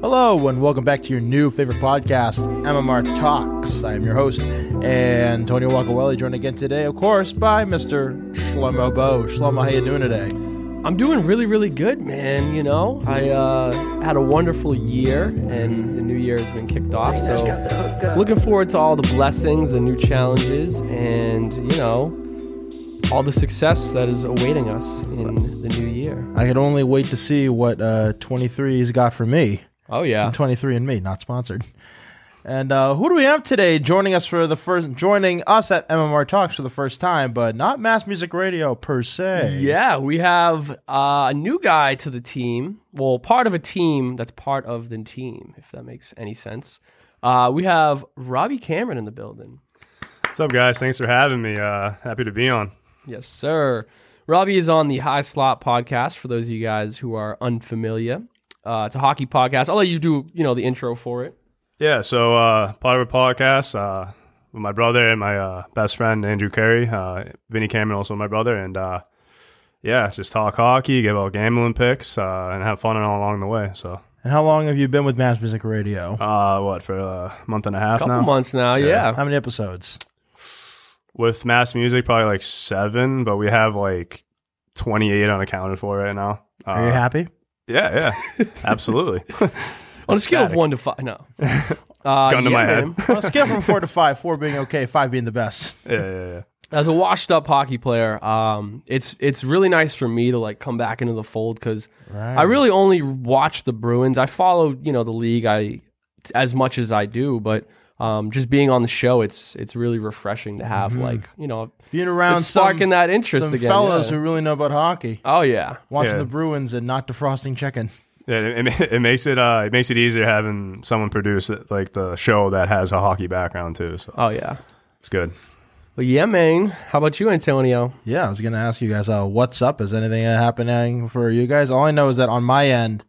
Hello, and welcome back to your new favorite podcast, MMR Talks. I am your host, Antonio Wacawelli, joined again today, of course, by Mr. Shlomo Bo. Shlomo, how you doing today? I'm doing really, really good, man. You know, I uh, had a wonderful year, and the new year has been kicked off. So, looking forward to all the blessings, the new challenges, and you know, all the success that is awaiting us in the new year. I can only wait to see what uh, 23's got for me. Oh yeah, 23 and me, not sponsored. And uh, who do we have today joining us for the first joining us at MMR Talks for the first time, but not Mass Music Radio per se. yeah. We have uh, a new guy to the team. Well, part of a team that's part of the team, if that makes any sense. Uh, we have Robbie Cameron in the building. What's up, guys? Thanks for having me. Uh, happy to be on. Yes, sir. Robbie is on the High Slot podcast. For those of you guys who are unfamiliar, uh, it's a hockey podcast. I'll let you do you know the intro for it. Yeah, so uh, part of a podcast uh, with my brother and my uh, best friend Andrew Carey, uh, Vinny Cameron, also my brother, and uh, yeah, just talk hockey, give out gambling picks, uh, and have fun all along the way. So, And how long have you been with Mass Music Radio? uh, what for a month and a half Couple now months now, yeah. How many episodes? with Mass Music, probably like seven, but we have like twenty-eight unaccounted for right now. Uh, Are you happy? Yeah, yeah, absolutely. On a scale of one to five, no. Uh, Gun to my head. On a scale from four to five, four being okay, five being the best. yeah, yeah, yeah. as a washed-up hockey player, um, it's it's really nice for me to like come back into the fold because Right. I really only watch the Bruins. I follow you know the league I as much as I do, but um, just being on the show, it's it's really refreshing to have like you know being around it's sparking some, that interest some again. fellows yeah. who really know about hockey, oh yeah, watching Yeah. the Bruins and not defrosting chicken. Yeah, it, it, it makes it uh, it makes it easier having someone produce it, like the show that has a hockey background too. So oh yeah. it's good. But yeah, man. How about you, Antonio? Yeah, I was gonna ask you guys, uh, what's up? Is anything happening for you guys? All I know is that on my end,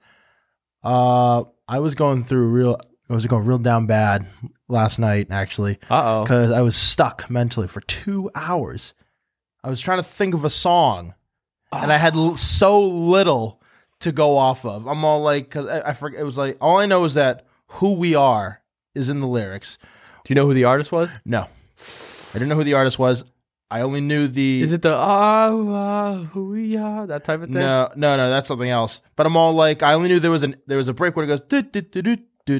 uh, I was going through real, I was going real down bad last night actually Uh oh. because I was stuck mentally for two hours. I was trying to think of a song, and I had l- so little to go off of. I'm all like, because I, I forget. It was like all I know is that who we are is in the lyrics. Do you know who the artist was? No, I didn't know who the artist was. I only knew the. Is it the ah ah, who we are that type of thing? No, no, no, that's something else. But I'm all like, I only knew there was an there was a break where it goes do do do do do do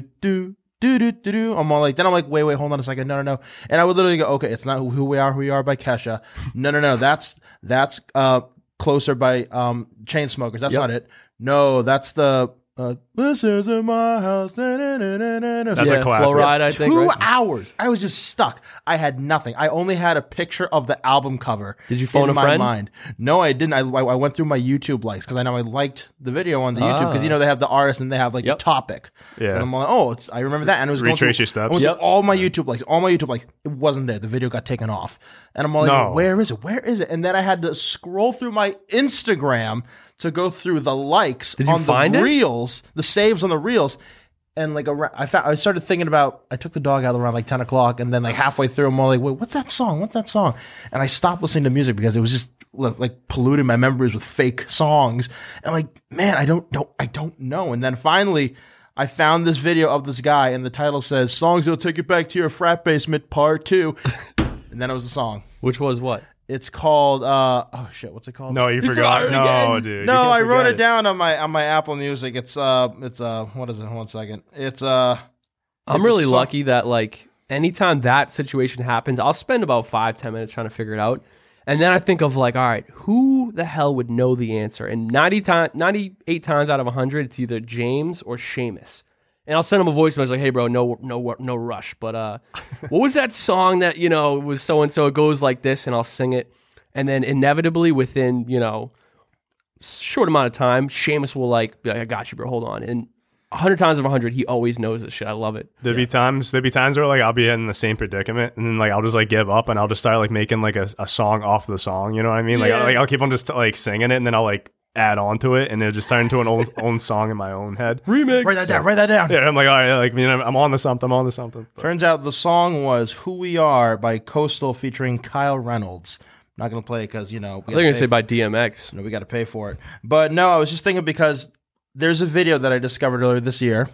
do do do do. I'm all like, then I'm like, wait, wait, hold on a second, no, no, no. And I would literally go, okay, it's not who, who we are, who we are by Kesha. No, no, no, that's that's uh closer by um Chainsmokers. That's Yep. not it. No, that's the uh, this is in my house. na, na, na, na, na, na. That's a yeah, classic. Flo Rida, I think. Two right? hours. I was just stuck. I had nothing. I only had a picture of the album cover. Did you phone in a my friend? Mind. No, I didn't. I, I I went through my YouTube likes because I know I liked the video on the YouTube because you Ah. know they have the artist and they have like Yep. the topic. Yeah. And I'm like, oh, it's, I remember that. And it was going Retrace through, your steps. I went through Yep. all my YouTube likes, all my YouTube likes. It wasn't there. The video got taken off. And I'm like, No. where is it? Where is it? And then I had to scroll through my Instagram to go through the likes you on find the it? reels, the saves on the reels, and like around, I found, I started thinking about. I took the dog out around like ten o'clock, and then like halfway through, I'm all like, "Wait, what's that song? What's that song?" And I stopped listening to music because it was just li- like polluting my memories with fake songs. And like, man, I don't know, I don't know. And then finally. I found this video of this guy, and the title says "Songs That'll Take You Back to Your Frat Basement Part 2. and then it was the song. Which was what? It's called uh, oh shit, what's it called? No, you, forgot forgot. it No, again. dude. you No, can't I wrote forget it down on my on my Apple Music. It's uh, it's uh, what is it? One second. It's uh, I'm It's a really song- lucky that like anytime that situation happens, I'll spend about five ten minutes trying to figure it out, and then I think of like, all right, who the hell would know the answer? And ninety time, ninety eight times out of hundred, it's either James or Seamus. And I'll send him a voice message like, "Hey, bro, no, no, no rush." But uh, what was that song that you know was so and so? It goes like this, and I'll sing it, and then inevitably within you know short amount of time, Seamus will like, be like, "I got you, bro. Hold on." And hundred times of hundred, he always knows this shit. I love it. There'd be times there'd be times where like I'll be in the same predicament, and then like I'll just like give up, and I'll just start like making like a, a song off the song. You know what I mean? Like, Yeah. I, like I'll keep on just like singing it, and then I'll like add on to it, and it'll just turn into an old own song in my own head. remix. write that down. Write that down. Yeah, I'm like, all right, like you know, I'm on to something. I'm on to something. But- Turns out the song was "Who We Are" by Coastal featuring Kyle Reynolds. I'm not gonna play it because you know we They're gotta gonna pay say by DMX. you know, we got to pay for it. But no, I was just thinking because there's a video that I discovered earlier this year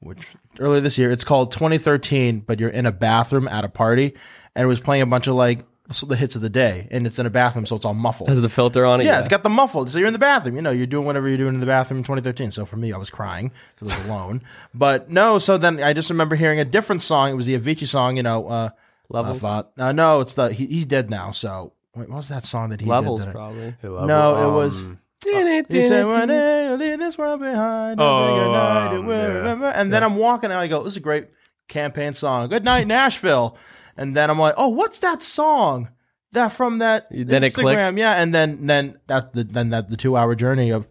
which earlier this year. It's called 2013, but you're in a bathroom at a party, and it was playing a bunch of like s- the hits of the day, and it's in a bathroom, so it's all muffled. Has the filter on it? yeah, it's got the muffled. So you're in the bathroom. You know, you're doing whatever you're doing in the bathroom in 2013. So for me, I was crying because I was alone. But no, so then I just remember hearing a different song. It was the Avicii song, you know. Uh, Levels? I thought, uh, no, it's the he, he's dead now. So wait, what was that song that he levels, did? that I- probably. Hey, level- No, it was- Um, He said, "One Did day you'll leave this world behind. Oh, Oh, night, it um, will yeah. remember." And then I'm walking out. I go, "This is a great campaign song. Good night, Nashville." And then I'm like, "Oh, what's that song? That from that Then it clicked? Instagram? yeah." And then then that the, then that the two hour journey of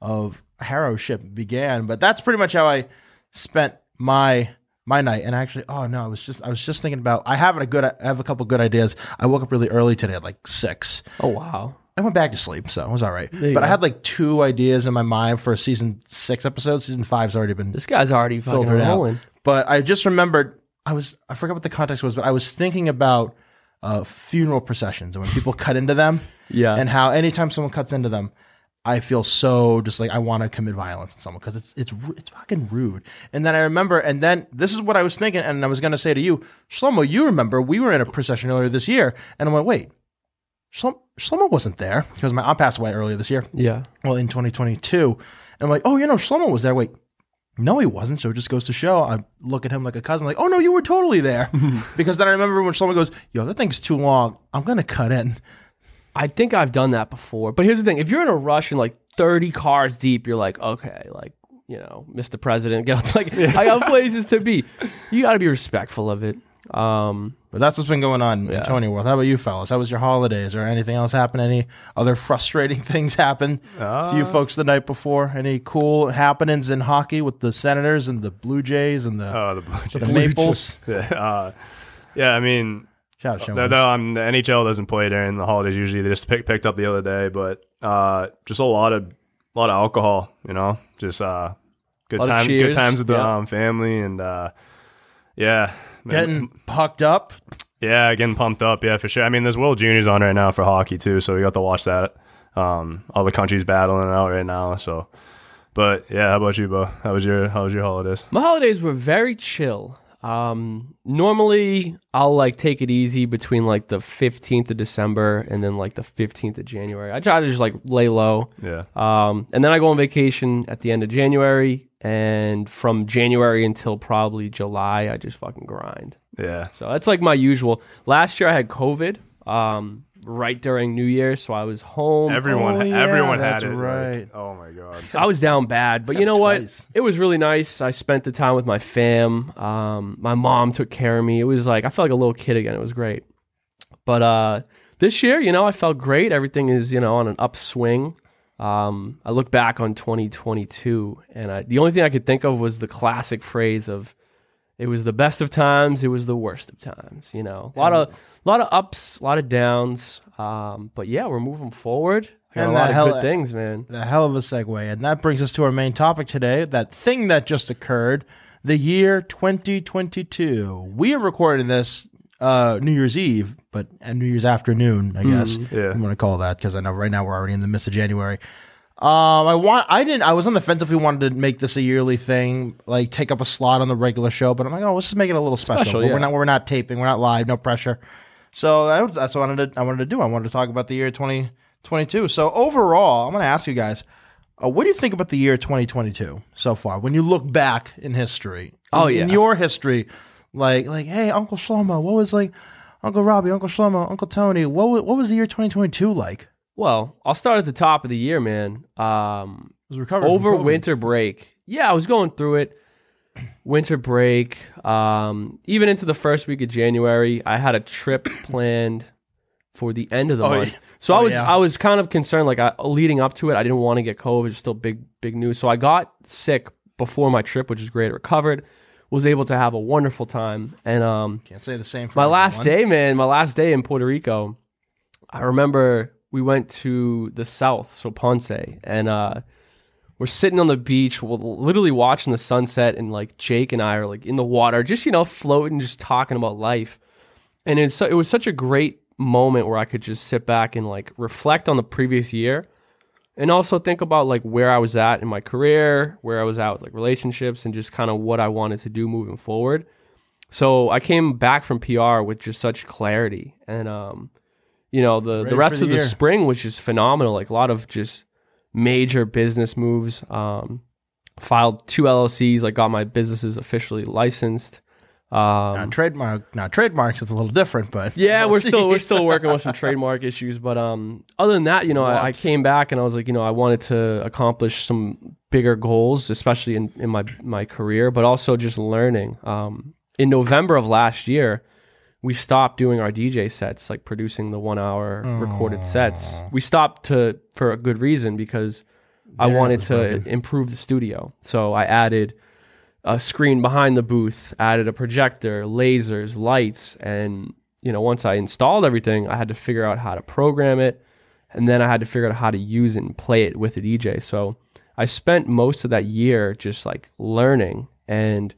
of Harrow ship began. But that's pretty much how I spent my my night. And actually, oh no, I was just I was just thinking about I have a good I have a couple good ideas. I woke up really early today, at like six. Oh wow. I went back to sleep, so it was all right. you But I go. had like two ideas in my mind for a season six episode. Season five's already been This guy's already fucking filtered out. rolling. But I just remembered I was I forgot what the context was, but I was thinking about uh, funeral processions and when people cut into them, Yeah. and how anytime someone cuts into them, I feel so just like I want to commit violence on someone because it's it's ru- it's fucking rude. And then I remember, and then this is what I was thinking, and I was gonna say to you, Shlomo, you remember we were in a procession earlier this year, and I'm like, wait. Shlomo, Shlomo wasn't there because my aunt passed away earlier this year yeah. well in 2022 and I'm like oh you know Shlomo was there wait no he wasn't so it just goes to show I look at him like a cousin like oh no you were totally there because then I remember when Shlomo goes yo that thing's too long I'm gonna cut in I think I've done that before. But here's the thing: if you're in a rush and like 30 cars deep, you're like, okay, like you know, Mr. President, get out. Like I got places to be. You got to be respectful of it. Um, but that's what's been going on in Tony World how about you fellas how was your holidays or anything else happen any other frustrating things happen Uh. to you folks the night before any cool happenings in hockey with the Senators and the Blue Jays and the, Oh, the Blue the Jays. Maples yeah, uh, yeah, I mean, shout out Shane no, Wins. no, um, the NHL doesn't play during the holidays usually. They just pick, picked up the other day, but uh, just a lot of lot of alcohol, you know, just uh, good Lot of time, good cheers, times with the yeah. um, family, and uh, yeah, man, getting Mm-hmm. pucked up yeah, getting pumped up, yeah, for sure. I mean, there's World Juniors on right now for hockey too, so we got to watch that. Um, all the countries battling it out right now, so. But yeah, how about you, Bo? How was your How was your holidays? my holidays were very chill. Um, normally I'll like take it easy between like the 15th of December and then like the 15th of January. I try to just like lay low. Yeah, Um, and then I go on vacation at the end of January, and from January until probably July, I just fucking grind. yeah, So that's like my usual. Last year I had COVID um, right during New Year's, so I was home. Everyone, Oh, yeah, everyone that's had it. like, right. oh my god. I was down bad, but you know Twice. what? It was really nice. I spent the time with my fam. Um, my mom took care of me. It was like I felt like a little kid again. It was great. But uh, this year, you know, I felt great. Everything is you know on an upswing. Um, I look back on 2022, and I, the only thing I could think of was the classic phrase of it was the best of times it was the worst of times you know a lot of lot of ups a lot of downs um, but yeah we're moving forward I got And a lot that of hell- good things man A hell of a segue. And that brings us to our main topic today that thing that just occurred, the year 2022. We are recording this uh, New Year's Eve, but uh, New Year's afternoon, I guess. Yeah. I'm going to call that because I know right now we're already in the midst of January. Um, I want. I didn't. I was on the fence if we wanted to make this a yearly thing, like take up a slot on the regular show. But I'm like, oh, let's just make it a little special. Special, We're- yeah. We're not. We're not taping. We're not live. No pressure. So that was- that's what I wanted to I wanted to do. I wanted to talk about the year 2022. So overall, I'm going to ask you guys, uh, what do you think about the year 2022 so far? When you look back in history, Oh, in, in yeah. your history, like like hey, Uncle Shlomo, what was like Uncle Robbie, Uncle Shlomo, Uncle Tony, what wa- what was the year 2022 like? It Well, I'll start at the top of the year, man. Um, was recovered over from COVID. winter break. Yeah, I was going through it. Winter break, um, even into the first week of January, I had a trip planned for the end of the Oh, month. yeah. So I Oh, was yeah. I was kind of concerned, like I, leading up to it, I didn't want to get COVID. It was still big big news. So I got sick before my trip, which is great. I recovered, was able to have a wonderful time, and um, Can't say the same for my last everyone. day, man, my last day in Puerto Rico, I remember we went to the south, so Ponce, and uh, we're sitting on the beach, we're literally watching the sunset, and like Jake and I are like in the water, just you know, floating, just talking about life. And it's so, it was such a great moment where I could just sit back and like reflect on the previous year and also think about like where I was at in my career, where I was at with like relationships, and just kind of what I wanted to do moving forward. So I came back from PR with just such clarity, and um, you know the Ready the for rest the of the year. spring was just phenomenal. Like a lot of just major business moves. Um, filed two LLCs. Like got my businesses officially licensed. Now Um, trademark, now trademarks, it's a little different, but yeah, We'll we're still we're see. still working with some trademark issues, but um, other than that, you know, I, I Whoops. came back and I was like, you know, I wanted to accomplish some bigger goals, especially in, in my my career, but also just learning. Um, in November of last year, we stopped doing our DJ sets, like producing the one hour recorded sets. We stopped to for a good reason because I wanted to improve the studio, so I added a screen behind the booth, added a projector, lasers, lights, and you know, once I installed everything, I had to figure out how to program it, and then I had to figure out how to use it and play it with a DJ. So I spent most of that year just like learning. And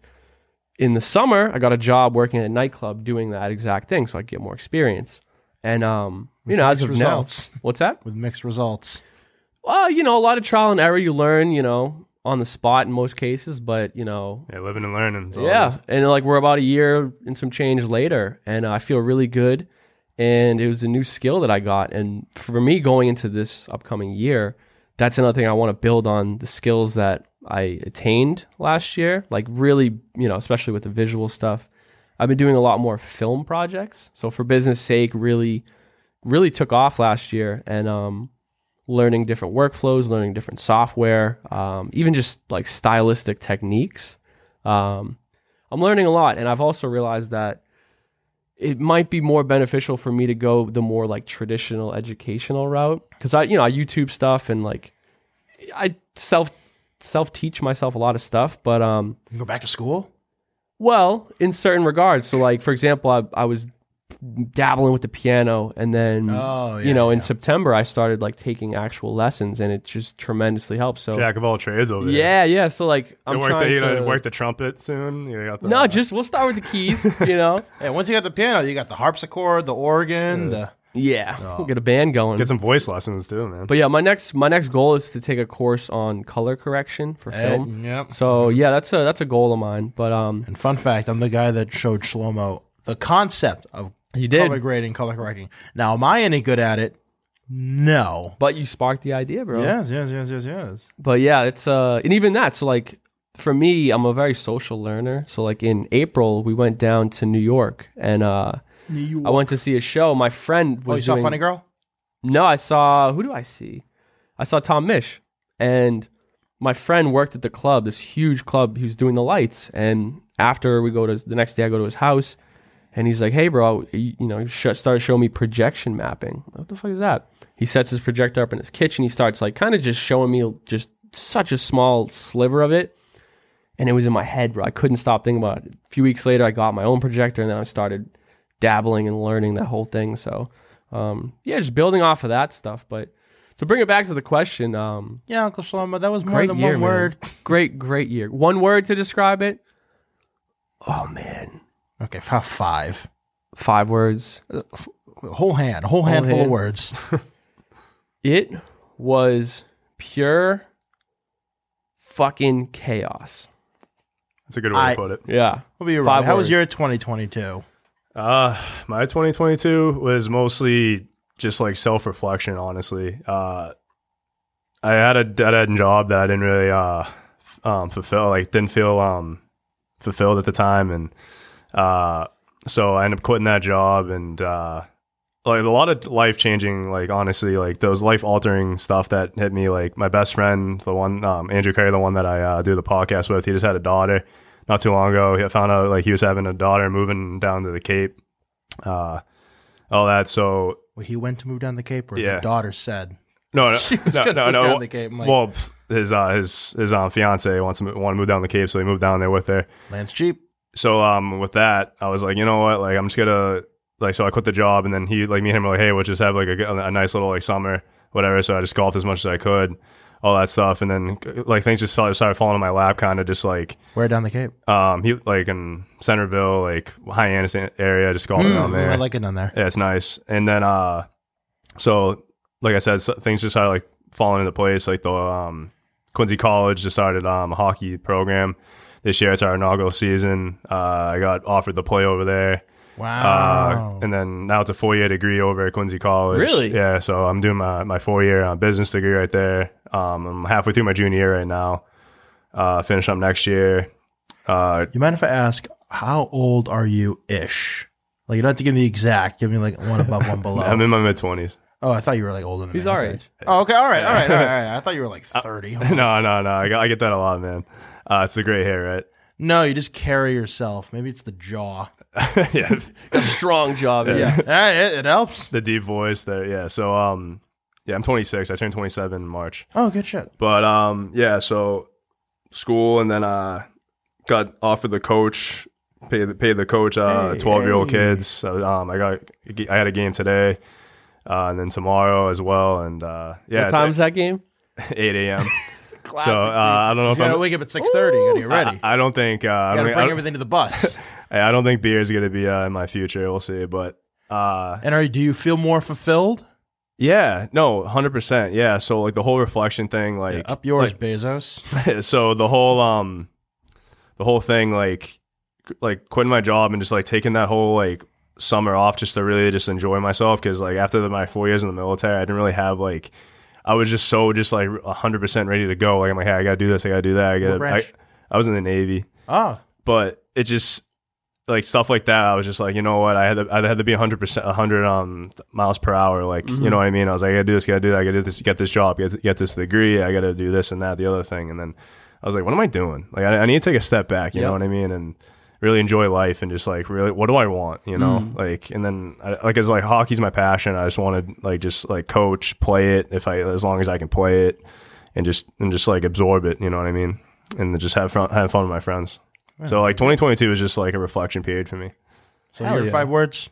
in the summer, I got a job working at a nightclub doing that exact thing, so I get more experience. And um, you know, as mixed of now- results. what's that? with mixed results. Well, you know, a lot of trial and error. You learn, you know, on the spot in most cases, but you know, Yeah, living and learning. is all it yeah, is. and like we're about a year and some change later, and I feel really good. And it was a new skill that I got, and for me going into this upcoming year, that's another thing I want to build on the skills that I attained last year. Like really, you know, especially with the visual stuff, I've been doing a lot more film projects. So for business sake, really, really took off last year, and um, learning different workflows, learning different software, um, even just like stylistic techniques. Um, I'm learning a lot, and I've also realized that it might be more beneficial for me to go the more like traditional educational route because I, you know, I YouTube stuff and like I self self teach myself a lot of stuff, but um, You can go back to school. well, in certain regards. So, like for example, I, I was dabbling with the piano, and then Oh, yeah, Mm. you know, in yeah. September, I started like taking actual lessons, and it just tremendously helped. So, Jack of all trades over there. yeah, yeah. So, like, I'm You work the trying you to know, work the trumpet soon. You got the, no, just we'll start with the keys, you know. Yeah, once you got the piano, you got the harpsichord, the organ, the Yeah, we'll get a band going. get some voice lessons too, man. but yeah, my next my next goal is to take a course on color correction for film. Eh, yep. So yeah, that's a that's a goal of mine. But um, And fun fact, I'm the guy that showed Shlomo the concept of you color did, grading, color correcting. Now, am I any good at it? No. but you sparked the idea, bro. Yes, yes, yes, yes, yes. But yeah, it's uh, and even that. So like for me, I'm a very social learner. So like in April, we went down to New York, and uh, New York. I went to see a show. My friend Oh, was you saw doing- Funny Girl? No, I saw who do I see? I saw Tom Mish, and my friend worked at the club, this huge club. He was doing the lights, and after we go to the next day, I go to his house, and he's like, "Hey, bro, you, you know, he sh- started showing me projection mapping. What the fuck is that?" He sets his projector up in his kitchen. He starts like kind of just showing me just such a small sliver of it, and it was in my head, bro. I couldn't stop thinking about it. A few weeks later, I got my own projector, and then I started dabbling and learning that whole thing. So, um, yeah, just building off of that stuff. But to bring it back to the question, um, Yeah, Uncle Shlomo, that was more great than year, one man. word. Great, great year. One word to describe it. Oh man, Okay, f- five. five words. Whole hand, whole, handful hand. of words. It was pure fucking chaos. That's a good way I- to put it. Yeah. What about you, Five Rob? How was words. your 2022? Uh, my 2022 was mostly just like self reflection, honestly. Uh, I had a dead end job that I didn't really uh, f- um, fulfill, like, didn't feel um, fulfilled at the time. And uh, so I ended up quitting that job and uh, like a lot of life changing, like, honestly, like those life altering stuff that hit me. Like, my best friend, the one, um, Andrew Carey, the one that I uh, do the podcast with, he just had a daughter not too long ago. I found out like he was having a daughter moving down to the Cape, uh, all that. So Well, he went to move down the Cape, or Yeah. the daughter said. no, no, She was no, gonna no, move no. down the Cape, I'm like- well, pff, his uh, his his um, fiance wants to mo- want to move down the Cape, so he moved down there with her. Land's cheap. So um, with that, I was like, you know what, like I'm just gonna like so I quit the job, and then he like me and him were like, hey, we'll just have like a, g- a nice little like summer, whatever. So I just golfed as much as I could, all that stuff, and then like things just started started falling in my lap, kind of just like Where down the Cape? um, he like in Centerville, like Hyannis area, just golfing down there. Hmm. I like it down there. Yeah, it's nice. And then, uh, so like I said, so things just started like falling into place. Like the um, Quincy College just started um, a hockey program this year. It's our inaugural season. Uh, I got offered to play over there. Wow. Uh, and then now it's a four year degree over at Quincy College. Really? Yeah. So I'm doing my, my four year uh, business degree right there. Um, I'm halfway through my junior year right now. Uh, finish up next year. Uh, you mind if I ask how old are you ish? Like you don't have to give me the exact. Give me like one above, one below. I'm in my mid 20s. oh, I thought you were like older than He's me. our Okay. age. Oh, okay. All right. All right. All right. All right. I thought you were like Uh, thirty. no, no, no. I, got- I get that a lot, man. Uh, it's the gray hair, right? no, you just carry yourself. Maybe it's the jaw. yeah, it's Got a strong job. Yeah. All right, it, it helps. the deep voice. There, yeah. So, um, yeah, I'm 26. I turned 27 in March. Oh, good shit. But um, yeah. So school, and then uh, got offered the coach, pay the pay the coach. Uh, Hey, 12 year old hey. kids. So, um, I got I had a game today, uh, and then tomorrow as well. And uh, yeah, what it's time is that game? 8 a.m. so uh, I don't know if You gotta I'm. wake up at six thirty. Gotta get ready. I, I don't think uh, I gotta don't, think- I bring don't- everything to the bus. I don't think beer is going to be uh, in my future. We'll see, but uh, and are do you feel more fulfilled? yeah, no, hundred percent, yeah. So like the whole reflection thing, like Up yours, Bezos. so the whole um, the whole thing, like like quitting my job and just like taking that whole like summer off just to really just enjoy myself because like after the, my four years in the military, I didn't really have like. I was just so just like hundred percent ready to go. Like I'm like, hey, I gotta do this, I gotta do that. I gotta. I, branch? I was in the Navy. Ah, but it just like stuff like that. I was just like, you know what? I had to, I had to be 100 percent 100 um miles per hour. Like, you know what I mean? I was like, I gotta do this, gotta do that, I gotta do this, get this job, get get this degree, I gotta do this and that, the other thing, and then I was like, what am I doing? Like, I, I need to take a step back. You Yep. know what I mean? And really enjoy life and just like really what do i want you know Mm. like and then I, like as like hockey's my passion i just wanted like just like coach play it if i as long as i can play it and just and just like absorb it you know what i mean and then just have fun have fun with my friends so like 2022 is just like a reflection period for me so Hell your yeah. five words.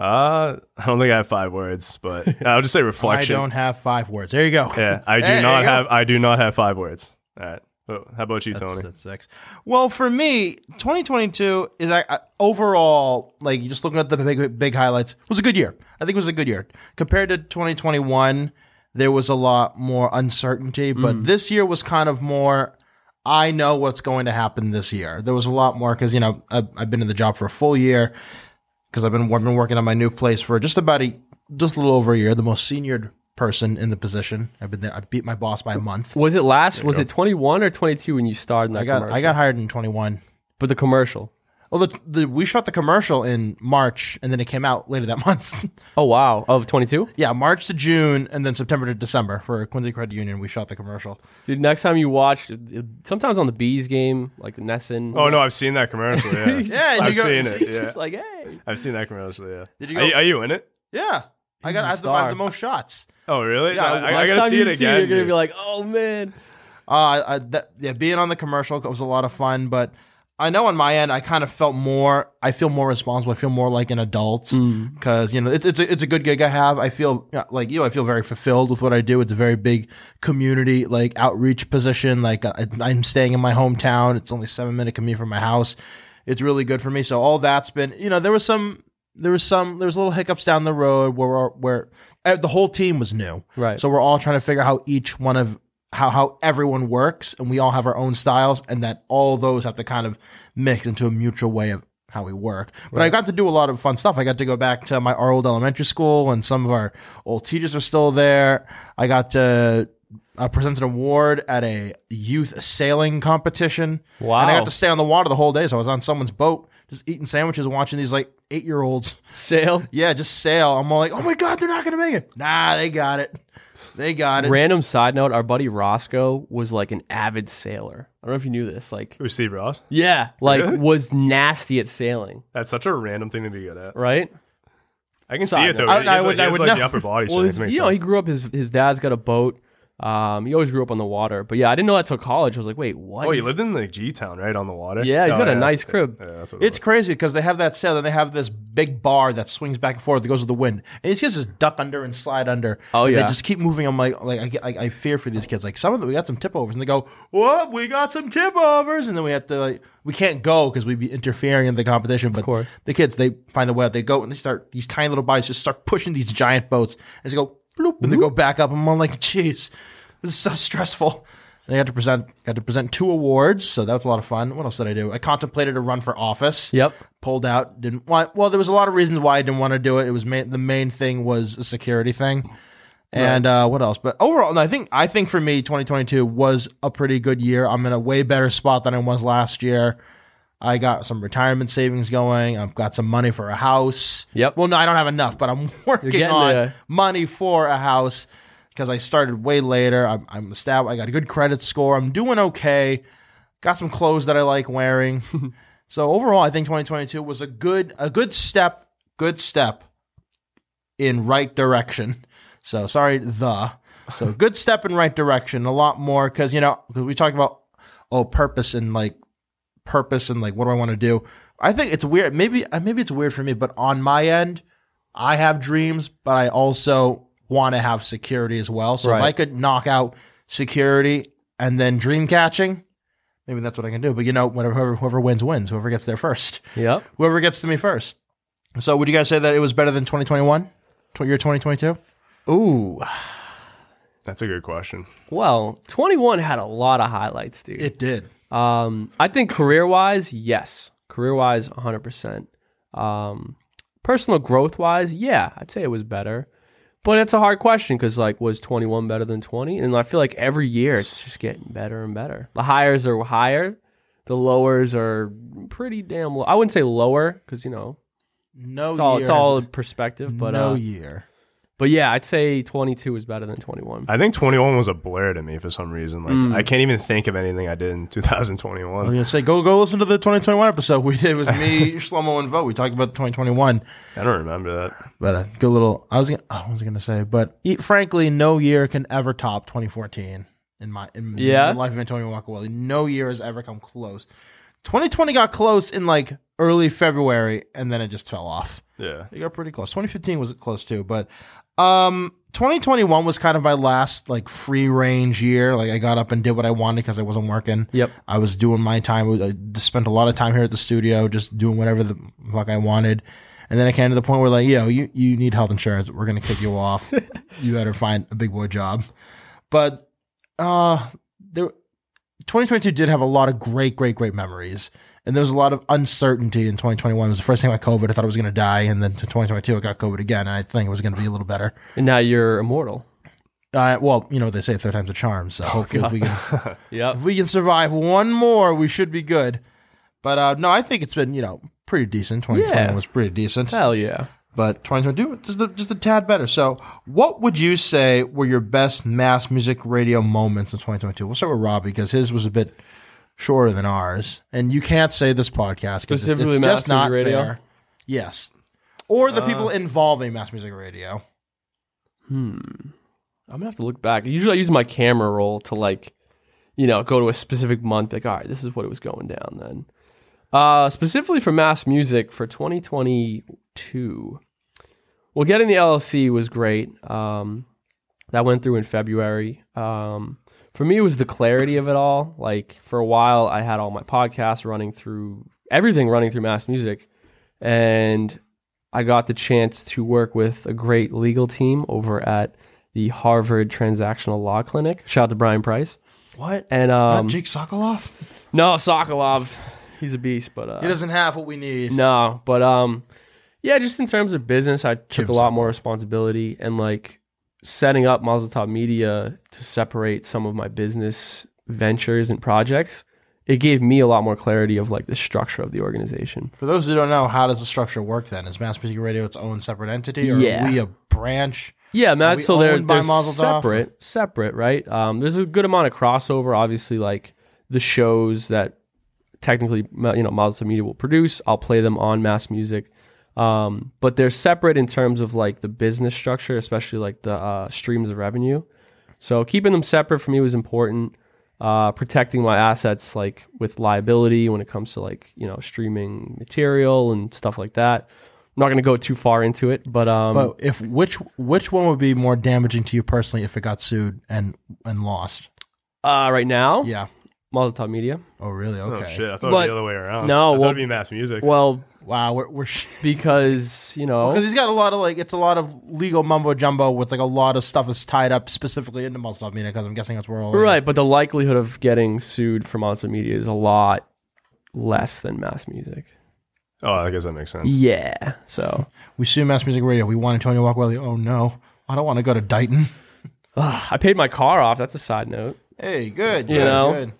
uh i don't think i have five words but i'll just say reflection I don't have five words. There you go. yeah i do Hey, there not you go. have i do not have five words all right Well, how about you That's, tony that's six. Well, for me, 2022 is I, I, overall like just looking at the big big highlights was a good year. I think it was a good year compared to 2021. There was a lot more uncertainty, but this year was kind of more. I know what's going to happen this year. There was a lot more because you know I, I've been in the job for a full year because I've been I've been working on my new place for just about a just a little over a year. The most senior person in the position. I've been there. I beat my boss by a month. Was it last? Was it 21 or 22 when you started in that I got commercial? I got hired in 21. But the commercial. Well, the, the we shot the commercial in March, and then it came out later that month. Oh wow, of 22. yeah, March to June, and then September to December for Quincy Credit Union. We shot the commercial. Dude, next time you watch, it- it- sometimes on the bees game, like Nesson. oh no i've seen that commercial yeah, Yeah, and you i've go- seen he's it yeah just like, hey, I've seen that commercial. Yeah. Did you go- Are, are you in it? Yeah, I got a I have, the, I have star. the most shots. Oh, really? Yeah, No, I, I next gotta time see you it again. You're gonna dude. be like, oh man. Uh, I, that, yeah, being on the commercial was a lot of fun, but I know on my end, I kind of felt more. I feel more responsible. I feel more like an adult because you know it's it's a, it's a good gig I have. I feel yeah, like you. I feel very fulfilled with what I do. It's a very big community like outreach position. Like I, I'm staying in my hometown. It's only seven minute commute from my house. It's really good for me. So all that's been you know there was some. There was some, there was little hiccups down the road where where uh, the whole team was new, Right. So we're all trying to figure out how each one of how how everyone works and we all have our own styles and that all those have to kind of mix into a mutual way of how we work. But I got to do a lot of fun stuff. I got to go back to my our old elementary school and some of our old teachers are still there. I got to uh, present an award at a youth sailing competition. Wow. And I got to stay on the water the whole day. So I was on someone's boat just eating sandwiches and watching these like eight year olds Sale. yeah, just sail. I'm all like, oh my god, they're not gonna make it. Nah, they got it. They got it. Random side note: Our buddy Roscoe was like an avid sailor. I don't know if you knew this. Like, Who's Steve Ross? yeah, like Really? was nasty at sailing. That's such a random thing to be good at. Right. I can see Side it though. note. I- He has, I would- like, he I has, would like, the know. upper body Well, strength. his- Makes you know, he sense. grew up. His his dad's got a boat. Um, he always grew up on the water. But yeah, I didn't know that till college. I was like, wait, what? Oh, he He's- lived in like G Town, right on the water. Yeah, he's he's got a nice crib. Yeah, that's what it It's crazy because they have that sail, then they have this big bar that swings back and forth that goes with the wind, and these kids just duck under and slide under. Oh, And yeah. they just keep moving. I'm like, like I, get- I, I fear for these kids. Like some of them, we got some tip overs, and they go, "What? We got some tip overs," and then we have to like we can't go because we'd be interfering in the competition. But course. the kids, they find a way out. They go and they start these tiny little bodies just start pushing these giant boats, and they go. bloop, and they go back up. And I'm like, jeez, this is so stressful. And I had to present, got to present two awards, so that was a lot of fun. What else did I do? I contemplated a run for office. Yep. Pulled out. Didn't want. Well, there was a lot of reasons why I didn't want to do it. It was ma- the main thing was a security thing, and uh, what else? But overall, no, I think I think for me, 2022 was a pretty good year. I'm in a way better spot than I was last year. I got some retirement savings going. I've got some money for a house. Yep. Well, no, I don't have enough, but I'm working getting on there. money for a house because I started way later. I'm, I'm established. I got a good credit score. I'm doing okay. Got some clothes that I like wearing. so overall, I think 2022 was a good a good step, good step in right direction. So sorry, the so good step in right direction. A lot more because you know 'cause we talk about oh purpose and like purpose and like what do I want to do. I think it's weird. Maybe uh, maybe it's weird for me, but on my end, I have dreams, but I also want to have security as well. So if Right. I could knock out security and then dream catching, maybe that's what I can do. But you know, whatever whoever, whoever wins wins. Whoever gets there first, Yep. whoever gets to me first. So would you guys say that it was better than 2021? Tw- Year 2022? Ooh. That's a good question. Well, 21 had a lot of highlights, dude. It did. Um, I think career wise, yes. Career wise, 100%. Um, personal growth wise, yeah, I'd say it was better. But it's a hard question because, like, was 21 better than 20? And I feel like every year it's just getting better and better. The hires are higher, the lowers are pretty damn low. I wouldn't say lower because, you know, No it's all, year. it's all perspective. But, no uh, year. but yeah, I'd say 22 is better than 21. I think 21 was a blur to me for some reason. Like Mm. I can't even think of anything I did in 2021. Oh, I was gonna say go go listen to the 2021 episode we did. It was me, Shlomo, and Vote. We talked about 2021. I don't remember that. But uh, good little. I was gonna, oh, I was gonna say, but e- frankly, no year can ever top 2014 in my in Yeah. the life of Antonio Walkerwelly. No year has ever come close. 2020 got close in like early February, and then it just fell off. Yeah. It got pretty close. 2015 was close too, but um, 2021 was kind of my last like free range year. Like I got up and did what I wanted because I wasn't working. Yep. I was doing my time. I just spent a lot of time here at the studio, just doing whatever the fuck I wanted. And then I came to the point where like, yo, you you need health insurance. We're gonna kick you off. you better find a big boy job. But uh, there, 2022 did have a lot of great, great, great memories. And there was a lot of uncertainty in 2021. It was the first thing I got COVID. I thought I was going to die. And then to 2022, I got COVID again. And I think it was going to be a little better. And now you're immortal. Uh, well, you know what they say, third time's a charm. So hopefully, if we, can, Yep. if we can survive one more, we should be good. But uh, no, I think it's been, you know, pretty decent. 2021 Yeah. was pretty decent. Hell yeah. But 2022, just, a- just a tad better. So what would you say were your best mass music radio moments of 2022? We'll start with Robbie because his was a bit shorter than ours. And you can't say this podcast because it's, Specifically it's mass just not music radio? Uh, fair. Yes. Or the people involved in mass music radio. Hmm. I'm gonna have to look back. Usually, I use my camera roll to like, you know, go to a specific month. Like, all right, this is what it was going down then. Uh, specifically for mass music for 2022. Well, getting the LLC was great. Um, that went through in February. Um, for me, it was the clarity of it all. Like for a while, I had all my podcasts running through everything running through mass music, and I got the chance to work with a great legal team over at the Harvard Transactional Law Clinic. Shout out to Brian Price What? and Not um, Jake Sokolov? no Sokolov. He's a beast, but uh, He doesn't have what we need. no, but um, yeah, just in terms of business, I took Jim a lot more responsibility and like setting up Mazel Tov Media to separate some of my business ventures and projects. It gave me a lot more clarity of like the structure of the organization. For those who don't know, how does the structure work then? Is mass music radio its own separate entity? Or Yeah. are we a branch? Yeah, Matt. we So they're, owned by they're Mazel Tov? separate, separate, right? Um, there's a good amount of crossover. Obviously, like the shows that technically ma- you know Mazel Tov Media will produce, I'll play them on Mass Music. Um, but they're separate in terms of like the business structure, especially like the uh, streams of revenue. So keeping them separate for me was important. Uh, protecting my assets like with liability when it comes to like you know streaming material and stuff like that. I'm not gonna go too far into it, but um, But if which which one would be more damaging to you personally if it got sued and and lost? uh, right now, Yeah. multimedia. Oh, really? Oh Okay. shit! I But- thought it was the other way around. No, I thought well- it'd be mass music. Well, Wow, we're we're because because you know, he's got a lot of like it's a lot of legal mumbo jumbo. With like a lot of stuff is tied up specifically into multimedia because I'm guessing that's where all like, right? But the likelihood of getting sued for multimedia is a lot less than mass music. oh, I guess that makes sense. Yeah. So We sue Mass Music Radio. We want Antonio Walkwelly. Oh no, I don't want to go to Dighton. Ah, I paid my car off. That's a side note. Hey, good. You good, know? good.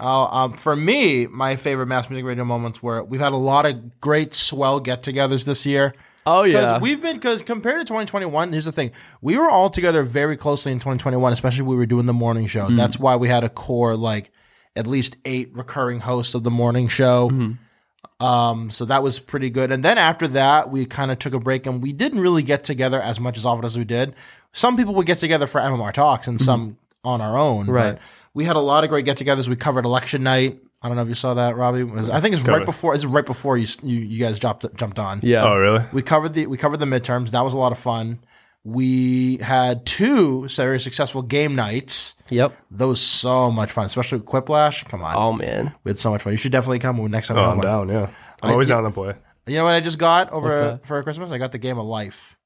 Uh, um, for me, my favorite Mass Music Radio moments were we've had a lot of great swell get-togethers this year. Oh Because yeah. we've been because compared to 2021, here's the thing: we were all together very closely in 2021, especially we were doing the morning show. Mm. That's why we had a core like at least eight recurring hosts of the morning show. Mm-hmm. Um, so that was pretty good. And then after that, we kind of took a break and we didn't really get together as much as often as we did. Some people would get together for MMR talks and some on our own. Mm-hmm. Right. But we had a lot of great get-togethers. We covered election night. I don't know if you saw that, Robbie. It was- I think it's right Covered. before. It's right before you you, you guys jumped jumped on. yeah. Oh, really? We covered the we covered the midterms. That was a lot of fun. We had two very successful game nights. Yep. That was so much fun, especially with Quiplash. Come on, Oh man. we had so much fun. You should definitely come when- next time. we Oh, have I'm one. down. Yeah, I'm always I- down to play. You know what I just got over What's that? for Christmas? I got the game of life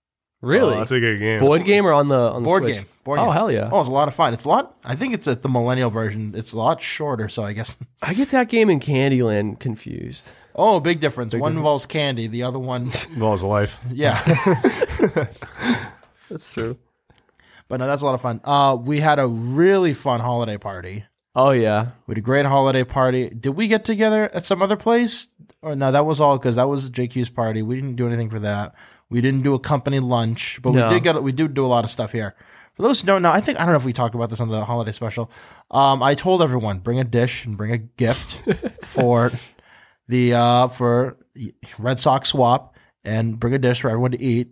Really? Oh, that's a good game. board game or on the on the board Switch? game. Board oh game. hell yeah! Oh, it's a lot of fun. It's a lot. I think it's at the millennial version. It's a lot shorter, so I guess. I get that game in Candyland confused. Oh, big difference. one involves candy. The other one, involves life. yeah. That's true. but no, that's a lot of fun. Uh, we had a really fun holiday party. Oh yeah. We had a great holiday party. Did we get together at some other place? Or no, that was all because that was JQ's party. We didn't do anything for that. We didn't do a company lunch, but No. we did get we do do a lot of stuff here. For those who don't know, I think I don't know if we talked about this on the holiday special. Um, I told everyone bring a dish and bring a gift for the uh, for Red Sox swap and bring a dish for everyone to eat.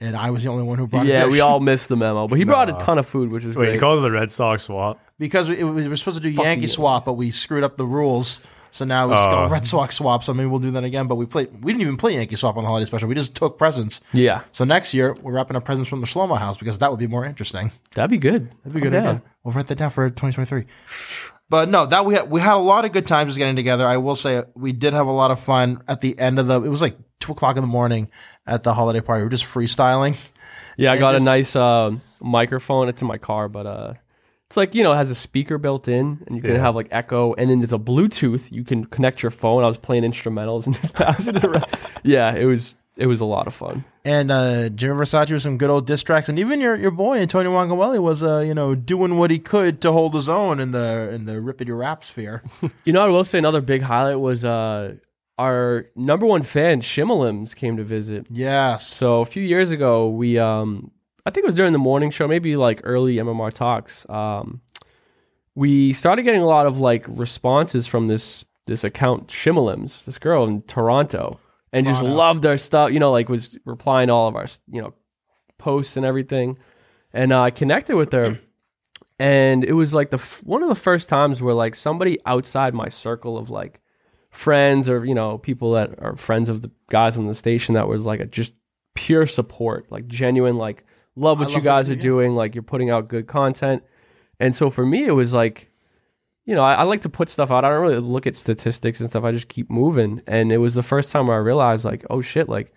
And I was the only one who brought. a Yeah, dish. we all missed the memo, but he brought a ton of food, which is Wait, great. you call it the Red Sox swap? E- because we, we were supposed to do Yankee yeah. swap, but we screwed up the rules. So now we just got Oh. Red Sox swap. So maybe we'll do that again. But we played. We didn't even play Yankee swap on the holiday special. We just took presents. yeah, So next year we're wrapping up presents from the Shlomo house because that would be more interesting. that'd be good. That'd be a good idea. We'll write that down for 2023. But no, that we had we had a lot of good times just getting together. I will say we did have a lot of fun at the end of the. It was like two o'clock in the morning at the holiday party. We were just freestyling. Yeah, I And got just- a nice um, microphone. It's in my car, but uh, it's like you know, it has a speaker built in, and you can Yeah. have like echo, and then there's a Bluetooth. You can connect your phone. I was playing instrumentals and just passing it around. Yeah, it was it was a lot of fun. And uh, Jimmy Versace was some good old diss tracks, and even your, your boy Antonio Wangalelli was uh, you know doing what he could to hold his own in the in the rippity rap sphere. You know, I will say another big highlight was uh, our number one fan Shimalims came to visit. yes. So a few years ago, we um, I think it was during the morning show, maybe like early MMR talks. Um, we started getting a lot of like responses from this this account Shimalims, this girl in Toronto, and just Toronto. loved our stuff. You know, like was replying to all of our you know posts and everything, and uh, I connected with her. And it was like the f- one of the first times where like somebody outside my circle of like friends or you know people that are friends of the guys on the station that was like a just pure support like genuine like love I what you love what guys you are do, yeah. doing like you're putting out good content and so for me it was like you know I, I like to put stuff out i don't really look at statistics and stuff i just keep moving and it was the first time where i realized like oh shit like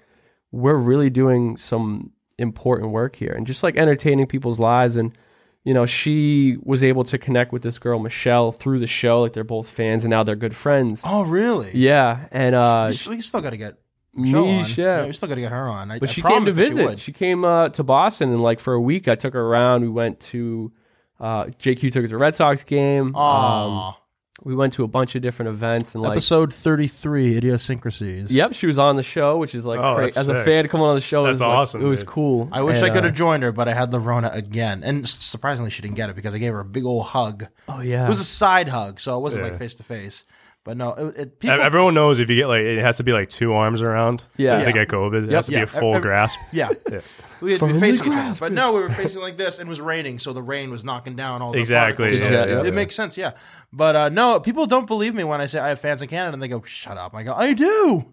we're really doing some important work here and just like entertaining people's lives and you know she was able to connect with this girl michelle through the show like they're both fans and now they're good friends oh really? yeah, and uh, You still, you still got to get Michelle on. Mish, yeah. you still got to get her on. I, But I she came to promised that she visit. would. She, came uh, to Boston, and like for a week, I took her around. We went to uh, JQ took her to a Red Sox game. Aw. we went to a bunch of different events, and um, like, Episode thirty three, idiosyncrasies. yep, she was on the show, which is like Oh, cra- that's as a sick. fan to come on the show. That's it was, like, awesome, it was dude. cool. I wish And, I could have uh, joined her, but I had the Rona again, and s- surprisingly, she didn't get it because I gave her a big old hug. oh yeah, It was a side hug, so it wasn't Yeah. like face to face. But no, it, it, E- people, Everyone knows if you get like it has to be like two arms around. Yeah. to get COVID, it has to Yeah. be a full Ev- ev- grasp. Yeah. We had to From be the facing each other. grasp. But no, we were facing like this and it was raining, so the rain was knocking down all the Exactly. particles. Yeah, yeah, it yeah. makes sense, yeah. But uh, no, people don't believe me when I say I have fans in Canada and they go, shut up. I go, I do.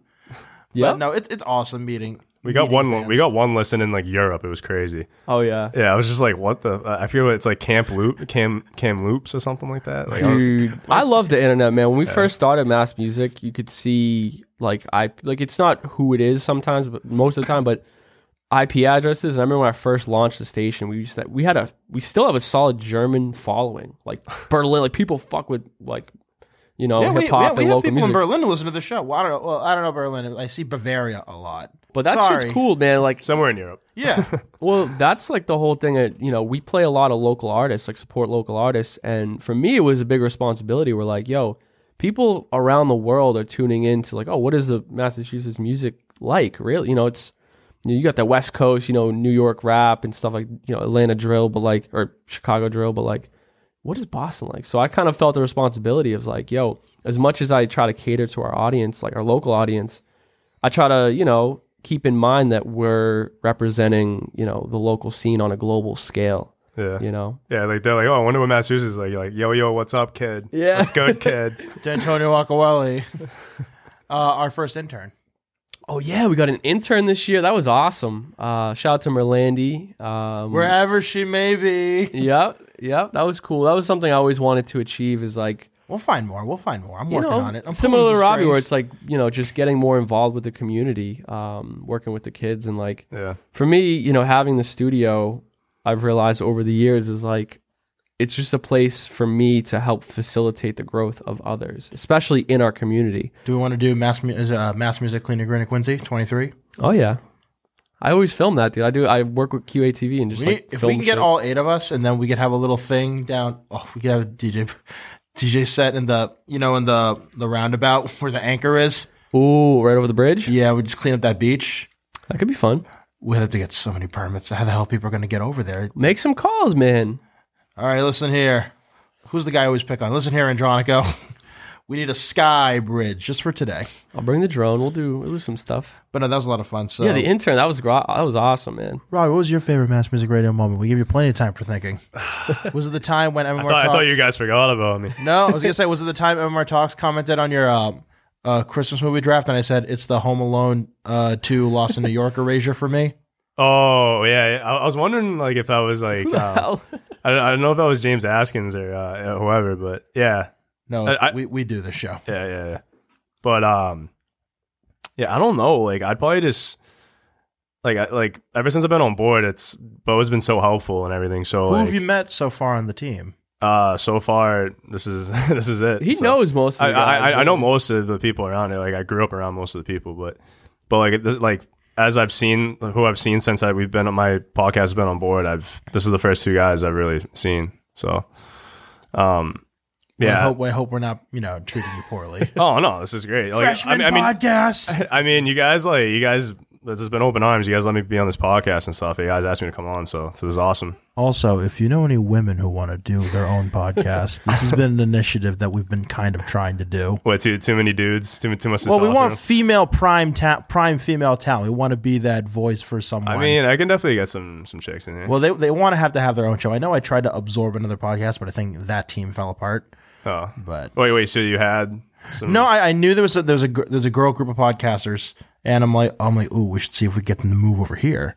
yeah. But no, it's it's awesome meeting We got meeting one. li- We fans. got one listen in like Europe. It was crazy. Oh yeah. Yeah, I was just like, what the? I feel it's like Camp Loop, Cam Cam Loops or something like that. Like, I was- Dude, I love the internet, man. When we first started Mass Music, you could see like I like it's not who it is sometimes, but most of the time, but IP addresses. And I remember when I first launched the station, we used that we had a we still have a solid German following, like Berlin. Like people fuck with like you know Yeah, we, hip hop yeah, we and have local people music. in Berlin to listen to the show. Well, I don't know. Well, I don't know Berlin. I see Bavaria a lot, but that Sorry. shit's cool, man. Like somewhere in Europe. Yeah, Well, that's like the whole thing. That, you know, we play a lot of local artists, like support local artists, and for me, it was a big responsibility. We're like, yo, people around the world are tuning in to like, oh, what is the Massachusetts music like? Really, you know, it's you got the West Coast, you know, New York rap and stuff like you know Atlanta drill, but like or Chicago drill, but like, what is Boston like? So I kind of felt the responsibility of like, yo, as much as I try to cater to our audience, like our local audience, I try to, you know, keep in mind that we're representing, you know, the local scene on a global scale, Yeah. you know? Yeah, like they're like, oh, I wonder what Massachusetts is like. You're like, yo, yo, what's up, kid? Yeah. what's good, kid? to Antonio Acquelli, uh, our first intern. Oh, yeah, we got an intern this year. That was awesome. Uh, shout out to Merlandi. Um, Wherever she may be, yep, yep, that was cool. That was something I always wanted to achieve is like, we'll find more. We'll find more. I'm you working know, on it. I'm similar pulling to some Robbie, where strings. it's like, you know, just getting more involved with the community, um, working with the kids and like, Yeah, for me, you know, having the studio, I've realized over the years is like it's just a place for me to help facilitate the growth of others, especially in our community. do we want to do mass mu- is, uh, mass music cleaner Grin and Quincy 23? Oh yeah. I always film that, dude. I do I work with QATV and just We like need- if film we can get shit. all eight of us, and then we could have a little thing down. Oh, we could have a DJ DJ set in the you know in the the roundabout where the anchor is. Ooh, right over the bridge? Yeah, we just clean up that beach. That could be fun. We'd have to get so many permits. How the hell people are going to get over there? Make some calls, man. All right, listen here. Who's the guy I always pick on? Listen here, Andronico. We need a sky bridge just for today. I'll bring the drone. We'll do we'll do some stuff. But no, that was a lot of fun. So, Yeah, the intern, that was gro- that was awesome, man. Robbie, what was your favorite mass music radio moment? We gave you plenty of time for thinking. was it the time when MMR I thought, I Talks? thought you guys forgot about me. no, I was gonna say, was it the time MMR Talks commented on your um, uh, Christmas movie draft? And I said it's the Home Alone uh, two Lost in New York erasure for me. Oh yeah, yeah. I, I was wondering like if that was like uh, Hell. I, don't, I don't know if that was James Askins or uh, whoever, but yeah, No, I- it's- I- we we do this show. yeah, yeah, yeah. But um, yeah, I don't know. Like I'd probably just like I, like ever since I've been on board, it's Bo's been so helpful and everything. So Who like, have you met so far on the team? uh, so far this is this is it. he So- knows most of the I, guys, I, I- I know man. most of the people around it. Like I grew up around most of the people, but but like th- like as I've seen who I've seen since I, we've been on my podcast has been on board. I've this is the first two guys I've really seen. So, um, I yeah. hope I hope we're not you know treating you poorly. Oh no, this is great. Like, Freshman I mean, I mean, podcast. I mean, you guys like you guys. This has been open arms. You guys let me be on this podcast and stuff. You guys asked me to come on, so this is awesome. Also, if you know any women who want to do their own podcast, this has been an initiative that we've been kind of trying to do. What too too many dudes? Too too much. to Well, we sell want through? female prime ta- prime female talent. We want to be that voice for someone. I mean, I can definitely get some some chicks in here. well, they they want to have to have their own show. I know I tried to absorb another podcast, but I think that team fell apart. oh, But wait, wait. So you had some, no, I, I knew there was a, there was a gr- there's a girl group of podcasters, and I'm like I'm like, ooh, we should see if we get them to move over here,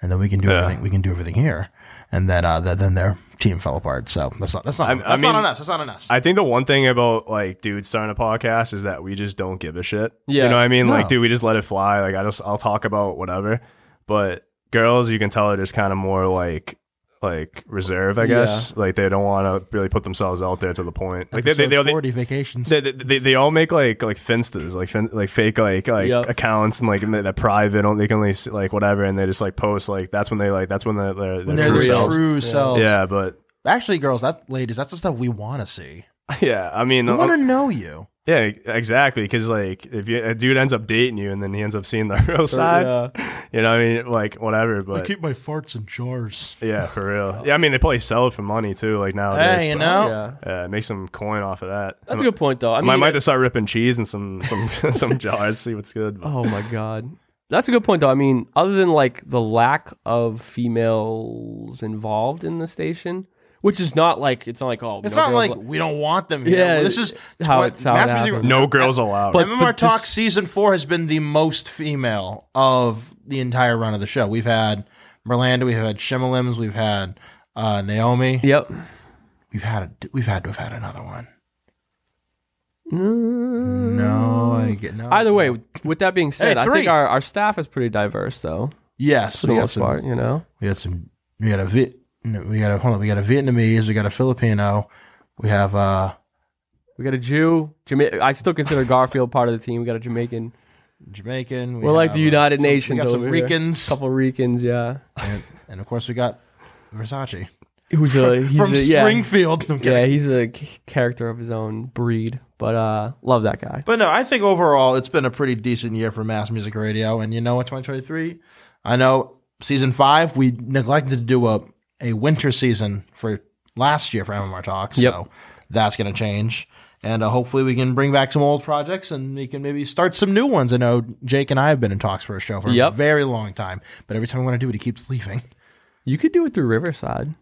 and then we can do everything we can do everything here, and then uh th- then their team fell apart. So that's not that's not that's mean- not on us. That's not on us. I think the one thing about like dudes starting a podcast is that we just don't give a shit. Yeah. You know what I mean? No. Like, dude, we just let it fly. Like I just I'll talk about whatever. But girls, you can tell are just kind of more like like reserve, I guess. Like they don't want to really put themselves out there to the point. Like they they, they, Episode they, 40 vacations. they, they, they all make like like finstas, like fin- like fake like like Yep. accounts and like and they're, they're private. Only they can only see, like whatever, and they just like post like that's when they like that's when they're, they're, when they're they're true their selves. true selves. Yeah, but Actually, girls, that ladies, that's the stuff we want to see. yeah, I mean, We I'm- want to know you. Yeah, e, exactly. Because like, if you, a dude ends up dating you and then he ends up seeing the real side, Yeah. you know, what I mean, like whatever. But my farts in jars. yeah, for real. Yeah, I mean, they probably sell it for money too, like nowadays. Hey, you but- know, yeah. yeah, make some coin off of that. That's a good point though. I I mean uh, might, might just start ripping cheese and some some some jars, see what's good. Oh my god. That's a good point though. I mean, other than like the lack of females involved in the station, which is not like it's not like oh, It's no not girls like li- we don't want them here. Yeah, this is how twen- it's- how it Mass Music- happened. No girls allowed. But- MMR Talk this- season four has been the most female of the entire run of the show. We've had Merlanda, we've had Shimmelims, we've had uh, Naomi. yep. We've had a, we've had to have had another one. No, I get no. Mm. Either way, with that being said, Hey, I think three. our, our staff is pretty diverse though, yes, for the we got most some. part. You know, We got some. We got a Viet. no, We got a hold on. We got a Vietnamese. We got a Filipino. We have uh we got a Jew. Jama- I still consider Garfield part of the team. We got a Jamaican. Jamaican. We We're like have, the uh, United some- Nations. We got some over here. Ricans, couple Ricans, yeah. and, and of course we got Versace Who's a he's from a, yeah. Springfield. No, I'm kidding. Yeah, he's a c- character of his own breed, but uh, love that guy. But no, I think overall it's been a pretty decent year for Mass Music Radio. And you know what, 2023? I know season five, we neglected to do a, a winter season for last year for MMR Talks. Yep. So that's going to change. And uh, hopefully we can bring back some old projects and we can maybe start some new ones. I know Jake and I have been in talks for a show for Yep. a very long time. But every time we want to do it, he keeps leaving. You could do it through Riverside.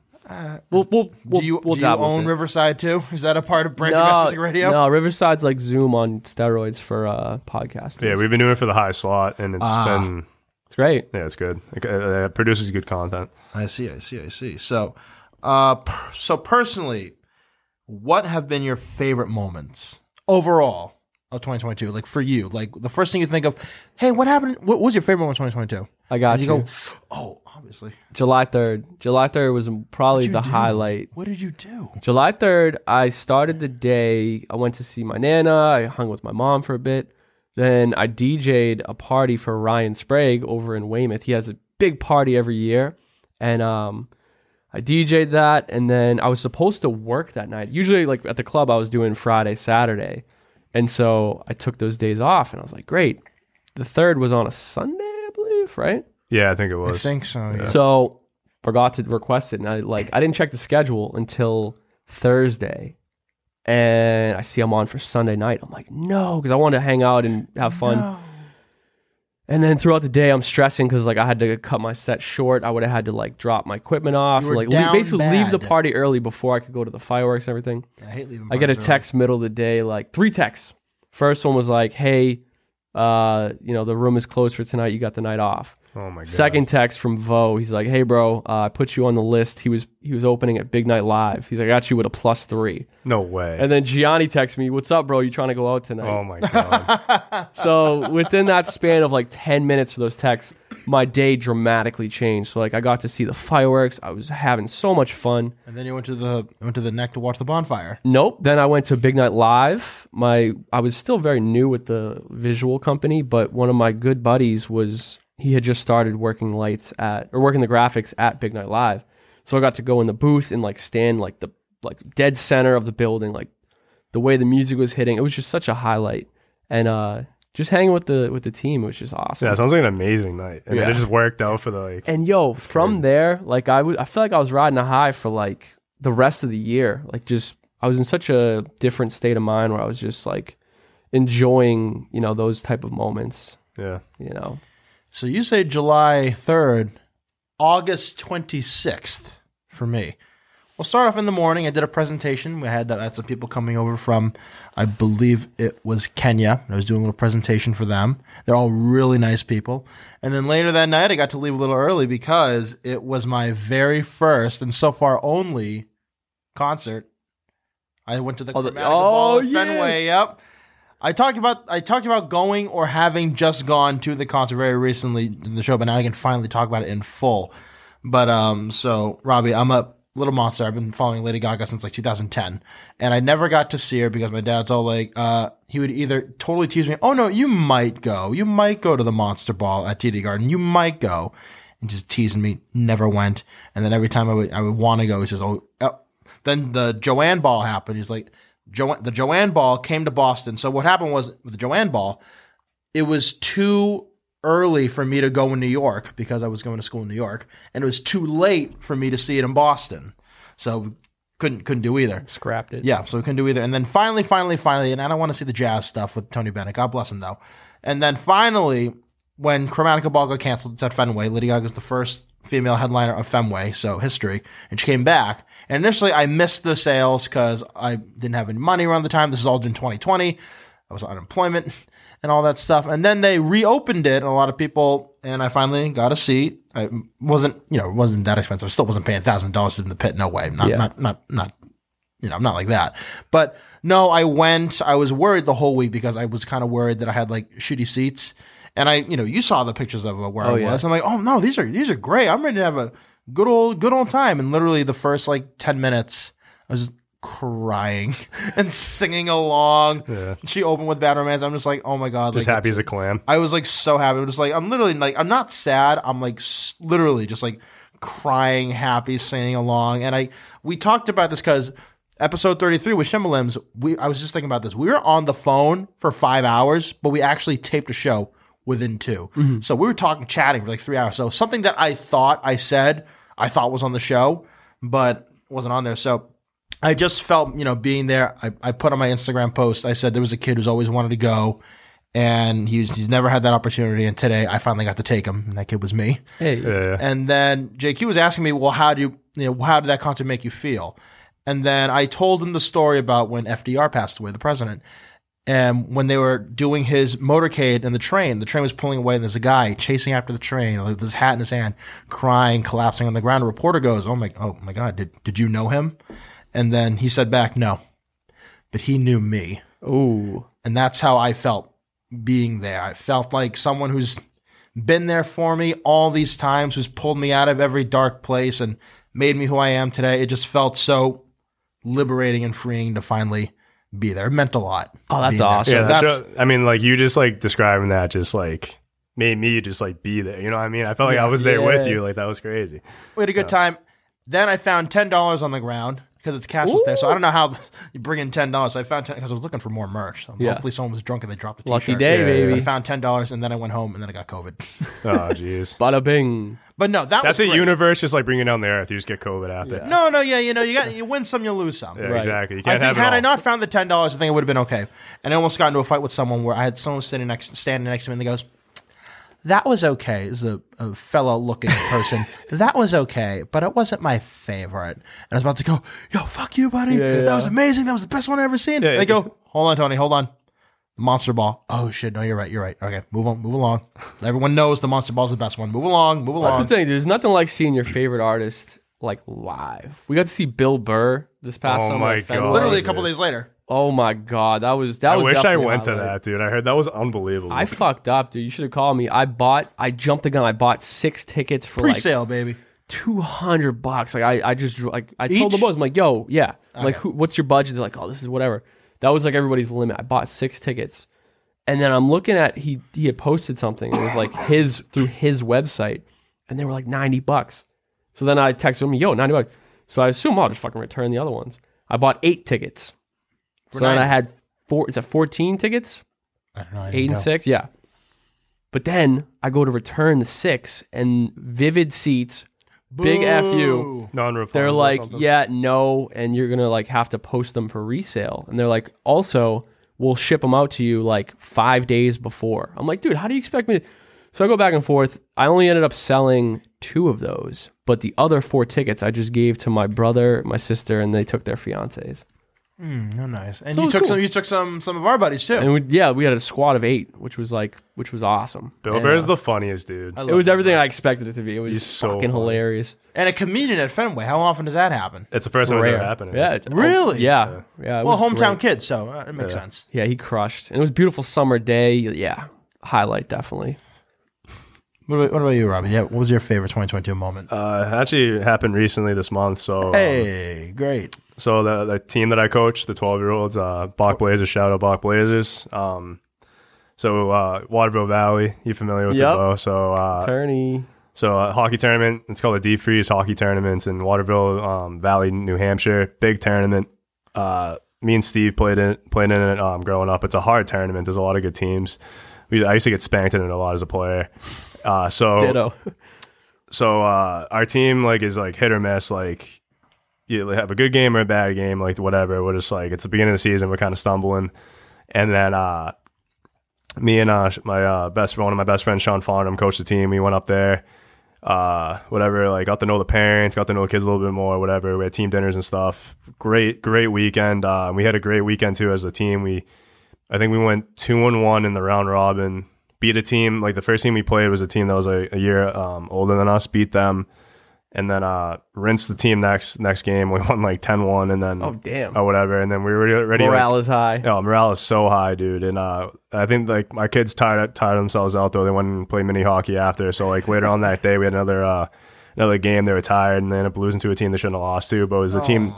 we'll we'll, we'll Uh, do you, we'll do you dabble with own it. Riverside too? Is that a part of Branch of Mass Music Radio? no, Riverside's like Zoom on steroids for uh podcasting. yeah, we've been doing it for the high slot, and it's Ah. been it's great. yeah, it's good. It, uh, it produces good content. I see, I see, I see. So, uh, per- so personally, what have been your favorite moments overall of 2022? Like for you, like the first thing you think of, hey, what happened? What was your favorite moment in 2022? I got And you. you go, oh, obviously. July third. July third was probably the highlight. What did you do? July third, I started the day. I went to see my nana. I hung with my mom for a bit. Then I DJ'd a party for Ryan Sprague over in Weymouth. He has a big party every year, and um, I DJ'd that. And then I was supposed to work that night. Usually, like at the club, I was doing Friday, Saturday, and so I took those days off. And I was like, great. The third was on a Sunday, I believe, right? Yeah, I think it I was. think so. Yeah. So forgot to request it, and I like I didn't check the schedule until Thursday, and I see I'm on for Sunday night. I'm like, no, because I wanted to hang out and have fun. And then throughout the day, I'm stressing because like I had to cut my set short. I would have had to like drop my equipment off, You were like down basically leave the bad. party early before I could go to the fireworks and everything. I hate leaving. I get a parties early. text middle of the day, like three texts. First one was like, "Hey, uh, you know the room is closed for tonight. You got the night off." Oh my god. Second text from Vo. He's like, "Hey, bro, uh, I put you on the list. He was he was opening at Big Night Live. He's like, I got you with a plus three. No way. And then Gianni texts me, "What's up, bro? You trying to go out tonight?" oh my god. So within that span of like ten minutes for those texts, my day dramatically changed. So like I got to see the fireworks. I was having so much fun. And then you went to the went to the neck to watch the bonfire. Nope. Then I went to Big Night Live. My I was still very new with the visual company, but one of my good buddies was he had just started working lights at or working the graphics at Big Night Live. So I got to go in the booth and like stand like the like dead center of the building, like the way the music was hitting. It was just such a highlight. And uh just hanging with the with the team was just awesome. Yeah, it sounds like an amazing night, and then Yeah. it just worked out for the like. And yo, from there, like I w- I feel like I was riding a high for like the rest of the year. Like just I was in such a different state of mind where I was just like enjoying, you know, those type of moments, yeah. you know. So you say July 3rd, August 26th for me. We'll start off in the morning. I did a presentation. We had, I had some people coming over from, I believe it was Kenya. I was doing a little presentation for them. They're all really nice people. And then later that night, I got to leave a little early because it was my very first and so far only concert. I went to the Oh, the- Chromatica Ball oh, at yeah. Fenway. Yep. I talked about I talked about going or having just gone to the concert very recently in the show, but now I can finally talk about it in full. But um, so Robbie, I'm a little monster. I've been following Lady Gaga since like 2010, and I never got to see her because my dad's all like, uh, he would either totally tease me, "Oh no, you might go, you might go to the Monster Ball at TD Garden, you might go," and just teasing me. Never went, and then every time I would I would want to go, he says, "Oh." oh then the Joanne Ball happened. He's like, jo- the Joanne Ball came to Boston. So what happened was with the Joanne Ball, it was too early for me to go in New York because I was going to school in New York, and it was too late for me to see it in Boston. So couldn't couldn't do either. Scrapped it. Yeah, so we couldn't do either. And then finally, finally, finally, and I don't want to see the jazz stuff with Tony Bennett. God bless him though. And then finally, when Chromatica Ball got canceled, it's at Fenway. Lady Gaga's the first female headliner of Femway, so history. And she came back. And initially, I missed the sales because I didn't have any money around the time. This is all in 2020. I was on unemployment and all that stuff. And then they reopened it, and a lot of people. And I finally got a seat. I wasn't, you know, it wasn't that expensive. I still wasn't paying thousand dollars in the pit. No way. Not, Yeah. not, not, not. You know, I'm not like that. But no, I went. I was worried the whole week because I was kind of worried that I had like shitty seats. And I, you know, you saw the pictures of uh, where I yeah. was. I'm like, oh no, these are these are great. I'm ready to have a good old good old time. And literally the first like ten minutes, I was just crying and singing along. She opened with Bad Romance. I'm just like, oh my god, Just like, happy as a clam. I was like so happy. I'm just like I'm literally like I'm not sad. I'm like s- literally just like crying, happy, singing along. And I we talked about this because episode 33 with Shimbalims, we I was just thinking about this. We were on the phone for five hours, but we actually taped a show within 2 So we were talking, chatting for like three hours. So something that I thought I said, I thought was on the show, but wasn't on there. So I just felt, you know, being there, I, I put on my Instagram post, I said there was a kid who's always wanted to go and he was, he's never had that opportunity. And today I finally got to take him, and that kid was me. Hey, Yeah. And then JQ was asking me, well, how do you, you know, how did that concert make you feel? And then I told him the story about when FDR passed away, the president, and when they were doing his motorcade and the train, the train was pulling away, and there's a guy chasing after the train with his hat in his hand, crying, collapsing on the ground. A reporter goes, "Oh my, oh my God, did did you know him?" And then he said back, "No, but he knew me." ooh, and that's how I felt being there. I felt like someone who's been there for me all these times, who's pulled me out of every dark place and made me who I am today. It just felt so liberating and freeing to finally be there. It meant a lot. Oh, that's being there. awesome. So yeah, that's, that's, I mean, like you just like describing that just like made me just like be there. You know what I mean? I felt like I was there with Yeah. you. Like that was crazy. we had a good time. Then I found ten dollars on the ground because it's cashless there. So I don't know how you bring in ten dollars. I found ten because I was looking for more merch. So Yeah. Hopefully, someone was drunk and they dropped a lucky t-shirt. day, Yeah, yeah, I baby. found ten dollars and then I went home and then I got COVID. Oh jeez. Bada bing. But no, that That's was the great. universe just like bringing down the earth. You just get COVID after. Yeah, No, no, yeah, you know, you got you win some, you lose some. yeah Right. exactly. You I can't think have it had I all. not found the ten dollars, I think it would have been okay. And I almost got into a fight with someone where I had someone sitting next, standing next to me, and they goes, "That was okay." Is a, a fellow looking person. that was okay, but it wasn't my favorite. And I was about to go, "Yo, fuck you, buddy. Yeah, that yeah. was amazing. That was the best one I ever seen." Yeah, they yeah. go, "Hold on, Tony. Hold on." Monster ball. Oh shit! No, you're right. You're right. Okay, move on. Move along. Everyone knows the monster ball's the best one. Move along. Move That's the along. thing. There's nothing like seeing your favorite artist like live. We got to see Bill Burr this past Oh summer. my at Fenway. God. Literally a dude. couple days later. Oh my god, that was that I was. wish I definitely a went to highlight. that, dude. I heard that was unbelievable. I fucked up, dude. You should have called me. I bought. I jumped the gun. I bought six tickets for like Pre-sale, baby. two hundred bucks. Like I, I just drew. Like I told the Each? boys, I'm like, yo, yeah. Like, Okay. who, what's your budget? They're like, oh, this is whatever. That was like everybody's limit. I bought six tickets, and then I'm looking at he he had posted something. It was like his through his website, and they were like ninety bucks. So then I texted him, yo, ninety bucks. So I assume I'll just fucking return the other ones. I bought eight tickets. For so then I 90. had four. Is that fourteen tickets? I don't know. I didn't eight go. and six, yeah. But then I go to return the six, and Vivid Seats, big F you. non-refundable. They're like, something. yeah, no, and you're gonna like have to post them for resale. And they're like, also, we'll ship them out to you like five days before. I'm like, dude, how do you expect me? to... So I go back and forth. I only ended up selling two of those, but the other four tickets I just gave to my brother, my sister, and they took their fiancés. No, nice. And So you it's took cool. some. You took some. Some of our buddies too. And we, yeah, we had a squad of eight, which was like, which was awesome. Bill And, Burr's uh, the funniest dude. I It love was that everything guy. I expected it to be. It was He's so fucking funny. hilarious. And a comedian at Fenway. How often does that happen? It's the first time it's ever Rare. happened. Yeah. it- oh, Really? yeah. Yeah. it Well, was hometown great. kid, so uh, it makes sense. Yeah, he crushed. And it was a beautiful summer day. Yeah. Highlight definitely. What about, what about you, Robbie? Yeah, what was your favorite 2022 moment? Uh, actually, it happened recently this month. So, uh, hey, great. So the, the team that I coach, the 12 year olds, uh, Bach Blazers, shout out Bach Blazers. Um, so uh, Waterville Valley, you familiar with Yep. the bow? So uh, Attorney. so a hockey tournament. It's called the Deep Freeze Hockey Tournaments in Waterville um, Valley, New Hampshire. Big tournament. Uh, me and Steve played in played in it um, growing up. It's a hard tournament. There's a lot of good teams. We, I used to get spanked in it a lot as a player. Uh, so Ditto. so uh, our team like is like hit or miss. Like you have a good game or a bad game, like whatever. We're just like it's the beginning of the season. We're kind of stumbling, and then uh, me and uh, sh- my uh, best one of my best friends, Sean Farnham, coached the team. We went up there. uh, whatever. Like got to know the parents, got to know the kids a little bit more, whatever. We had team dinners and stuff. Great, great weekend. Uh, we had a great weekend too as a team. We, I think we went two and one in the round robin. Beat a team like the first team we played was a team that was a, a year um, older than us. Beat them, and then uh, rinsed the team next next game. We won like 10-1 and then Oh damn. or whatever. And then we were ready. ready like, Morale is high. Oh, morale is so high, dude. And uh, I think like my kids tired tired themselves out though. They went and played mini hockey after. So like later on that day, we had another uh, another game. They were tired and they ended up losing to a team they shouldn't have lost to. But it was the team.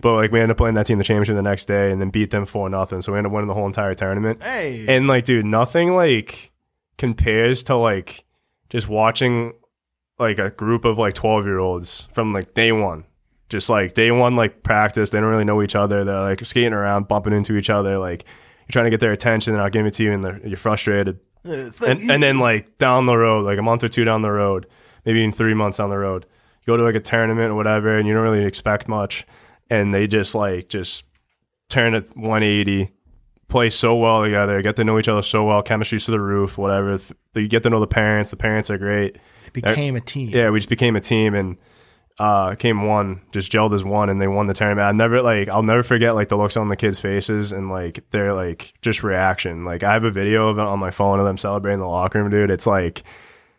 But like we ended up playing that team the championship the next day and then beat them four nothing. So we ended up winning the whole entire tournament. Hey. And like, dude, nothing like compares to like just watching like a group of like twelve year olds from like day one. Just like day one, like practice. They don't really know each other. They're like skating around, bumping into each other. Like you're trying to get their attention, and I'll give it to you, and they're- you're frustrated. And, and then like down the road, like a month or two down the road, maybe even three months down the road, you go to like a tournament or whatever, and you don't really expect much, and they just like just turn at 180, play so well together, get to know each other so well, chemistry's to the roof, whatever. Th- You get to know the parents. The parents are great. it became a team. Yeah, we just became a team and uh, came one, just gelled as one, and they won the tournament. I never like I'll never forget like the looks on the kids' faces and like their like just reaction. Like I have a video of it on my phone of them celebrating in the locker room, dude. It's like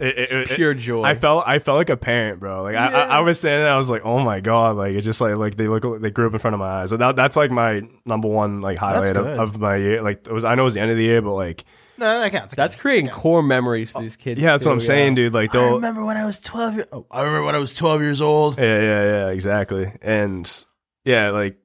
it, it- it- Pure joy. I felt I felt like a parent, bro. Like I, I, I was standing there, I was like, oh my god, like it's just like like they look they grew up in front of my eyes. So that, that's like my number one like highlight of, good. of my year. Like it was I know it was the end of the year, but like No, that counts. that That's counts. creating core memories for these kids. yeah, that's what too, I'm saying, dude. Like I they'll remember when I was twelve. Year- oh, I remember when I was twelve years old. Yeah, yeah, yeah, exactly. And yeah, like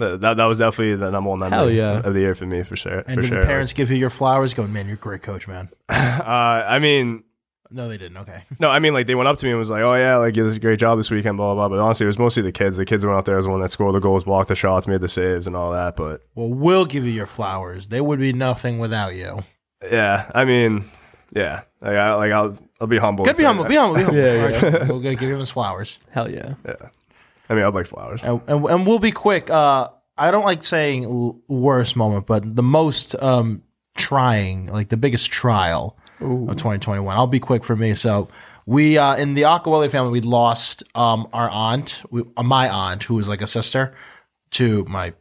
th- that that was definitely the number one Hell memory yeah. of the year for me for sure. And for did sure. the parents give you your flowers, going, "Man, you're a great coach, man." Like, uh, I mean, No, they didn't. Okay. no, I mean, like they went up to me and was like, "Oh yeah, like you did a great job this weekend, blah blah." blah. But honestly, it was mostly the kids. The kids went out there as the one that scored the goals, blocked the shots, made the saves, and all that. But Well, we'll give you your flowers. They would be nothing without you. yeah, I mean, yeah, like, I, like I'll I'll be humble. Good, and be say humble. that. Be humble. Be humble. Yeah, All right, we'll go give him his flowers, Hell yeah. I mean, I'd like flowers. and, and, and we'll be quick. Uh, I don't like saying l- worst moment, but the most um, trying, like the biggest trial of 2021. I'll be quick for me. So we uh, in the Akawele family, we lost um, our aunt, we, uh, my aunt, who was like a sister to my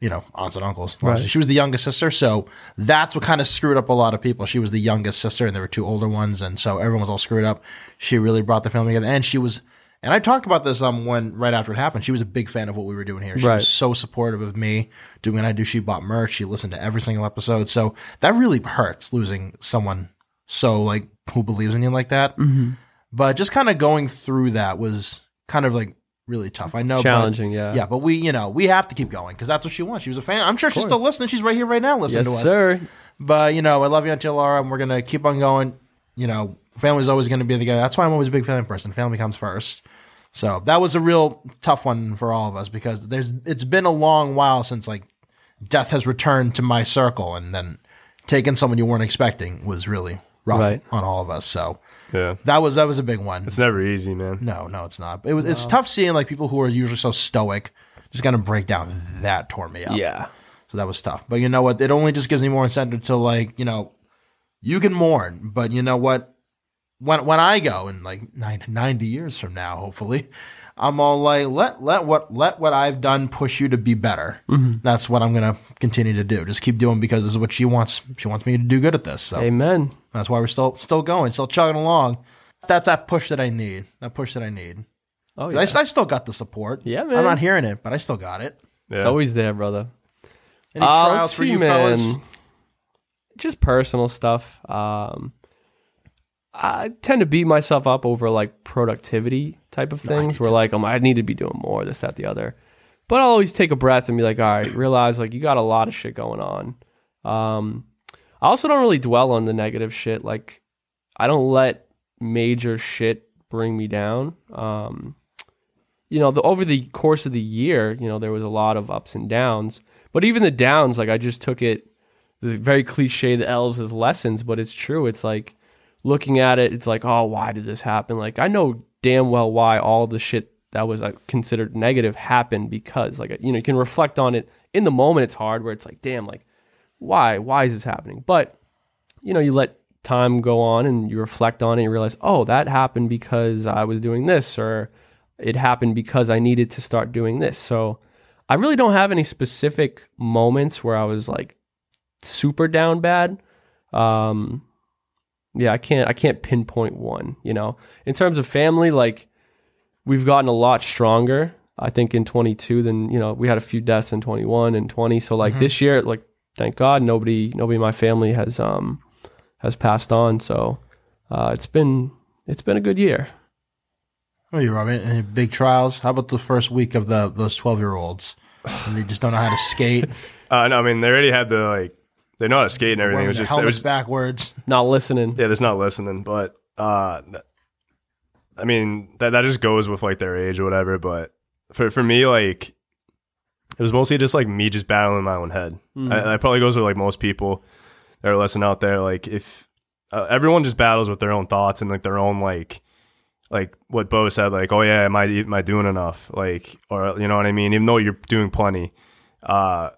you know, aunts and uncles. obviously. She was the youngest sister, so that's what kind of screwed up a lot of people. She was the youngest sister, and there were two older ones, and so everyone was all screwed up. She really brought the family together, and she was. And I talked about this um when right after it happened, she was a big fan of what we were doing here. She Right. was so supportive of me doing what I do. She bought merch. She listened to every single episode. So that really hurts losing someone so like who believes in you like that. Mm-hmm. But just kind of going through that was kind of like really tough. I know but- Challenging, yeah. Oh, yeah, but we, you know, we have to keep going because that's what she wants. She was a fan. I'm sure she's still listening. She's right here right now listening Yes, to us. sir. But, you know, I love you, Auntie Laura, and we're going to keep on going. You know, family's always going to be together. That's why I'm always a big family person. Family comes first. So that was a real tough one for all of us because there's it's been a long while since like death has returned to my circle and then taking someone you weren't expecting was really rough Right. on all of us. So Yeah, that was that was a big one. it's never easy, man. No, no, it's not. It was. It's tough seeing like people who are usually so stoic just kind of break down. That tore me up. Yeah. So that was tough. But you know what? It only just gives me more incentive to like you know, you can mourn, but you know what? When when I go in like nine, 90 years from now, hopefully, I'm all like let let what let what I've done push you to be better. That's what I'm gonna continue to do. Just keep doing because this is what she wants. She wants me to do good at this. So Amen. that's why we're still still going, still chugging along. That's that push that I need. That push that I need. Oh I, yeah. s- I still got the support. Yeah, man. I'm not hearing it, but I still got it. It's Yeah. always there, brother. Any Uh, trials let's for see, you fellas? Just personal stuff. Um, I tend to beat myself up over like productivity type of things, where like I'm, I need to be doing more, this, that, the other. But I'll always take a breath and be like, all right, realize like you got a lot of shit going on. Um, I also don't really dwell on the negative shit. Like I don't let major shit bring me down. Um, you know, the, over the course of the year, you know, there was a lot of ups and downs. But even the downs, like I just took it the very cliche the elves as lessons, but it's true. It's like looking at it, it's like, oh, why did this happen? Like I know damn well why all the shit that was like, considered negative happened because like you know, you can reflect on it in the moment it's hard where it's like, damn, like why? Why is this happening? But you know, you let time go on and you reflect on it, you realize, oh, that happened because I was doing this, or it happened because I needed to start doing this. So I really don't have any specific moments where I was like super down bad. Um, yeah, I can't I can't pinpoint one. You know, in terms of family, like we've gotten a lot stronger. I think in 22 than you know we had a few deaths in 21 and 20. So like Mm-hmm. this year, like thank God nobody nobody in my family has um has passed on. So uh, it's been it's been a good year. Oh, you Robin. Any big trials? How about the first week of the those twelve year olds? And they just don't know how to skate. Uh, no, I mean they already had the like they know how to skate and everything. Wearing It was their just it helmets was backwards. Not listening. yeah, there's not listening, but uh, th- I mean that that just goes with like their age or whatever. But for for me, like it was mostly just like me just battling in my own head. Mm. I, that probably goes with like most people that are listening out there. Like if uh, everyone just battles with their own thoughts and like their own like like what Bo said, like oh yeah, am I am I doing enough? Like or you know what I mean? Even though you're doing plenty, uh,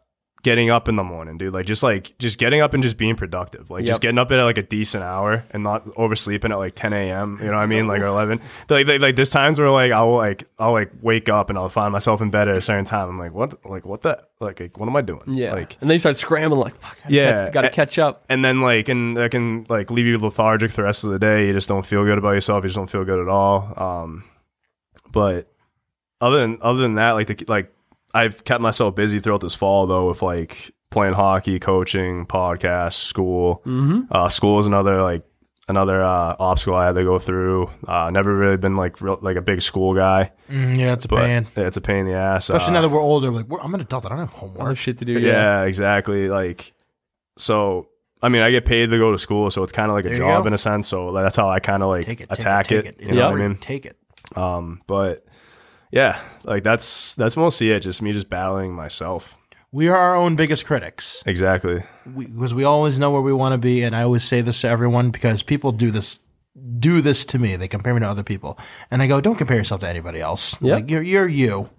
getting up in the morning, dude. Like just like just getting up and just being productive. Like Yep. just getting up at like a decent hour and not oversleeping at like 10 a.m. You know what I mean? Like or 11. Like like, like there's times where like I'll like I'll like wake up and I'll find myself in bed at a certain time. I'm like what like what the like, like what am I doing? Yeah, Like and then you start scrambling like, "Fuck, I Yeah. got to A- catch up." and then like and that can like leave you lethargic the rest of the day you just don't feel good about yourself you just don't feel good at all um but other than other than that like the, like i've kept myself busy throughout this fall though with like playing hockey coaching podcast school Mm-hmm. uh school is another like another uh obstacle i had to go through uh never really been like real like a big school guy Mm, yeah, it's a but pain. it's a pain in the ass Especially Uh, now that we're older, like we're, I'm an adult. I don't have Other homework. shit to do. yeah. Yeah. exactly. Like, so I mean, I get paid to go to school, so it's kind of like There a you job go. in a sense. So that's how I kind of like Take it, take attack it, it. take it. You know It's what free. I mean? Take it. Um, but yeah, like that's that's mostly it. Just me just battling myself. We are our own biggest critics. Exactly. because we, always know where we want to be and i always say this to everyone because people do this do this to me they compare me to other people and i go don't compare yourself to anybody else Yep. like you're, you're you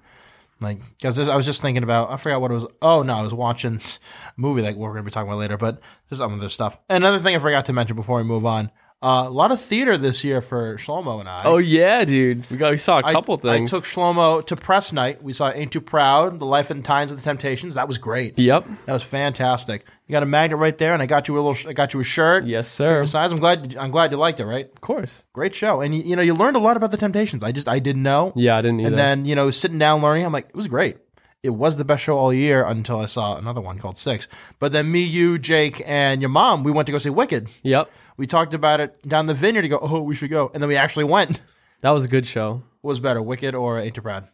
like because i was just thinking about i forgot what it was oh no i was watching a movie like we're going to be talking about later but there's some other stuff another thing i forgot to mention before we move on uh, a lot of theater this year for shlomo and i Oh yeah, dude. We got we saw a I- couple I, things. took shlomo to press night we saw ain't too proud the life and times of the temptations that was great yep. that was fantastic. You got a magnet right there, and I got you a little. sh- I got you a shirt. Yes, sir. Of Besides, I'm glad. I'm glad you liked it. Right. course. Great show, and you, you know you learned a lot about the Temptations. I just I didn't know. Yeah, I didn't either. And then you know sitting down learning, I'm like it was great. It was the best show all year until I saw another one called Six. But then me, you, Jake, and your mom, we went to go see Wicked. yep. We talked about it down the vineyard. To go, oh, we should go, and then we actually went. That was a good show. What was better, Wicked or Ain't Too Proud?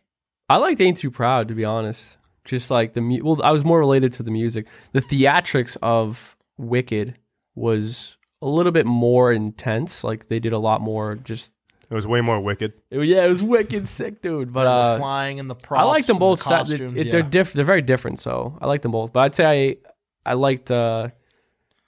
I liked Ain't Too Proud to be honest. Just like the mu- well, I was more related to the music. The theatrics of Wicked was a little bit more intense. Like they did a lot more. Just It was way more wicked. it- yeah, it was wicked sick, dude. But the uh, flying and the props. I liked them and both. The si- it- costumes. it- yeah. They're diff- They're very different. So I liked them both. But I'd say I, I liked uh,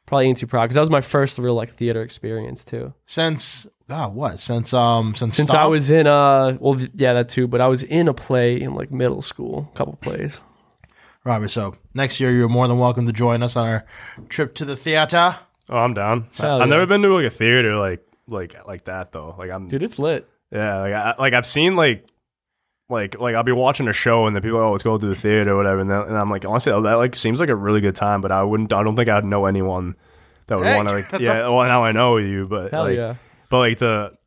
probably Ain't Too Proud because that was my first real like theater experience too. since God, what? Since um, since Since I Stomp? was in uh, well, th- yeah, that too. But I was in a play in like middle school, a couple plays. Robert, so next year you're more than welcome to join us on our trip to the theater. Oh, I'm down. Hell I, have yeah. never been to like a theater like like like that though. Like I'm Dude, it's lit. yeah. Like I, like I've seen like. Like, like I'll be watching a show and the people, are, oh, let's go to the theater or whatever, and, then, and I'm like, honestly, oh, that like seems like a really good time, but I wouldn't, I don't think I'd know anyone that would Hey, want to, like, that's yeah. awesome. Well, now I know you, but Hell like, yeah. But like the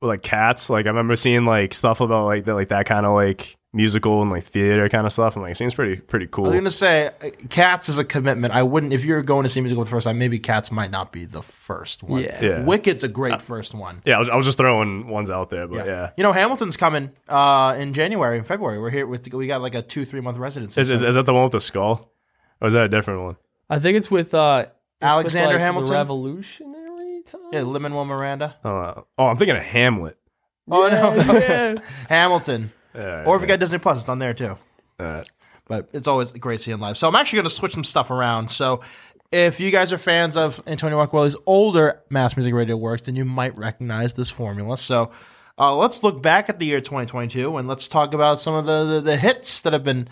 well, like cats, like I remember seeing like stuff about like that like that kind of like musical and like theater kind of stuff. I'm like, it seems pretty pretty I was cool. gonna say, uh, Cats is a commitment. I wouldn't if you're going to see a musical the first time. Maybe Cats might not be the first one. Yeah. Uh, Yeah. Wicked's a great first one. Yeah, I was, I was just throwing ones out there, but yeah. you know Hamilton's coming uh, in January and February. We're here with we got like a two three month residency. Is, is, is that the one with the skull? Or is that a different one? I think it's with uh, it's with, Alexander like, the Hamilton? Revolutionary time. yeah, Lemon Will Miranda, I don't know. Oh, I'm thinking of Hamlet. Oh, no, no. yeah. Hamilton, Yeah, or if you got Disney Plus, it's on there too. Alright. but it's always great seeing live. So I'm actually going to switch some stuff around. So if you guys are fans of Antonio Rockwelly's older Mass Music Radio works, then you might recognize this formula. So uh, let's look back at the year 2022 and let's talk about some of the, the, the hits that have been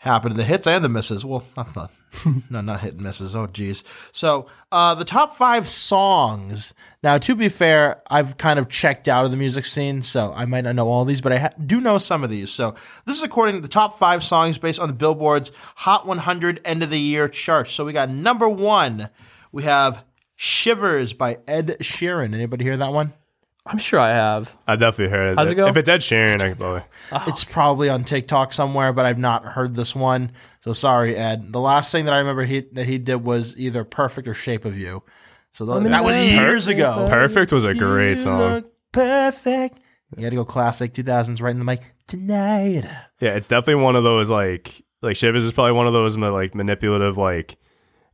happened the hits and the misses. Well, not the, no, not hit and misses. Oh, geez. So uh, the top five songs. Now, to be fair, I've kind of checked out of the music scene, so I might not know all these, but I ha- do know some of these. So this is according to the top five songs based on the Billboard's Hot 100 End of the Year chart. So we got number one. We have Shivers by Ed Sheeran. Anybody hear that one? I'm sure I have. I definitely heard it. How's it go? If it's Ed Sheeran, I could probably. Oh. It's probably on TikTok somewhere, but I've not heard this one. So sorry, Ed. The last thing that I remember he that he did was either Perfect or Shape of You. So tho- me that was know. years ago. Perfect was a great Oh, You song. look perfect. You got to go classic 2000s right in the mic tonight. Yeah, it's definitely one of those like like Shivers is probably one of those ma- like manipulative like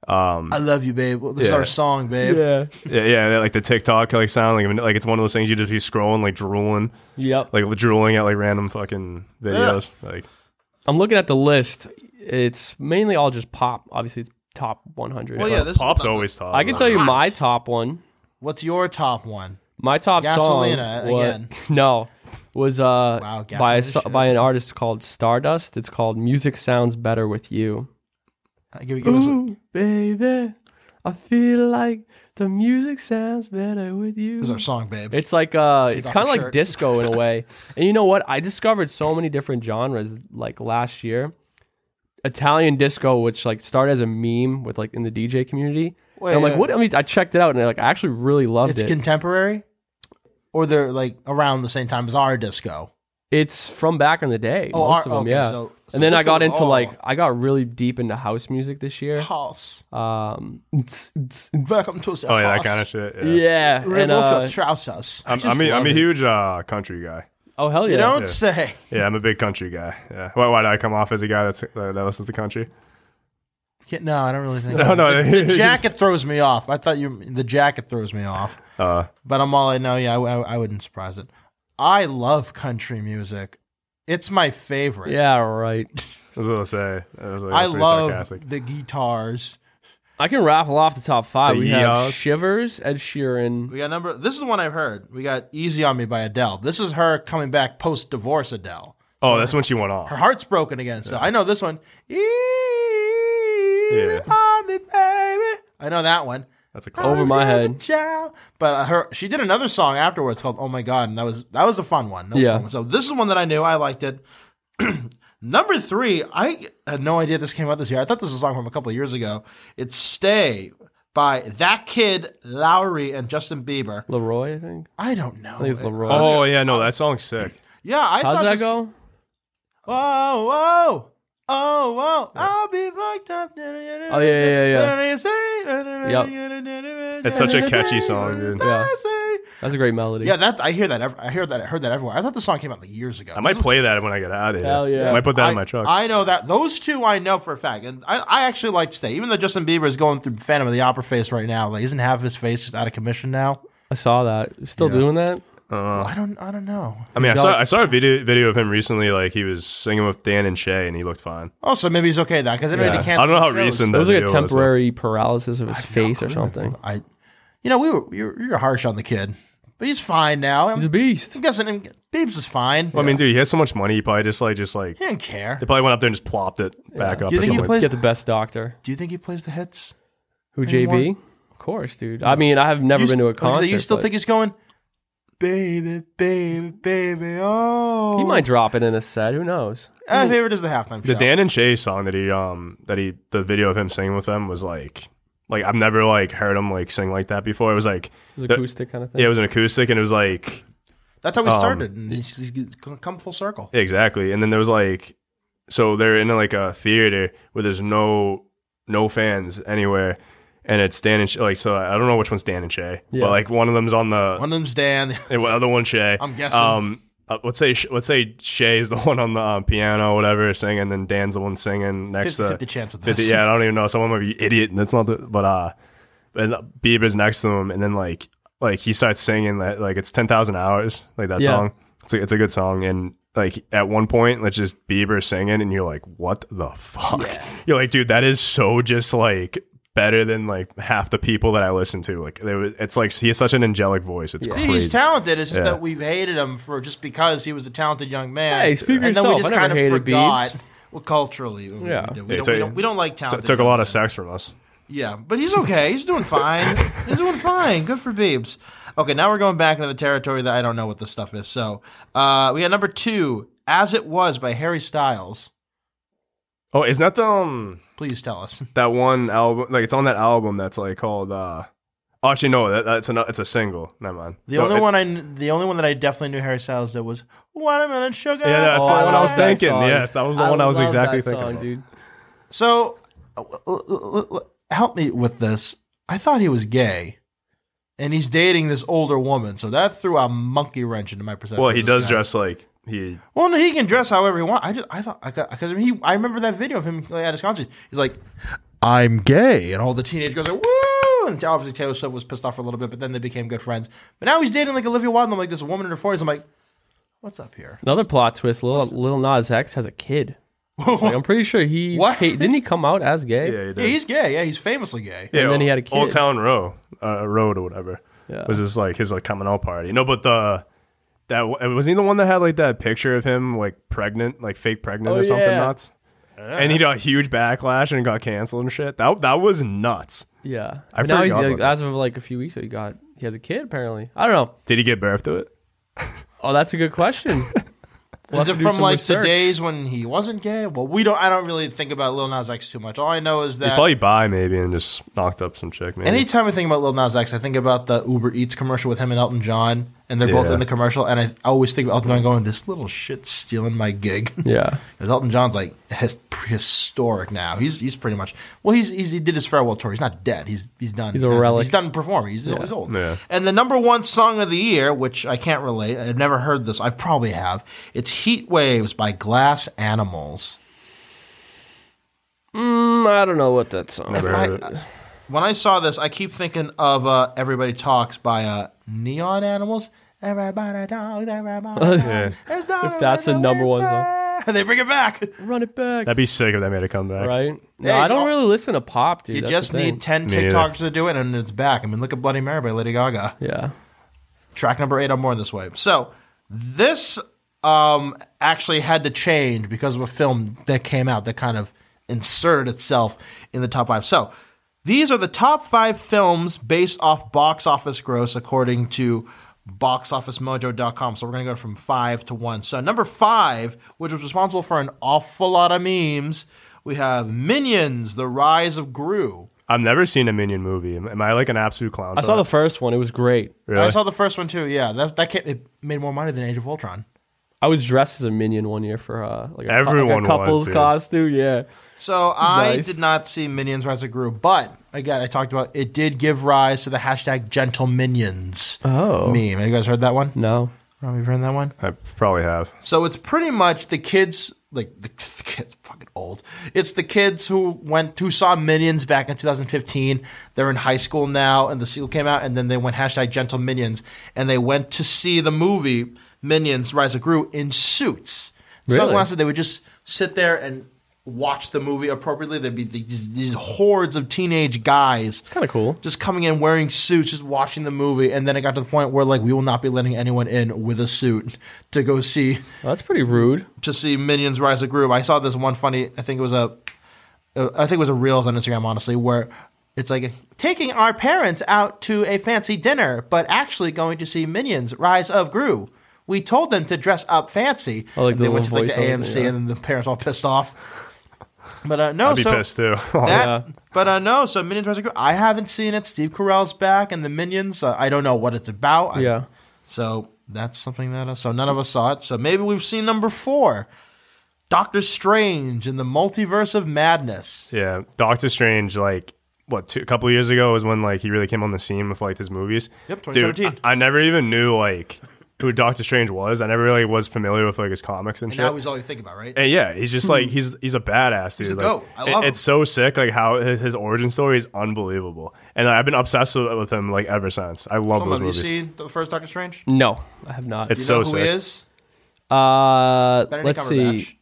um I love you, babe. Well, this is Yeah. our song, babe. yeah, yeah that, like the TikTok like sound like like it's one of those things you just be scrolling like drooling Yep. like drooling at like random fucking videos like I'm looking at the list. It's mainly all just pop. Obviously, it's top 100. Well, yeah, this pop's always top. I can tell you my top one. What's your top one? My top Gasolina, song wa- again. No, was uh Wow, by a Gasolina so- shit. by an artist called Stardust. It's called "Music Sounds Better with You." Uh, Give, give us a- baby, I feel like the music sounds better with you. this is our song, babe. It's like uh, Take it's off kind of your like shirt. disco in a way. and you know what? I discovered so many different genres like last year. Italian disco, which like started as a meme with like in the DJ community. Wait, uh, and I'm like, yeah. what? I mean, I checked it out and like I actually really loved It's it. contemporary, or they're like around the same time as our disco. it's from back in the day. Oh, our- most of them, okay, yeah. so- so and then I disco got was into all- like I got really deep into house music this year. House. Um, Welcome to the oh yeah, that house. kind of shit. Yeah. yeah, and Remove uh, your trousers. I'm just I'm a, I'm love a it. huge uh, country guy. oh hell yeah, You don't yeah. say. Yeah, I'm a big country guy. Yeah. Why, why did I come off as a guy that's that, that listens to country? Yeah, No, I don't really think. No, so. no, The, the just- jacket throws me off. I thought you. The jacket throws me off. Uh, But I'm all I know. Yeah, I, I- I wouldn't surprise it. I love country music. It's my favorite. yeah, right. that's what I say. That was, like, I pretty love sarcastic. the guitars. I can raffle off the top five. The we Yeahs. have Shivers, Ed Sheeran. We got number. This is the one I've heard. We got "Easy on Me" by Adele. This is her coming back post divorce. Adele. Oh, that's when she went off. Her heart's broken again. So I know this one. Easy Yeah. on me, baby. I know that one. That's a Over classic. my As a head. child. But uh, her, she did another song afterwards called "Oh My God," and that was that was a fun one. That was a Yeah. fun one. So this is one that I knew I liked it. Number three, I had no idea this came out this year. I thought this was a song from a couple of years ago. It's "Stay" by that kid Lowry and Justin Bieber. Leroy, I think. I don't know. I think it's Leroy. Oh yeah, no, that song's sick. yeah, I How's thought that this, go? Whoa, whoa. Oh, whoa, I'll be fucked up. Oh, yeah, yeah, yeah, It's such a catchy song, dude. Yeah. That's a great melody. Yeah, that I hear that. ev- I hear that. I heard that everywhere. I thought the song came out like years ago. I might play that when I get out of here. Hell yeah. I might put that in I- my truck. I know that those two I know for a fact, and I, I actually like Stay. Even though Justin Bieber is going through Phantom of the Opera face right now, like isn't half his face just out of commission now? I saw that. Still doing that? I don't. I don't know. Uh, I mean, I he's saw got- I saw a video video of him recently. Like he was singing with Dan and Shay, and he looked fine. Also, maybe he's okay with that because I Yeah. to cancel. I don't know how some shows. recent It that was like video a was, though. temporary paralysis of his face or something. I, you know, we were you were, you were harsh on the kid, but he's fine now. I'm, He's a beast. I'm guessing him, Biebs is fine. Well, I mean, dude, he has so much money. He probably just like just like he didn't care. they probably went up there and just plopped it back up. Do you think or he something. plays- Get the best doctor. Do you think he plays the hits? Who, Anyone? JB? Of course, dude. I mean, I have never You been to a st- like I said, concert. You still but think he's going? Baby, baby, baby, oh. he might drop it in a set? Who knows? My favorite is the halftime show. The Dan and Shay song that he um that he the video of him singing with them was like like I've never like heard him like sing like that before. It was like It was The- acoustic kind of thing. yeah, it was an acoustic and it was like That's how we Um, started, and he's, he's- he's come full circle. exactly. And then there was like so they're in like a theater where there's no no fans anywhere, and it's Dan and Shay, like so I don't know which one's Dan and Shay, Yeah. but like one of them's on the One of them's Dan. And what other one, Shay? I'm guessing. Um, uh, let's say let's say Shay is the one on the um, piano, or whatever, singing, and then Dan's the one singing next 50, to 50 chance of this. 50 uh, yeah, I don't even know. Someone might be idiot, and that's not the. But uh, and Bieber's next to him, and then like like he starts singing that like it's ten thousand hours, like that Yeah. song. It's a, it's a good song, and like at one point, like just Bieber singing, and you're like, what the fuck? You're like, dude, that is so just like better than like half the people that I listen to. Like, they, were- it's like he has such an angelic voice. It's See, crazy. he's talented. It's just Yeah. that we've hated him for just because he was a talented young man. Hey, speak for and then we just yourself. I never kind of hated forgot. Biebs. Well, culturally, we, Yeah. we, do. we, Yeah, don't, so- we, don't, we don't like T- talented. took a lot of people. sex from us. Yeah, but he's okay. He's doing fine. he's doing fine. Good for Beebs. Okay, now we're going back into the territory that I don't know what this stuff is. So uh, we got number two, As It Was by Harry Styles. Oh, isn't that the um Please tell us. that one album? Like it's on that album that's like called. uh oh, Actually, no, that, that's an, it's a single. Never mind. The No, only it- one I, kn- the only one that I definitely knew Harry Styles did was Watermelon Sugar. Yeah, that's Oh, the I one I love was that thinking. song. Yes, that was the one I was love exactly that thinking. song, about. dude. So uh, l- l- l- help me with this. I thought he was gay, and he's dating this older woman. So that threw a monkey wrench into my perception. Well, of he this does guy. dress like he. Well, no, he can dress however he wants. I just, I thought, I because he, I remember that video of him like, at his concert. He's like, "I'm gay," and all the teenage girls are woo. And obviously Taylor Swift was pissed off for a little bit, but then they became good friends. But now he's dating like Olivia Wilde, and I'm like this woman in her forties. I'm like, what's up here? Another plot twist: Lil, Lil Nas X has a kid. Like, I'm pretty sure he What? he- didn't he come out as gay. Yeah, he did. Yeah, he's gay. Yeah, he's famously gay. Yeah, then he had a Old kid. Town Row, uh, Road or whatever. Yeah. Was just like his like coming out party. No, but the that wasn't he the one that had like that picture of him like pregnant, like fake pregnant Oh, or something yeah. nuts. And he got huge backlash and got canceled and shit. That that was nuts. Yeah. I But now he's forgot like, about that. as of like a few weeks ago, he got he has a kid apparently. I don't know. Did he get birth to it? Oh, that's a good question. We'll is have it to do from some like research. the days when he wasn't gay? Well, we don't. I don't really think about Lil Nas X too much. All I know is He's that probably bi maybe and just knocked up some chick. Maybe. Anytime I think about Lil Nas X, I think about the Uber Eats commercial with him and Elton John, and they're both Yeah. in the commercial. And I always think of Elton John going, "This little shit's stealing my gig." Yeah. Because Elton John's like his, historic now. He's he's pretty much well. He's, he's he did his farewell tour. He's not dead. He's he's done. He's a relic. He's done performing. He's, he's old. Yeah. And the number one song of the year, which I can't relate. I've never heard this. I probably have. It's "Heat Waves" by Glass Animals. Mm, I don't know what that song. Never If I- heard of it. when I saw this, I keep thinking of uh, Everybody Talks by uh, Neon Animals. Everybody talks, everybody Yeah. talks. It's not If that's the everybody number one whisper. they bring it back. Run it back. That'd be sick if that made a comeback. right? No, Hey, I don't y'all- really listen to pop, dude. you That's just the thing. need 10 Me neither. TikTokers to do it, and it's back. I mean, look at Bloody Mary by Lady Gaga. Yeah. Track number eight on Born This Way. So, this um, actually had to change because of a film that came out that kind of inserted itself in the top five. So, these are the top five films based off box office gross according to boxofficemojo.com. So, we're going to go from five to one. So, number five, which was responsible for an awful lot of memes, we have Minions, The Rise of Gru. I've never seen a Minion movie. Am am I like an absolute clown? I saw the first one. It was great. Really? I saw the first one too. Yeah, that that came, it made more money than Age of Ultron. I was dressed as a minion one year for uh, like a, like Everyone a couple's was, dude. costume. Yeah. So I Nice. did not see Minions Rise of Gru, but again, I talked about it did give rise to the hashtag Gentle Minions Oh. meme. Have you guys heard that one? No. Rob, you've heard that one? I probably have. So it's pretty much the kids, like the, the kids, fucking old. It's the kids who went who saw Minions back in 2015. They're in high school now, and the sequel came out, and then they went hashtag Gentle Minions, and they went to see the movie Minions: Rise of Gru in suits. Really? Sunglasses. They would just sit there and watch the movie appropriately. There'd be these, these hordes of teenage guys Kind of cool. just coming in wearing suits, just watching the movie, and then it got to the point where like we will not be letting anyone in with a suit to go see Well, that's pretty rude. to see Minions Rise of Gru. I saw this one funny. I think it was a, uh, I think it was a reels on Instagram, honestly, where it's like taking our parents out to a fancy dinner, but actually going to see Minions Rise of Gru. We told them to dress up fancy. Oh, like And the they went to little like the voiceover thing, AMC, yeah. and then the parents all pissed off. But uh, no, I'd be so pissed too. that, Yeah. But uh, no, so Minions Rise of Gru. I haven't seen it. Steve Carell's back, and the Minions. Uh, I don't know what it's about. I- Yeah. so that's something that uh, so none of us saw it. So maybe we've seen number four, Doctor Strange in the Multiverse of Madness. Yeah, Doctor Strange, like what two, a couple years ago was when like he really came on the scene with like his movies. Yep, Dude, 2017. I, I never even knew like who Doctor Strange was. I never really was familiar with like his comics and, And shit. now he's all you think about, right? and yeah, he's just like he's he's a badass dude. the like, goat. I love him. It's so sick, like how his, his origin story is unbelievable, and I've been obsessed with, with him like ever since. I love Tom, those have you movies. seen the first Doctor Strange? No, I have not. It's You know so who sick. he is? uh, Benedict let's see. Cumberbatch.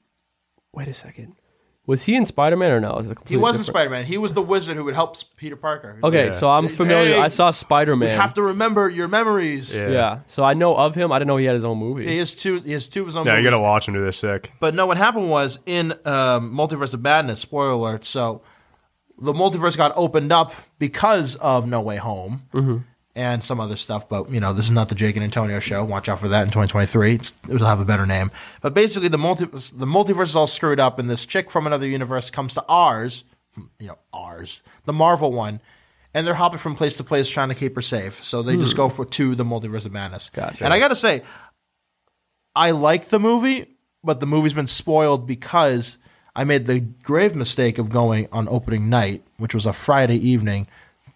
Wait a second. Was he in Spider Man or no? It was a He completely wasn't different- Spider Man. He was the wizard who would help s- Peter Parker. Okay, Yeah. so I'm familiar. Hey, I saw Spider Man. You have to remember your memories. Yeah. yeah. so I know of him. I didn't know he had his own He movie. has two. He has two of his own. Yeah, you movies. gotta watch them. Do this sick. But no, what happened was in um, Multiverse of Madness. Spoiler alert. So the multiverse got opened up because of No Way Home and some other stuff. But you know, this is not the Jake and Antonio show. Watch out for that in 2023. It's, it'll have a better name. But basically, the multi the multiverse is all screwed up, and this chick from another universe comes to ours. You know, ours, the Marvel one. And they're hopping from place to place trying to keep her safe. So they just go for to the multiverse of madness. Gotcha. And I gotta say, I like the movie, but the movie's been spoiled because I made the grave mistake of going on opening night, which was a Friday evening.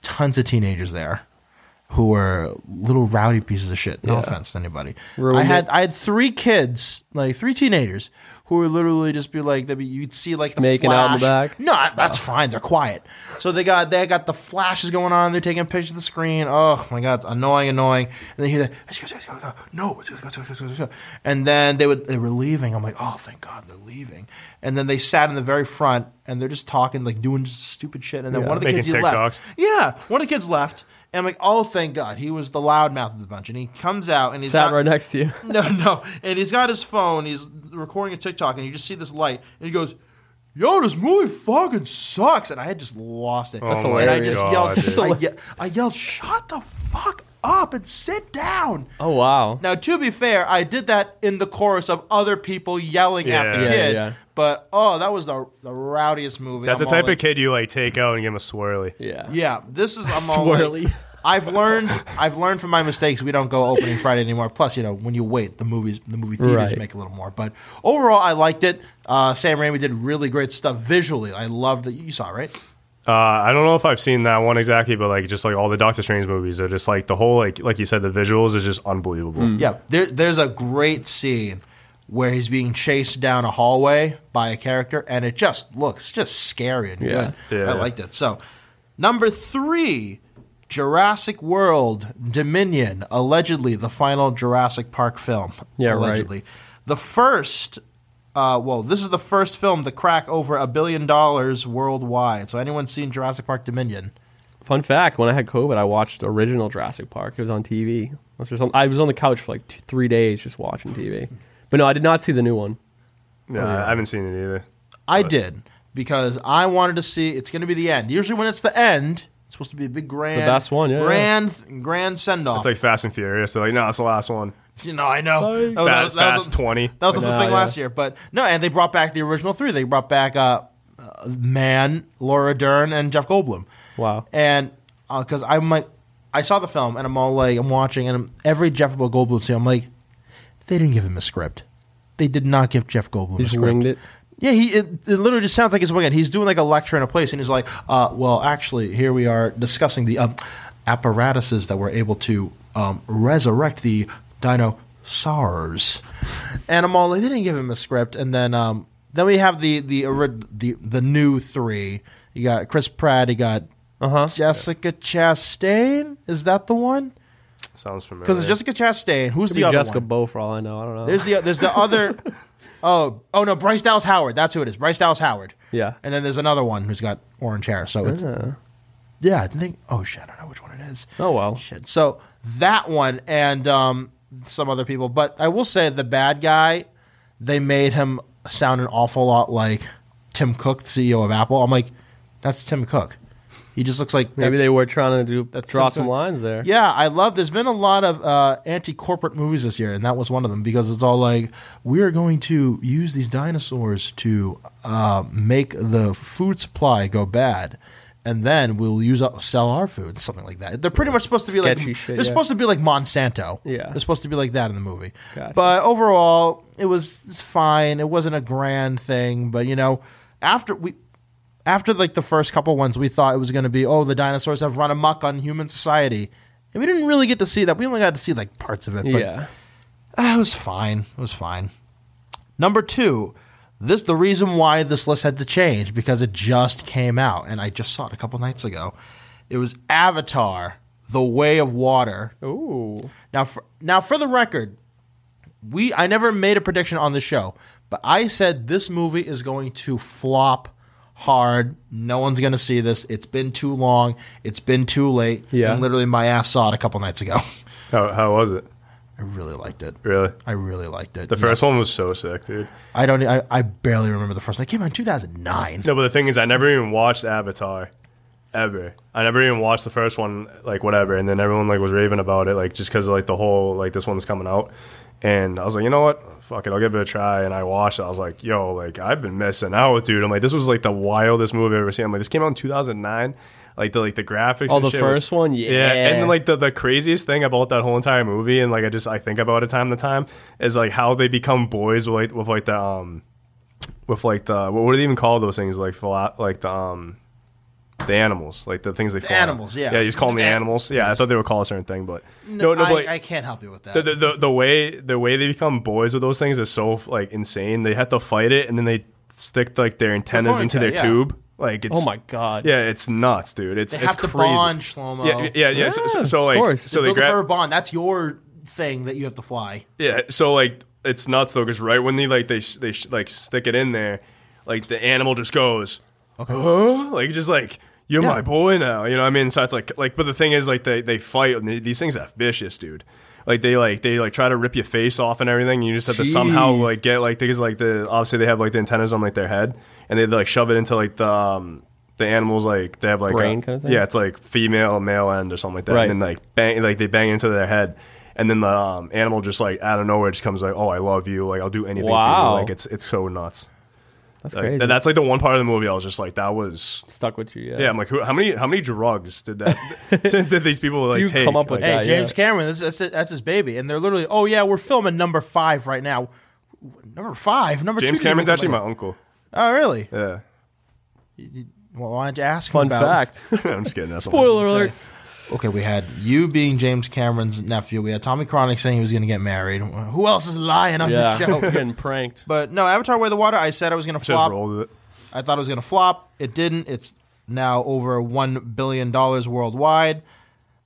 Tons of teenagers there who were little rowdy pieces of shit. No Yeah. offense to anybody. Ruined I had it. I had three kids, like three teenagers, who were literally just be like, they'd be, you'd see like the Making out in the Flash. back? No, I- that's fine. They're quiet. So they got they got the flashes going on. They're taking pictures of the screen. Oh my god, it's annoying, annoying. And then you hear that no, and then they would they were leaving. I'm like, oh thank God they're leaving. And then they sat in the very front and they're just talking like doing just stupid shit. And then one of the making kids he TikToks. left. Yeah, one of the kids left. And I'm like, oh thank God, he was the loudmouth of the bunch. And he comes out and he's Sat got- right next to you. no, no. And he's got his phone. He's recording a TikTok, and you just see this light, and he goes, "Yo, this movie fucking sucks." And I had just lost it. That's and I hilarious. just Oh God, dude. yelled, I, ye- I yelled, "Shut the fuck up and sit down." Oh wow. Now, to be fair, I did that in the chorus of other people yelling at the Yeah. Yeah, kid. yeah. But oh, that was the the rowdiest movie. That's I'm the type all of kid you like take out and give him a swirly. Yeah. yeah, this is I'm all like- Swirly. I've learned I've learned from my mistakes. We don't go opening Friday anymore. Plus, you know, when you wait, the movies the movie theaters Right. make a little more. But overall, I liked it. Uh, Sam Raimi did really great stuff visually. I loved that you saw it, right. Uh, I don't know if I've seen that one exactly, but like just like all the Doctor Strange movies, they're just like the whole like like you said, the visuals is just unbelievable. Mm-hmm. Yeah, there, there's a great scene where he's being chased down a hallway by a character, and it just looks just scary and Yeah. good. I Yeah. liked it. So, number three, Jurassic World Dominion, allegedly the final Jurassic Park film. Yeah, right. allegedly. The first. Uh, well, this is the first film to crack over a billion dollars worldwide. So, anyone seen Jurassic Park Dominion? Fun fact: When I had COVID, I watched the original Jurassic Park. It was on TV. I was, just on, I was on the couch for like two, three days just watching TV. But no, I did not see the new one. Oh, Yeah, I haven't seen it either. I did because I wanted to see. It's going to be the end. Usually, when it's the end, it's supposed to be a big grand, best one, yeah, yeah. grand, grand send off. It's like Fast and Furious. They're like, no, it's the last one. you know, I know that was, Fast, that was- Fast Twenty. that was the No, thing yeah. last year, but no, and they brought back the original three. They brought back uh, uh, Mann, Laura Dern, and Jeff Goldblum. Wow. And because I'm like, I saw the film, and I'm all like, I'm watching, and I'm, every Jeff Goldblum scene, I'm like, they didn't give him a script. They did not give Jeff Goldblum He a just script. winged it. Yeah, he it, it literally just sounds like it's wicked. He's doing like a lecture in a place, and he's like, uh, "Well, actually, here we are discussing the um, apparatuses that were able to um, resurrect the dinosaurs." And I'm all, like, they didn't give him a script, and then um, then we have the the ori- the the new three. You got Chris Pratt. You got Uh huh. Jessica Chastain. Is that the one? Sounds familiar. Because it's Jessica Chastain. Who's the other Jessica one? Bow for all I know. I don't know. There's the there's the other. Oh oh no, Bryce Dallas Howard. That's who it is. Bryce Dallas Howard. Yeah. And then there's another one who's got orange hair. So it's yeah. I think. Oh shit, I don't know which one it is. oh well. Shit. So that one and um, some other people. But I will say the bad guy, they made him sound an awful lot like Tim Cook, the CEO of Apple. I'm like, that's Tim Cook. He just looks like Maybe that's- they were trying to do that's draw some some sort- lines there. yeah, I love. There's been a lot of uh, anti-corporate movies this year, and that was one of them because it's all like we are going to use these dinosaurs to uh, make the food supply go bad, and then we'll use up, sell our food, something like that. They're pretty much supposed to be Sketchy like shit, they're yeah. supposed to be like Monsanto. Yeah. they're supposed to be like that in the movie. Gotcha. But overall, it was fine. It wasn't a grand thing, but you know, after we after like the first couple ones, we thought it was going to be, oh, the dinosaurs have run amok on human society, and we didn't really get to see that. We only got to see like parts of it, but Yeah. ah, it was fine. It was fine. Number two, this the reason why this list had to change because it just came out, and I just saw it a couple nights ago. It was Avatar: The Way of Water. Ooh. Now, for, now for the record, we I never made a prediction on the show, But I said this movie is going to flop hard. No one's going to see this. It's been too long. It's been too late. Yeah. And literally, my ass saw it a couple nights ago. How, how was it? I really liked it. Really? I really liked it. The first one was so sick, dude. I don't. e, I, I barely remember the first. one. It came out in two thousand nine. No, but the thing is, I never even watched Avatar, ever. I never even watched the first one, like whatever. And then everyone like was raving about it, like just because like the whole like this one's coming out. And I was like, you know what? Fuck it, I'll give it a try. And I watched. it. I was like, yo, like I've been missing out, dude. I'm like, this was like the wildest movie I've ever seen. I'm like, this came out in 2009. Like the like the graphics. Oh, and the shit was- first one? yeah. And Yeah. then like the the craziest thing about that whole entire movie, and like I just I think about it time to time, is like how they become boys with like with like the um with like the what, what do they even call those things like philo- like the um the animals like the things they the animals, yeah. yeah you just call them the Just an- animals yeah I thought they were called a certain thing but no no, I, but like, I can't help you with that. the, the the way the way they become boys with those things is so like insane they have to fight it and then they stick like their antennas into ponytail, their yeah. tube like it's Oh my god. yeah it's nuts dude it's they it's have to crazy bond, Shlomo. yeah yeah yeah so, so, Yeah, so, of like course. so Build they a grab forever bond. That's your thing that you have to fly. Yeah, so like it's nuts though, because right when they like they sh- they sh- like stick it in there, like the animal just goes, okay, like just like you're my boy now, you know what I mean? So it's like like, but the thing is like they they fight and they, these things are vicious, dude. Like they like they like try to rip your face off and everything. And you just have to somehow Jeez. like get like things like the obviously they have like the antennas on like their head and they like shove it into like the um, the animals like they have like Brain kinda thing? yeah it's like female male end or something like that Right. and then like bang like they bang into their head and then the um, animal just like out of nowhere just comes like oh I love you like I'll do anything for you Wow. like it's it's so nuts That's like, crazy. th- that's like the one part of the movie I was just like that was Stuck with you. Yeah. yeah I'm like who, how many how many drugs did that did, did these people like you take come up with Like, Hey, Yeah, James yeah. Cameron, that's, that's, it- that's his baby. And they're literally, oh, yeah, we're filming number five right now. Number five? Number two? James didn't Cameron's even actually come my out. uncle Oh, really? yeah Well, why don't you ask him Fun about fact. I'm just kidding that's a lie. Spoiler alert. Okay, we had you being James Cameron's nephew. We had Tommy Chronic saying he was going to get married. Who else is lying on Yeah. this show? Getting pranked. but no, Avatar Way of the Water, I said I was going to just flop. rolled it I thought it was going to flop. It didn't. It's now over $1 billion worldwide.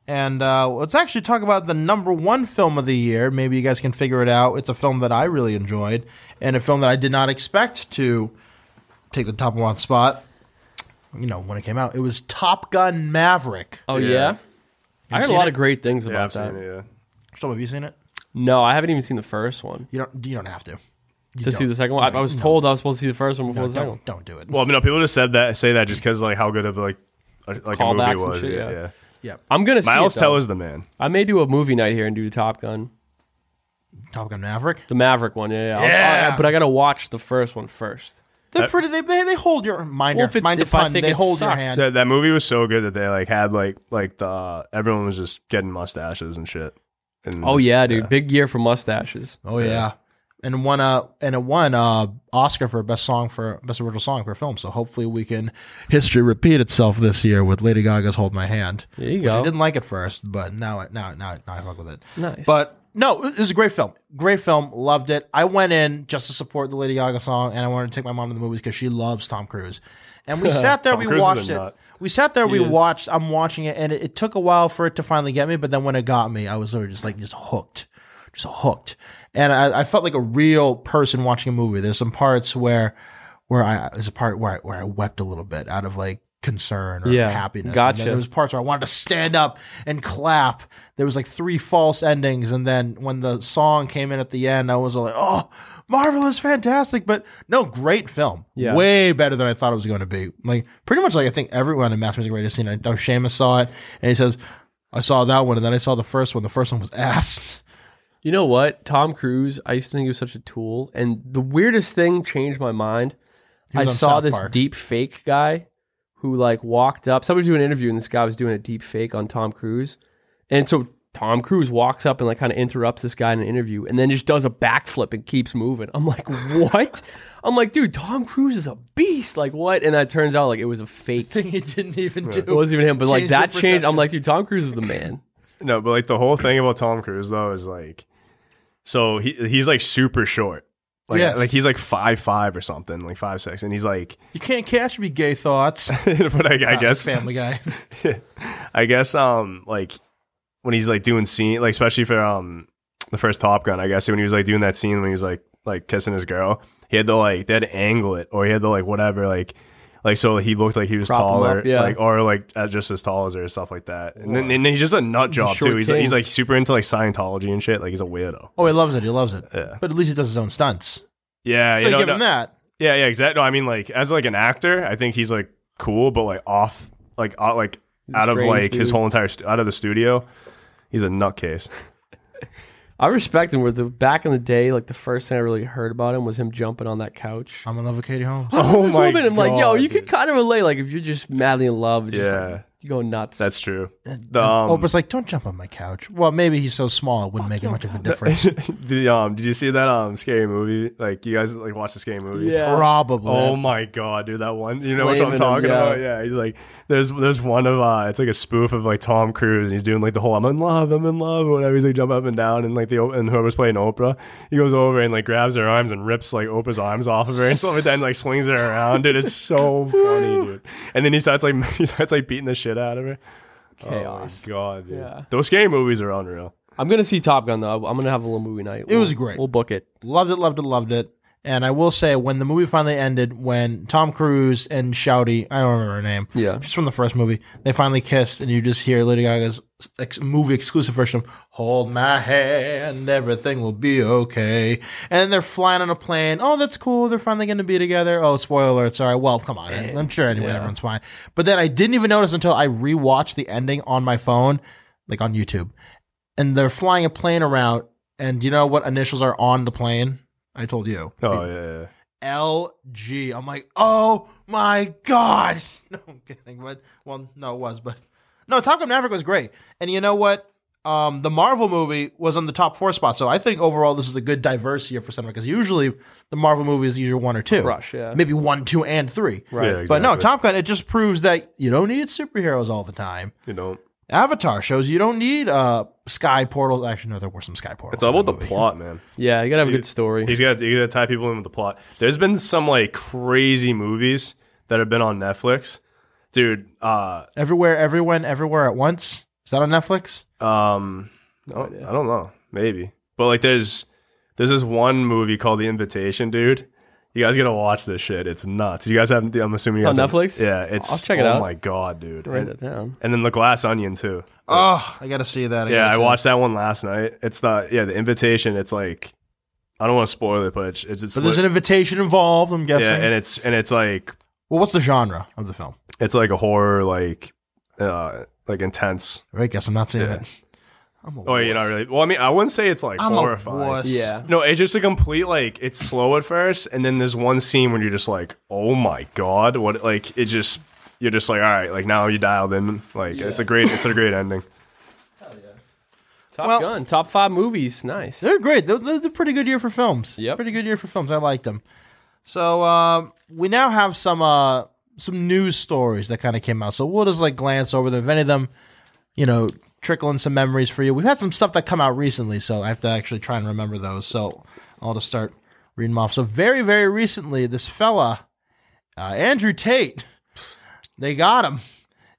And uh, let's actually talk about the number one film of the year. Maybe you guys can figure it out. It's a film that I really enjoyed and a film that I did not expect to take the top one spot. You know, when it came out, it was Top Gun Maverick. Oh Yeah. yeah. I heard a seen lot it? of great things yeah about I've that. seen it yeah. So, have you seen it? No, I haven't even seen the first one. You don't. You don't have to. You to don't. see the second one. I, I was told I was supposed to see the first one before No, the second one. don't, don't do it. Well, I mean, no, people just said that, say that just because like how good of like a, like a Callbacks movie and was. shit, yeah, yeah. yeah. yeah, I'm gonna see Miles it, though. Teller's the man. I may do a movie night here and do Top Gun, Top Gun Maverick. the Maverick one. Yeah, yeah. I'll- Yeah. I- but I gotta watch the first one first. They're pretty. They, they, they hold your mind. Well, your, if it- mind your if I pun. think They it hold your sucked, hand. That, that movie was so good that they like had like like the uh, everyone was just getting mustaches and shit. And Oh just- yeah, dude. Big year for mustaches. Oh yeah. And won uh and it won uh Oscar for best song for best original song for a film. So hopefully we can history repeat itself this year with Lady Gaga's "Hold My Hand." There you Which I go. didn't like it first, but now I now now now I fuck with it. Nice. But no, it was a great film. Great film. Loved it. I went in just to support the Lady Gaga song, and I wanted to take my mom to the movies because she loves Tom Cruise. And we sat there, Tom we Cruise is a watched it. nut. We sat there, we is. watched. I'm watching it, and it, it took a while for it to finally get me. But then when it got me, I was literally just like just hooked, just hooked. And I, I felt like a real person watching a movie. There's some parts where, where I there's a part where I, where I wept a little bit out of like concern or Yeah. happiness. And Gotcha. then there was parts where I wanted to stand up and clap. There was like three false endings, and then when the song came in at the end, I was like, "Oh, marvelous, fantastic!" But no, great film. Yeah. way better than I thought it was going to be. Like pretty much, like I think everyone in Mass Music Radio seen it. I know Seamus saw it, and he says, "I saw that one, and then I saw the first one. The first one was ass." You know what? Tom Cruise, I used to think he was such a tool. And the weirdest thing changed my mind. I was on saw South this Park. deep fake guy who like walked up. Somebody was doing an interview and this guy was doing a deep fake on Tom Cruise. And so Tom Cruise walks up and like kind of interrupts this guy in an interview and then just does a backflip and keeps moving. I'm like, what? I'm like, dude, Tom Cruise is a beast. Like, what? And that turns out like it was a fake. Thing he didn't even do. It wasn't even him, but like Changed your that changed. I'm perception. like, dude, Tom Cruise is the man. No, but like the whole thing about Tom Cruise though is like, so he he's like super short. Like, Yes. like he's like five five or something, like five six, and he's like, You can't catch me, gay thoughts. but I, I guess Family Guy. I guess um like when he's like doing scene like especially for um the first Top Gun, I guess when he was like doing that scene when he was like like kissing his girl he had to like they had to angle it or he had to like whatever like like so he looked like he was Prop him taller up, yeah. like or like as- just as tall as her stuff like that and then, and then he's just a nut job short too he's king. like, he's like super into like Scientology and shit like he's a weirdo Oh, he loves it. He loves it. Yeah. But at least he does his own stunts. yeah So you you know, give no- him that. yeah yeah exactly no I mean like as like an actor I think he's like cool but like off like out, like out of strange like his dude. whole entire stu- out of the studio he's a nutcase I respect him. Where the back in the day, like the first thing I really heard about him was him jumping on that couch. I'm in love with Katie Holmes. oh This woman, I'm like, yo, you dude. can kind of relate. Like if you're just madly in love, it's just, like, Yeah. you go nuts. that's true the, And um, Oprah's like, don't jump on my couch. Well, maybe he's so small it wouldn't make much of a difference. the, um, did you see that um scary movie? Like you guys like watch the scary movies? Yeah. Probably. Oh my god, dude, that one. You know what I'm Flaming talking him, yeah. about? Yeah, he's like, there's there's one of uh, it's like a spoof of like Tom Cruise, and he's doing like the whole "I'm in love, I'm in love" or whatever. He's like jumping up and down, and like the and whoever's playing Oprah, he goes over and like grabs her arms and rips like Oprah's arms off of her and stuff like that, and like swings her around, dude. It's so funny, dude. And then he starts like he starts like beating the shit out of her. chaos. Oh my god, dude. Yeah. Those scary movies are unreal. I'm gonna see Top Gun though. I'm gonna have a little movie night. It was great. We'll book it. Loved it, loved it, loved it. And I will say, when the movie finally ended, when Tom Cruise and Shouty, I don't remember her name, Yeah. just from the first movie, they finally kissed, and you just hear Lady Gaga's ex- movie exclusive version of "Hold My Hand, Everything Will Be Okay." And then they're flying on a plane. Oh, that's cool. They're finally going to be together. Oh, spoiler alert! Sorry. Well, come on. I'm sure anyway, everyone's fine. But then I didn't even notice until I rewatched the ending on my phone, like on YouTube, and they're flying a plane around. And do you know what initials are on the plane? I told you. Oh yeah. yeah. LG. I'm like, oh my god. No, I'm kidding. But well, no, it was. But no, Top Gun Maverick was great. And you know what? Um, the Marvel movie was on the top four spot. So I think overall this is a good diverse year for cinema because usually the Marvel movie is usually one or two, Crush, yeah. maybe one, two, and three. Right. Yeah, But no, exactly. Top Gun. It just proves that you don't need superheroes all the time. You know, Avatar shows you don't need uh sky portals. Actually, no, there were some sky portals. it's all about in the movie. plot, man. Yeah, you gotta have a good story. He's got he's got to tie people in with the plot. There's been some like crazy movies that have been on Netflix, dude. Uh, Everywhere, everyone, everywhere at once. Is that on Netflix? um, I don't- I don't know, maybe, but like there's there's this one movie called The Invitation, dude. You guys gotta watch this shit. It's nuts. You guys haven't. I'm assuming you It's guys on haven't- Netflix? Yeah, it's. I'll check it oh out. my god, dude. Write And, that down. and then The Glass Onion too. Oh, I gotta see that. Uh, yeah, gotta I see watched that one last night. It's not. Yeah, The Invitation. It's like. I don't want to spoil it, but it's it's, it's That. But there's an invitation involved. I'm guessing. yeah, and it's and it's like well, what's the genre of the film? it's like a horror like uh like intense I guess I'm not seeing Yeah. it. I'm a oh you're wuss. not really well i mean i wouldn't say it's like I'm a horrifying wuss. Yeah. no it's just a complete like it's slow at first and then there's one scene where you're just like oh my god what like it just you're just like all right like now you dialed in like it's a great it's a great ending Top Well- Gun, top five movies. Nice. They're great. They're, they're, they're pretty good year for films. Yep. Pretty good year for films. I liked them. So um, we now have some uh, some news stories that kind of came out. So we'll just like glance over them. If any of them, you know, trickle in some memories for you. We've had some stuff that come out recently, so I have to actually try and remember those. So I'll just start reading them off. So very very recently, this fella, uh, Andrew Tate, they got him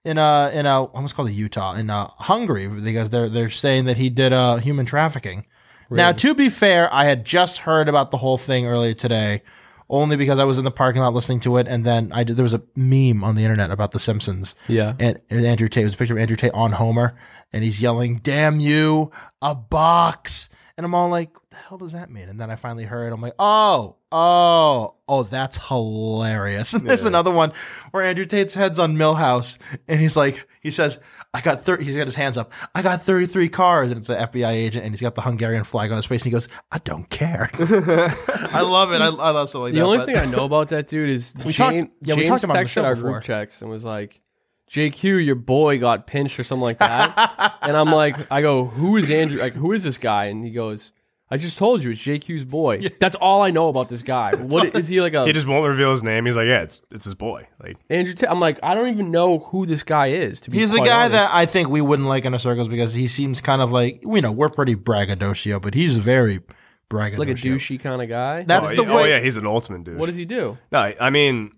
in uh in uh almost called it Utah in uh Hungary because they're they're saying that he did uh human trafficking. Now to be fair, I had just heard about the whole thing earlier today, only because I was in the parking lot listening to it, and then I did, there was a meme on the internet about The Simpsons. Yeah. and, and Andrew Tate it was a picture of Andrew Tate on Homer, and he's yelling, "Damn you, a box!" And I'm all like, "What the hell does that mean?" And then I finally heard, I'm like, "Oh, oh, oh, that's hilarious." And there's another one where Andrew Tate's head's on Millhouse, and he's like, he says, "I got 30." He's got his hands up. I got 33 cars, and it's an FBI agent, and he's got the Hungarian flag on his face, and he goes, "I don't care." I love it. I, I love stuff like The that. only but- thing I know about that dude is we talked- James, yeah, we talked about him on the texted show our before. group checks and was like, "JQ, your boy got pinched or something like that." and I'm like, I go, "Who is Andrew? Like, who is this guy?" And he goes, "I just told you, it's JQ's boy. That's all I know about this guy. What is he like a he just won't reveal his name he's like yeah it's it's his boy like Andrew? i I'm like, I don't even know who this guy is. To be He's a quite guy honest. that I think we wouldn't like in our circles because he seems kind of like you know we're pretty braggadocio, but he's very braggadocio. like a douchey kind of guy. That's oh, the yeah, way. oh yeah he's an ultimate dude what does he do? No, I- I mean,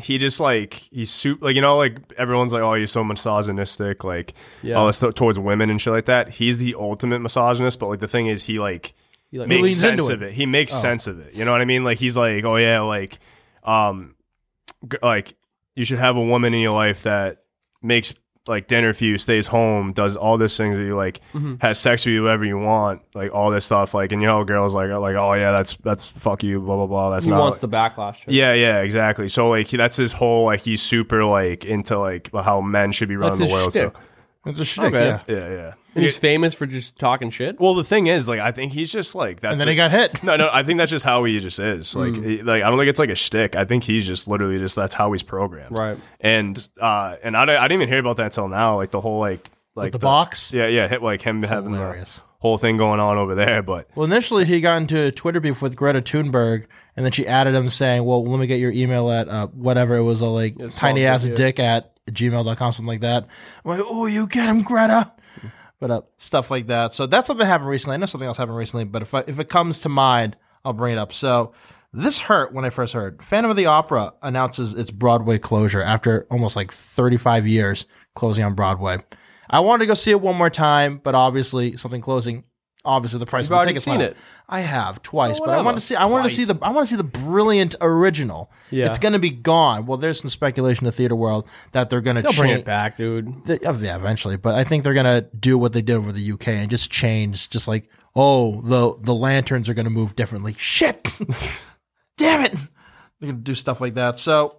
he just like he's super like you know like everyone's like oh you're so misogynistic like Yeah. Oh, all this stuff towards women and shit like that. He's the ultimate misogynist, but like the thing is he like He like makes leans sense into of it. He Oh. makes sense of it. You know what I mean? Like he's like, oh yeah, like, um, g- like you should have a woman in your life that makes like dinner for you, stays home, does all these things that you like, Mm-hmm. has sex with you whenever you want, like all this stuff. Like, and you know, girls like, are like, oh yeah, that's that's fuck you, blah blah blah. That's he not. wants the backlash. yeah, yeah, exactly. So like he- that's his whole like he's super like into like how men should be That's running his the world. So shtick. It's a shtick, Okay. yeah. yeah, yeah. And he's famous for just talking shit. Well, the thing is, like, I think he's just like that's And then the- he got Hmm. hit. No, no, I think that's just how he just is. Like, he- like I don't think it's like a shtick. I think he's just literally just that's how he's programmed. Right. And uh, and I, don't- I didn't even hear about that till now. Like the whole like like the box? Yeah, yeah, hit like him having hilarious. the whole thing going on over there. But Well, initially he got into a Twitter beef with Greta Thunberg, and then she added him saying, "Well, let me get your email at uh, whatever it was, a like tiny ass dick at gmail.com, something like that." I'm like, "Oh, you get him, Greta." But uh, stuff like that. So that's something that happened recently. I know something else happened recently, but if I, if it comes to mind, I'll bring it up. So this hurt when I first heard Phantom of the Opera announces its Broadway closure after almost like 35 years closing on Broadway. I wanted to go see it one more time, but obviously something closing. Obviously, the price of You've the already tickets seen went it. up. I have twice, So but I want whatever. to see. I want to see the. I want to see the brilliant original. Yeah. it's going to be gone. Well, there's some speculation in the theater world that they're going to They'll bring it back, dude. they- oh, yeah, eventually. But I think they're gonna do what they did over the UK and just change, just like, oh, the the lanterns are gonna move differently. Shit, damn it! They're gonna do stuff like that. So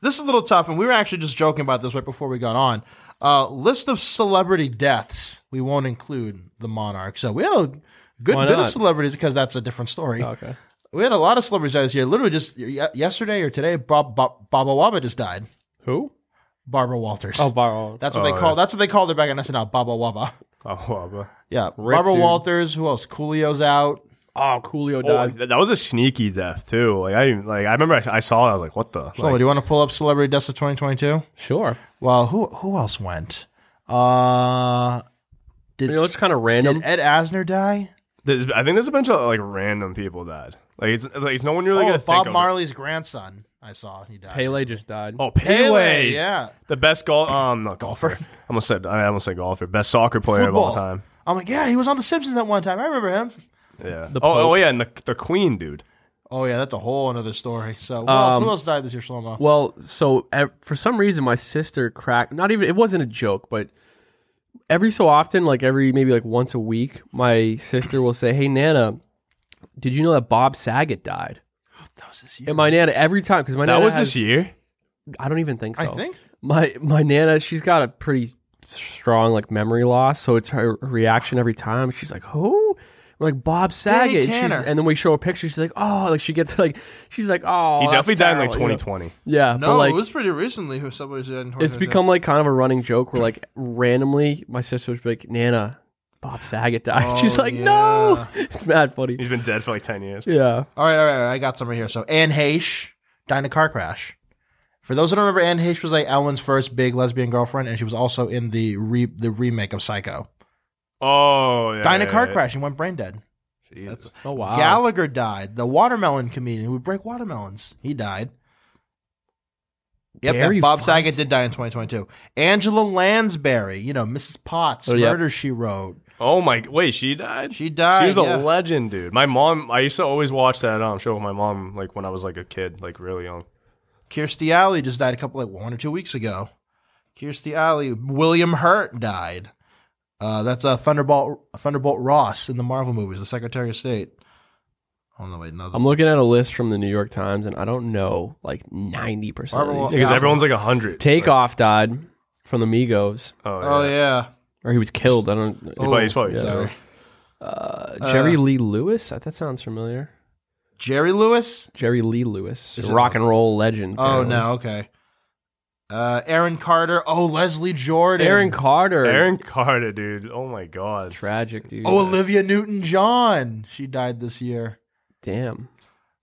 this is a little tough, and we were actually just joking about this right before we got on. Uh, list of celebrity deaths. We won't include the monarch. So we had a good Why bit of not? celebrities because that's a different story. Okay. We had a lot of celebrities die this year. Literally just y- yesterday or today, Bob, Bob, Baba Waba just died. Who? Barbara Walters. Oh, borrow. That's what they call. That's what they called her back in SNL. Baba Waba. oh, wow, bro. Yeah, Barbara dude. Walters. Who else? Coolio's out. Oh, Coolio Oh, died. th- that was a sneaky death too. Like I even- like I remember I, I saw it. I was like, what the? So, Like, do you want to pull up celebrity deaths of 2022? Sure. Well, who who else went? Uh, You know, it's kind of random. did Ed Asner die? there's- I think there's a bunch of like random people died. Like it's like it's no one really Oh, gonna think Bob of it. Marley's grandson. I saw he died. Pele just died. Oh, Pele. Pele, yeah. The best golf, um, not golfer. I almost said, I almost said golfer. Best soccer player of all Football. time. I'm like, yeah, he was on The Simpsons that one time. I remember him. Yeah. The Pope. oh, oh, yeah, and the the Queen, dude. Oh yeah, that's a whole another story. So who, Um, else, who else died this year, Shlomo? Well, so ev- for some reason, my sister cracked. Not even it wasn't a joke, but every so often, like every maybe like once a week, my sister will say, "Hey, Nana, did you know that Bob Saget died?" That was this year. And my nana every time because my That nana was has- this year. I don't even think so. I think my my nana she's got a pretty strong like memory loss, so it's her reaction every time. She's like, "Who?" We're like Bob Saget, and, she's- Tanner. and then we show a picture. She's like, "Oh!" Like she gets like, she's like, "Oh." He that's definitely died in like terrible," you know? 2020. Yeah, but no, like, it was pretty recently. Who somebody died? in it's 2022. become like kind of a running joke where like randomly my sister was like nana bob saget died she's like no it's mad funny He's been dead for like 10 years. yeah All right, all right, all right. I got some right here. So Anne Heche died in a car crash. For those who don't remember, Anne Heche was like Ellen's first big lesbian girlfriend, and she was also in the re- the remake of Psycho. Oh, yeah. Died in a yeah, car yeah. crash and went brain dead. Jesus. oh wow Gallagher died. The watermelon comedian who would break watermelons. He died. Yep, that Barry Bob Feinstein. Saget did die in 2022. Angela Lansbury, you know, Mrs. Potts, Oh, yeah. Murder She Wrote. Oh, my. Wait, she died? She died. She was a yeah. legend, dude. My mom, I used to always watch that um, show with my mom, like when I was like a kid, like really young. Kirstie Alley just died a couple like one or two weeks ago. Kirstie Alley, William Hurt died. Uh, that's uh, Thunderbolt Thunderbolt Ross in the Marvel movies, the Secretary of State. Oh no, wait, no. i'm looking at a list from the new york times and i don't know like 90% Barbara of Wa- these. Because Yeah. everyone's like 100. Like, takeoff died from the migos Oh, yeah. oh yeah, or he was killed i don't Oh, probably- he's probably dead. sorry. uh, jerry lee lewis that that sounds familiar Jerry Lewis. jerry lee lewis Is a it- rock and roll legend Oh apparently. no, okay. Uh, Aaron Carter. Oh, Leslie Jordan. aaron carter Aaron Carter, dude. Oh, my God. tragic dude Oh, Olivia Newton John. She died this year. damn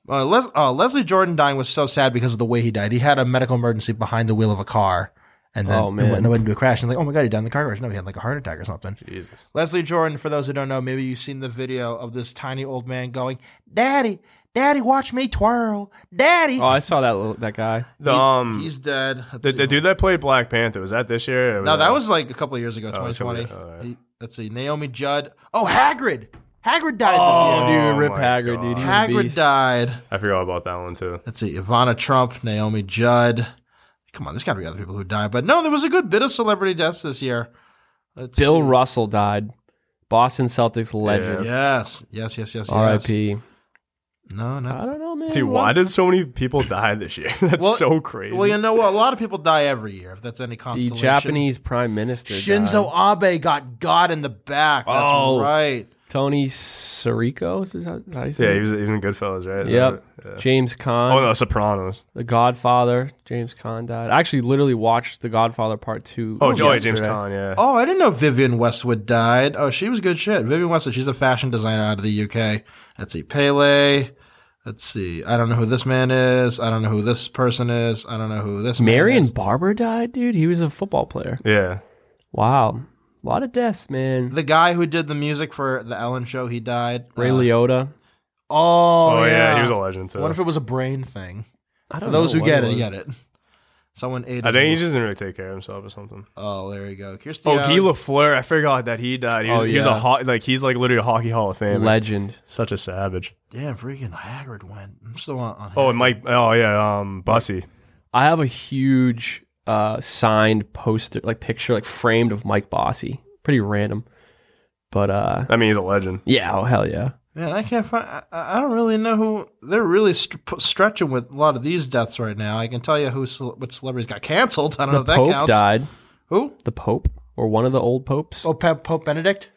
Uh, Les- uh, Leslie Jordan dying was so sad because of the way he died. He had a medical emergency behind the wheel of a car, and then Oh, it man. went, it went into a crash. And like, oh my god, he died in the car crash. No, he had like a heart attack or something. Jesus. Leslie Jordan, for those who don't know, maybe you've seen the video of this tiny old man going, "Daddy, Daddy, watch me twirl, Daddy." oh i saw that little, that guy The, um, He's dead. Let's The, see. the dude that played Black Panther was that this year? Or no, that was like a couple of years ago, Oh, it's 2020. gonna be- all right. He- Let's see, Naomi Judd. Oh, Hagrid. Hagrid died Oh, this year. dude, Rip my Haggard, dude. God. He's a Hagrid beast. died. I forgot about that one too. Let's see. Ivana Trump, Naomi Judd. Come on, there's got to be other people who died. But no, there was a good bit of celebrity deaths this year. Let's Bill see. Russell died. Boston Celtics legend. Yes, yes, yes, yes. yes. R.I.P. No, I not. don't know, man. Dude, why did so many people die this year? That's Well- so crazy. Well, you know what? A lot of people die every year, if that's any the consolation. Japanese Prime Minister Shinzo died. Abe got God in the back. That's Oh. right. Tony Sirico? Is that how you say yeah, it? he was, he was in Goodfellas, right? Yep. Yeah. James Caan. Oh no, Sopranos. The Godfather, James Caan died. I actually literally watched The Godfather Part Two. Oh, Joey James yesterday. Conn, yeah. Oh, I didn't know Vivian Westwood died. Oh, she was good shit. Vivian Westwood, she's a fashion designer out of the UK. Let's see, Pele. Let's see. I don't know who this man is. I don't know who this person is. I don't know who this Marion man is. Barber died, dude. He was a football player. Yeah. Wow, a lot of deaths, man. The guy who did the music for the Ellen show, he died. Ray Uh, Liotta. Oh, Oh, yeah. yeah. he was a legend too. what if it was a brain thing? I For don't those know who what get it, was. get it. Someone ate. I his think he little- just didn't really take care of himself or something. Oh, there you go. Kirstie. Oh, Alley. Guy Lafleur, I forgot that he died. He was, Oh, he was a yeah. ho- like he's like literally a hockey Hall of Fame. Legend. Such a savage. Damn, freaking Hagrid went. I'm still on. on Oh, Hagrid. and Mike. Oh yeah, um, Bussy. I have a huge uh, signed poster, like picture, like framed of Mike Bossy. Pretty random, but uh, I mean, he's a legend. yeah. Oh hell yeah. Man, I can't find. I, I I don't really know who they're really st- pu- stretching with a lot of these deaths right now. I can tell you who cel- what celebrities got canceled. I don't know The if that Pope counts. died. Who? The Pope or one of the old popes. Oh, Pope, Pope Benedict.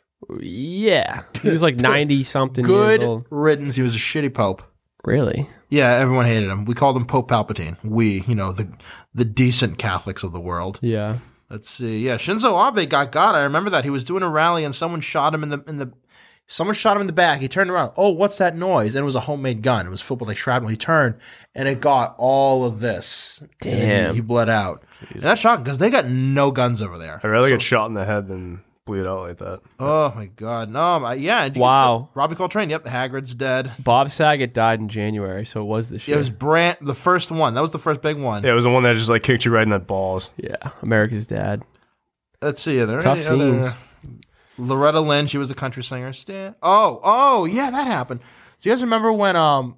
Yeah, he was like ninety something. Good Years old. riddance. He was a shitty pope. Really. Yeah, everyone hated him. We called him Pope Palpatine. We, you know, the the decent Catholics of the world. Yeah. Let's see. Yeah, Shinzo Abe got got. I remember that he was doing a rally and someone shot him in the in the. Someone shot him in the back. He turned around. Oh, what's that noise? And it was a homemade gun. It was filled with like shrapnel. He turned and it got all of this. And then he- Damn. he, bled out. And that's shocking because they got no guns over there. I rather get shot in the head than bleed out like that. Oh my god. No. My, yeah. and you can Wow. still- Robbie Coltrane. Yep. Hagrid's dead. Bob Saget died in January, so it was this It year. was Brant, the first one. That was the first big one. Yeah, it was the one that just like kicked you right in the balls. yeah, America's Dad. Let's see. Are there Tough any other- scenes. Loretta Lynn, she was the country singer. Stan. Oh, oh, yeah, that happened. So you guys remember when um,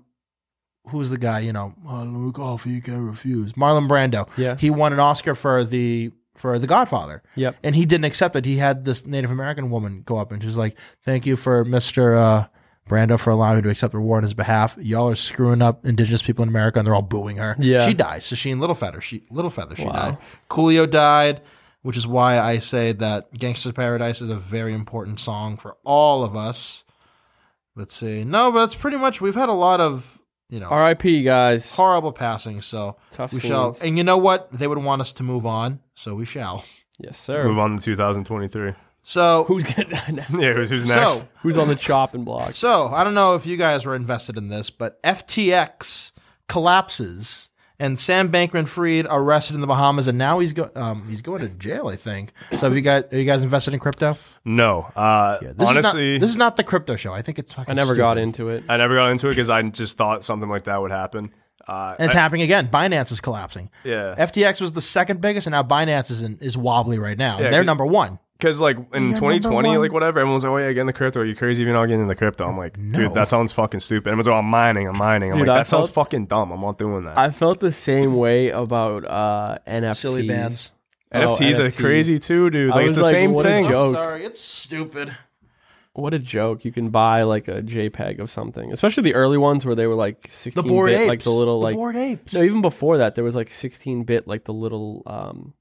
who's the guy? You know, Marlon Rudolph, you can't refuse. Marlon Brando. Yeah. He won an Oscar for the for The Godfather. Yep. And he didn't accept it. He had this Native American woman go up and she's like, "Thank you for Mister uh, Brando for allowing me to accept the award on his behalf. Y'all are screwing up Indigenous people in America, and they're all booing her. Yeah. She dies. So she and Little Feather. She Little Feather. She Wow. died. Coolio died, which is why I say that Gangster's Paradise is a very important song for all of us. Let's see. No, but that's pretty much we've had a lot of, you know, R.I.P. Guys. horrible passing, so Tough we shall scenes. and you know what? They would want us to move on, so we shall. Yes, sir. Move on to 2023. So Who's gonna die now? Yeah, who's, who's next? so Who's on the chopping block? so I don't know if you guys were invested in this, but FTX collapses and Sam Bankman-Fried arrested in the Bahamas, and now he's go- um, he's going to jail, I think. So have you guys are you guys invested in crypto? No, uh, This is honestly, not, this is not the crypto show. I think it's fucking I never got stupid. into it. I never got into it because I just thought something like that would happen. Uh, And it's I- happening again. Binance is collapsing. yeah. FTX was the second biggest, and now Binance is in, is wobbly right now. Yeah, They're good- number one. Because like in number 2020, one. like whatever, everyone's like, "Oh yeah, get in the crypto. Are you crazy if you're not getting in the crypto?" I'm like, No. "Dude, that sounds fucking stupid." Everyone's like, oh, "I'm mining, I'm mining." I'm Dude, like, I "That sounds felt- fucking dumb. I'm not doing that." I felt the same way about uh, NFTs. Silly bands. Oh, NFTs, are NFTs. crazy too, dude. I Like was it's the like, same what a thing. joke. sorry, it's stupid. What a joke! You can buy like a JPEG of something, especially the early ones where they were like The sixteen board bit, apes, like the little like the board apes. No, even before that, there was like 16 bit, like the little. Um,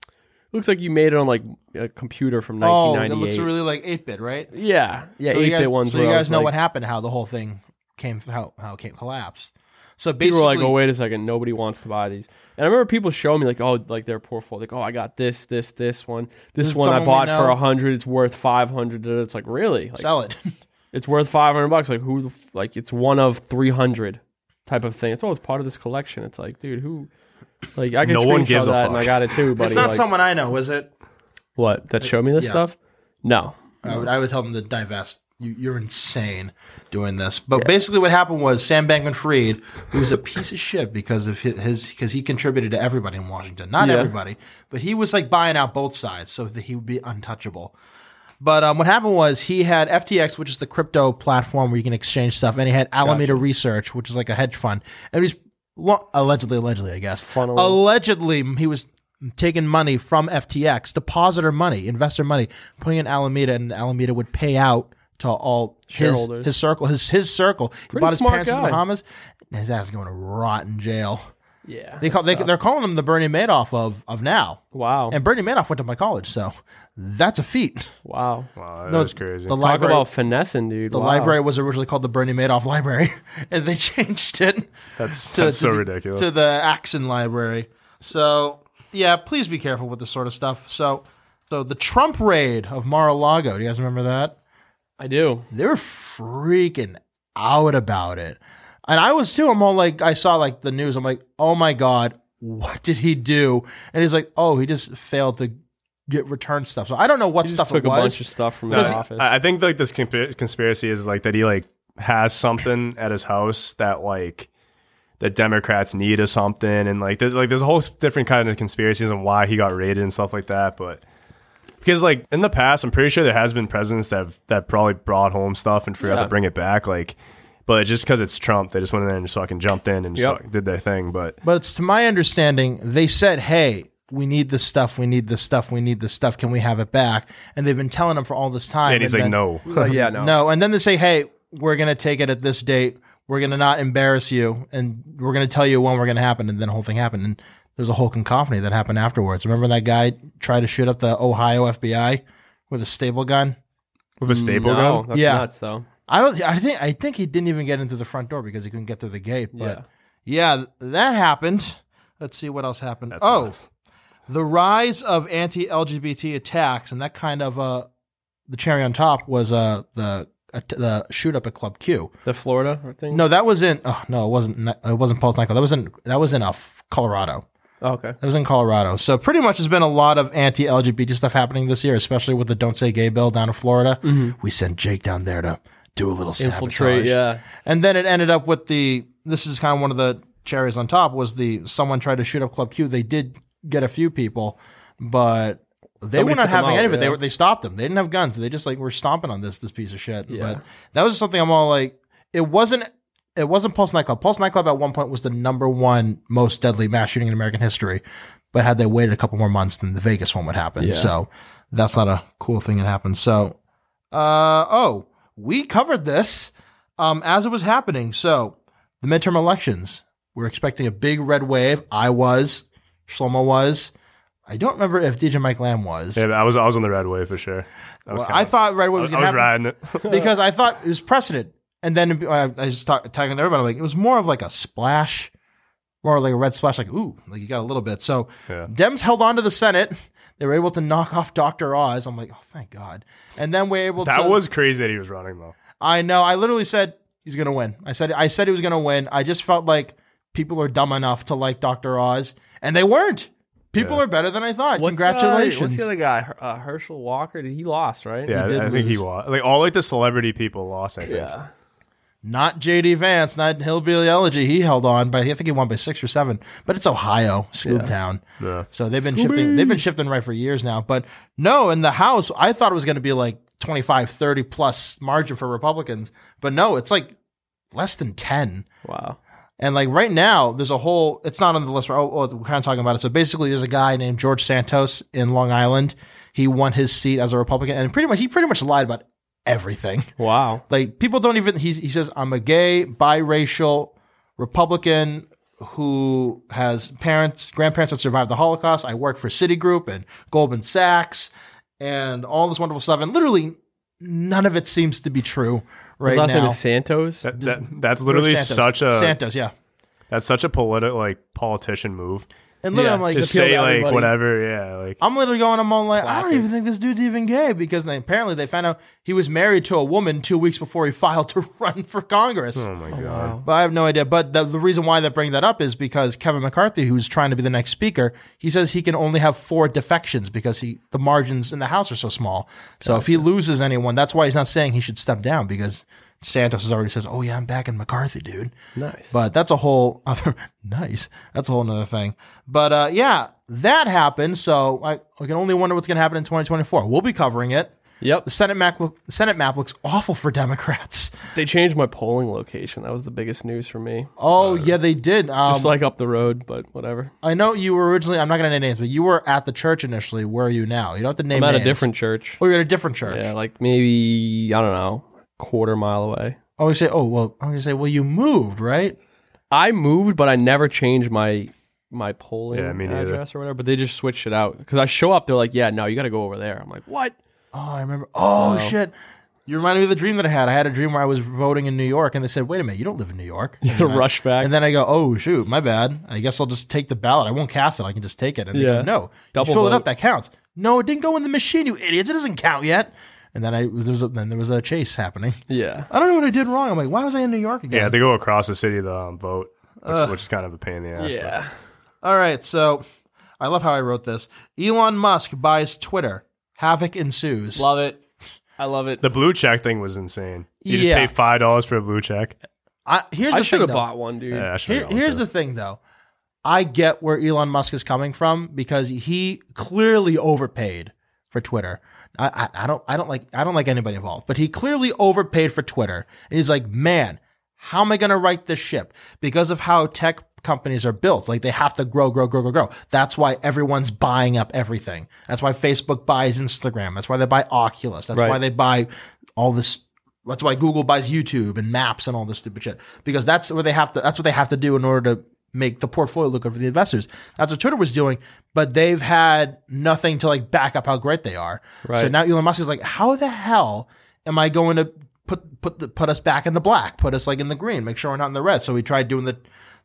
looks like you made it on like a computer from oh, it 1998. looks really like eight bit, right? yeah, yeah, so 8 you guys, bit ones. So where you I guys was know like, what happened, how the whole thing came, how how it came collapsed. So People basically, were like, "Oh wait a second, nobody wants to buy these." And I remember people showing me like, "Oh, like their portfolio, like oh, I got this, this, this one, this Is it one I someone we bought for know? a hundred. It's worth five hundred. It's like really, like, sell it. it's worth five hundred bucks. Like who, the f- like it's one of three hundred type of thing. It's oh, it's part of this collection. It's like, dude, who? Like I can No screenshot one gives a that, and I fuck. got it too, buddy. it's not like, someone I know, is it? What that showed me this yeah. stuff? No. I would, I would tell them to divest. You, you're insane doing this. But basically, what happened was Sam Bankman-Fried, who was a piece of shit because of hi- his because he contributed to everybody in Washington, not Yeah. everybody, but he was like buying out both sides so that he would be untouchable. But um, what happened was he had FTX, which is the crypto platform where you can exchange stuff, and he had Alameda Research, which is like a hedge fund, and he's well, allegedly, allegedly, I guess, Funneling. allegedly he was taking money from FTX, depositor money, investor money, putting in Alameda, and Alameda would pay out to all his, Shareholders. his circle, his his circle. he Pretty bought his smart parents in the guy. Bahamas. and His ass is going to rot in jail. Yeah. They call they, they're calling him the Bernie Madoff of of now. wow. And Bernie Madoff went to my college, so that's a feat. wow. Wow, that No, was crazy. The Talk library, about finessing, dude. the Wow. library was originally called the Bernie Madoff Library, and they changed it That's, to, that's so to the- ridiculous. to the Axon Library. So yeah, please be careful with this sort of stuff. So, so the Trump raid of Mar-a-Lago. Do you guys remember that? I do. they were freaking out about it. And I was too. I'm all like, I saw like the news. I'm like, oh my God, what did he do? And he's like, oh, he just failed to get return stuff. So I don't know what He just stuff took it a was. uh, bunch of stuff from No, his I- office. I, I think like this consp- conspiracy is like that he like has something at his house that like the Democrats need or something, and like there's like there's a whole s- different kind of conspiracies on why he got raided and stuff like that, but. Because like in the past, I'm pretty sure there has been presidents that that probably brought home stuff and forgot Yeah. to bring it back. Like, but just because it's Trump, they just went in there and just fucking jumped in and just Yep. fucking did their thing. But But it's to my understanding, they said, hey, we need this stuff. We need this stuff. We need this stuff. Can we have it back? And they've been telling him for all this time. and he's like, then- Oh, no, Like, yeah, no. No. And then they say, hey, we're going to take it at this date. We're going to not embarrass you. And we're going to tell you when we're going to happen. And then the whole thing happened. And there's a whole cacophony that happened afterwards. Remember that guy tried to shoot up the Ohio FBI with a staple gun? with a staple no, gun. That's Yeah. nuts, though. I don't. I think. I think he didn't even get into the front door because he couldn't get through the gate. But yeah, th- that happened. Let's see what else happened. That's oh, nuts. the rise of anti-LGBT attacks, and that kind of uh, the cherry on top was uh the at- the shoot up at Club Q. The Florida thing? No, that was in. Oh no, it wasn't. Ni- It wasn't Paul's nightclub. That was in. That was in uh, f- Colorado. Oh, okay. That was in Colorado. So pretty much, there's been a lot of anti-LGBT stuff happening this year, especially with the "Don't Say Gay" bill down in Florida. We sent Jake down there to do a little Mm-hmm. Infiltrate, sabotage. yeah. uh, And then it ended up with the this is kind of one of the cherries on top was the someone tried to shoot up Club Q. They did get a few people, but they Somebody were not took 'em having out, any of it. They yeah. were they stopped them. They didn't have guns. They just like were stomping on this this piece of shit. Yeah. But that was something I'm all like it wasn't it wasn't Pulse nightclub. Pulse nightclub at one point was the number one most deadly mass shooting in American history. But had they waited a couple more months, then the Vegas one would happen. Yeah. So that's not a cool thing that happened. So uh, oh, we covered this um, as it was happening. So the midterm elections, we're expecting a big red wave. I was, Shlomo was. I don't remember if DJ Mike Lamb was. Yeah, I was I was on the red way for sure. I was Well, kinda- I thought red wave was I going was to happen riding it. because I thought it was precedent. And then uh, I was just talk, talking to everybody, like it was more of like a splash, more like a red splash, like ooh, like you got a little bit. So Yeah. Dems held on to the Senate. They were able to knock off Dr. Oz. I'm like, oh, thank God. And then we're able That to. was crazy that he was running though. I know. I literally said he's gonna win. I said I said he was gonna win. I just felt like people are dumb enough to like Doctor Oz, and they weren't. People Yeah. are better than I thought. What's, uh, What's Congratulations. the other guy? Her- Uh, Herschel Walker? He lost, right? Yeah, did I think he lose. lost. Like all like the celebrity people lost. I think. Yeah. not JD Vance, not Hillbilly Elegy. He held on, but I think he won by six or seven. But it's Ohio, Scoobtown. Town. Yeah. So they've been shifting. They've been shifting right for years now. But no, in the House, I thought it was going to be like 25, 30 plus margin for Republicans. But no, it's like less than 10. Wow. And like right now, there's a whole. It's not on the list. Oh, oh, we're kind of talking about it. So basically, there's a guy named George Santos in Long Island. He won his seat as a Republican, and pretty much he pretty much lied about everything. Wow. Like people don't even. He he says I'm a gay, biracial Republican who has parents, grandparents that survived the Holocaust. I work for Citigroup and Goldman Sachs, and all this wonderful stuff. And literally, none of it seems to be true right His last name now. is Santos. That, that, that's literally Santos. such a Santos, yeah. that's such a political like politician move. And literally, Yeah, I'm like, Just appeal to say like everybody. whatever, yeah. Like I'm literally going. I'm all like, I don't Classic. even think this dude's even gay because they, apparently they found out he was married to a woman two weeks before he filed to run for Congress. oh my god, Wow. But I have no idea. But the, the reason why they bring that up is because Kevin McCarthy, who's trying to be the next speaker, he says he can only have four defections because he the margins in the House are so small. So if he loses anyone, that's why he's not saying he should step down because Santos has already says, "Oh yeah, I'm backing McCarthy, dude." Nice. But that's a whole other nice. That's a whole other thing. But uh, yeah, that happened. So I, I can only wonder what's going to happen in 2024. We'll be covering it. Yep. The Senate map, look, the Senate map looks awful for Democrats. They changed my polling location. That was the biggest news for me. Oh yeah, they did. Um, Just like up the road, but whatever. I know you were originally. I'm not gonna name names, but you were at the church initially. Where are you now? You don't have to name. I'm at a names. different church. Oh, you're at a different church. Yeah, like maybe I don't know, quarter mile away. Oh, you say. Oh well. I'm gonna say. Well, you moved, right? I moved, but I never changed my my polling Yeah, me neither. address or whatever. But they just switched it out because I show up. They're like, "Yeah, no, you got to go over there." I'm like, "What?" Oh, I remember. Oh So- shit. You reminded me of the dream that I had. I had a dream where I was voting in New York, and they said, "Wait a minute, you don't live in New York." You had to rush back. And then I go, oh shoot, my bad. I guess I'll just take the ballot. I won't cast it. I can just take it. And they Yeah. go, no, Double you fill it vote. up. That counts. No, it didn't go in the machine. You idiots! It doesn't count yet. And then I was there was a, then there was a chase happening. yeah, I don't know what I did wrong. I'm like, why was I in New York again? Yeah, they go across the city to um, vote, which, which is kind of a pain in the ass. but- yeah. All right, so I love how I wrote this. Elon Musk buys Twitter. Havoc ensues. Love it. I love it. The blue check thing was insane. You just Yeah. pay five dollars for a blue check. I, here's I the should thing, have though. bought one, dude. Yeah, I should Here, have gone here's too. the thing, though. I get where Elon Musk is coming from because he clearly overpaid for Twitter. I, I, I don't I don't like I don't like anybody involved, but he clearly overpaid for Twitter, and he's like, man, how am I going to right this ship because of how tech companies are built? Like they have to grow, grow, grow, grow, grow. That's why everyone's buying up everything. That's why Facebook buys Instagram. That's why they buy Oculus. That's Right. why they buy all this that's why Google buys YouTube and maps and all this stupid shit because that's what they have to. That's what they have to do in order to make the portfolio look good for the investors. That's what Twitter was doing, but they've had nothing to like back up how great they are. So Right. now Elon Musk is like, how the hell am I going to put put the, put us back in the black, put us like in the green, make sure we're not in the red? So he tried doing the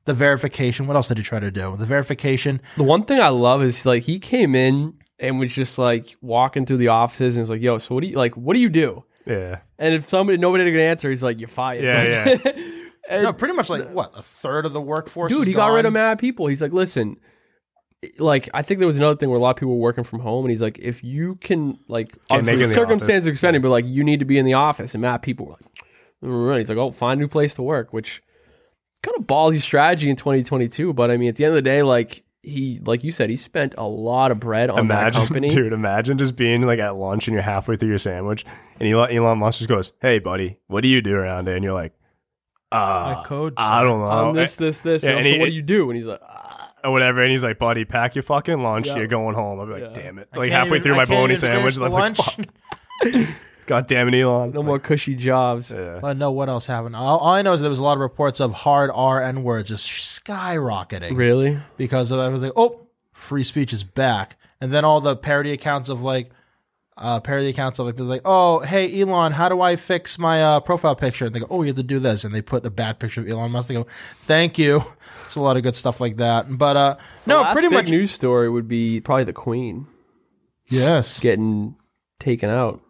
the verification. What else did he try to do? The verification. The one thing I love is like he came in and was just like walking through the offices and was like, "Yo, so what do you like? What do you do?" Yeah, And if somebody nobody could answer, he's like, "You're fired." Yeah, Like- and No, pretty much like what a third of the workforce. dude, is he got rid gone. of mad people. He's like, "Listen." Like I think there was another thing where a lot of people were working from home, and he's like, "If you can, like, obviously make it in the circumstances office. expanding, but like, you need to be in the office." And Matt, people were like, "Mm." "He's like, oh, find a new place to work," which kind of ballsy strategy in 2022. But I mean, at the end of the day, like he, like you said, he spent a lot of bread on that imagine, company. dude. Imagine just being like at lunch and you're halfway through your sandwich, and Elon, Elon Musk just goes, "Hey, buddy, what do you do around here?" And you're like, "Uh, I code I don't know, on "Um, this, this, this. yeah, and and so he- what do you do? And he's like, "Ah." or whatever." And he's like, "Buddy, pack your fucking lunch. Yeah. You're going home." I'd be like, Yeah. "Damn it!" I Like can't halfway even- through I my can't bologna even finish sandwich, the I'm like, lunch. "Fuck." "God damn it, Elon!" no more cushy jobs. Yeah. I don't know what else happened. All, all I know is there was a lot of reports of hard R N words just skyrocketing Really? because of everything. Oh, free speech is back, and then all the parody accounts of like uh, parody accounts of like, people like, oh, hey Elon, how do I fix my uh, profile picture? And they go, oh, you have to do this, and they put a bad picture of Elon Musk. They go, thank you. It's a lot of good stuff like that. But uh, The no, last pretty big much news story would be probably the Queen yes. getting taken out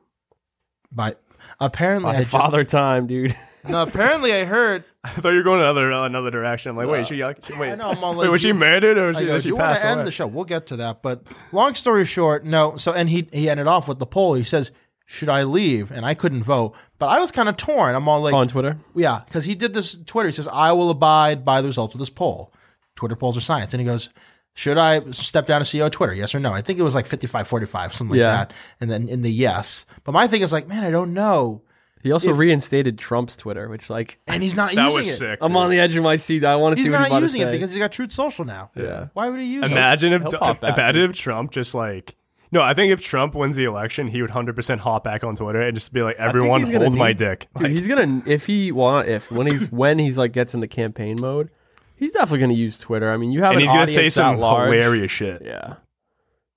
By apparently, by I just, Father Time, dude. no, apparently I heard. I thought you were going another another direction. I'm like, "Wait, she like, she- wait, I know, I'm all wait, like, was she you- murdered or was I she, go, was do she you want passed to end away?" the show? We'll get to that. But long story short, no. So and he he ended off with the poll. He says, "Should I leave?" And I couldn't vote, but I was kind of torn. I'm all like, on Twitter. yeah, because he did this Twitter. He says, "I will abide by the results of this poll." Twitter polls are science, and he goes. Should I step down as CEO of Twitter? Yes or no? I think it was like 55 45, something like Yeah. that. And then in the yes. But my thing is like, man, I don't know. He also reinstated Trump's Twitter, which like And he's not That using was it. sick. I'm dude. on the edge of my seat. I want to He's see what he's not about using to it say. because he's got Truth Social now. Yeah. Why would he use it? Imagine if he'll pop back, imagine if Trump just like no, I think if Trump wins the election, he would hundred percent hop back on Twitter and just be like, I think "Everyone, he's gonna hold my need- dick." Dude, Like, he's gonna if he want if when he's when he's like gets into campaign mode, he's definitely gonna use Twitter. I mean, you have and an he's gonna audience say some that large. hilarious shit. Yeah,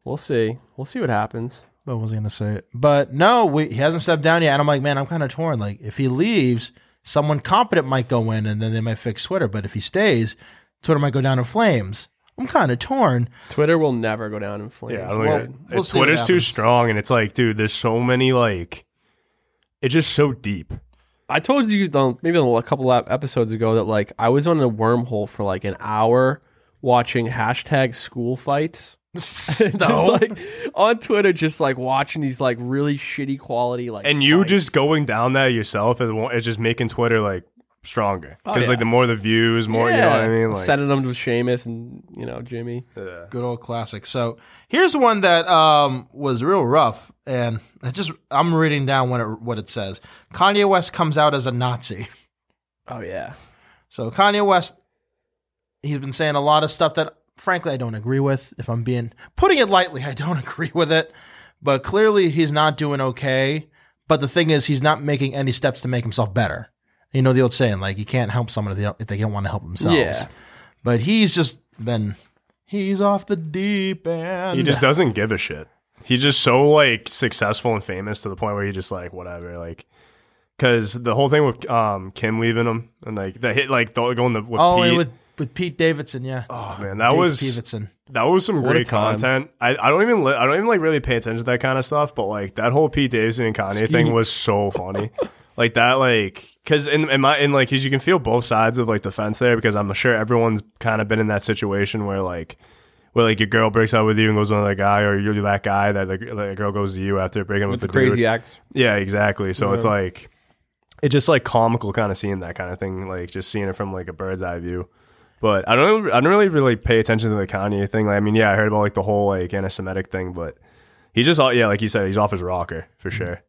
we'll see. We'll see what happens. But was he gonna say it? But no, we, he hasn't stepped down yet, and I'm like, man, I'm kind of torn. Like, if he leaves, someone competent might go in, and then they might fix Twitter. But if he stays, Twitter might go down in flames. I'm kind of torn. Twitter will never go down in flames. Yeah, I don't Well, think we'll it's- see what Twitter's too happens. strong, and it's like, dude, there's so many like, it's just so deep. I told you um, maybe a couple of episodes ago that like I was on a wormhole for like an hour watching hashtag school fights. just like on Twitter, just like watching these like really shitty quality like And you fights. just going down that yourself is one- is just making Twitter like stronger Oh, because yeah. like the more the views, more you know what I mean. Like, setting them with Sheamus and you know Jimmy. yeah. Good old classic. So here's one that um, was real rough, and I just I'm reading down what it what it says. Kanye West comes out as a Nazi. Oh yeah, So Kanye West, he's been saying a lot of stuff that, frankly, I don't agree with. If I'm being putting it lightly, I don't agree with it. But clearly, he's not doing okay. But the thing is, he's not making any steps to make himself better. You know the old saying, like you can't help someone if they don't, if they don't want to help themselves. Yeah. But he's just been, he's off the deep end. he just doesn't give a shit. He's just so like successful and famous to the point where he just like whatever like. Because the whole thing with um, Kim leaving him and like the hit like the, going the, with oh, and Pete, with with Pete Davidson, yeah. oh man that Pete was Davidson. That was some a great time. content. I, I don't even li- I don't even like really pay attention to that kind of stuff, but like that whole Pete Davidson and Kanye thing was so funny. like that like because in, in my in like 'cause you can feel both sides of like the fence there because I'm sure everyone's kind of been in that situation where like where like your girl breaks up with you and goes on that guy or you're that guy that like, the girl goes to you after breaking up with, with the the, dude. crazy acts. Yeah, exactly. So it's like it's just like comical kind of seeing that kind of thing, like just seeing it from like a bird's eye view. But I don't I don't really really pay attention to the Kanye thing. Like, I mean, yeah, I heard about like the whole like anti-Semitic thing, but he's just all yeah, like you said, he's off his rocker for sure.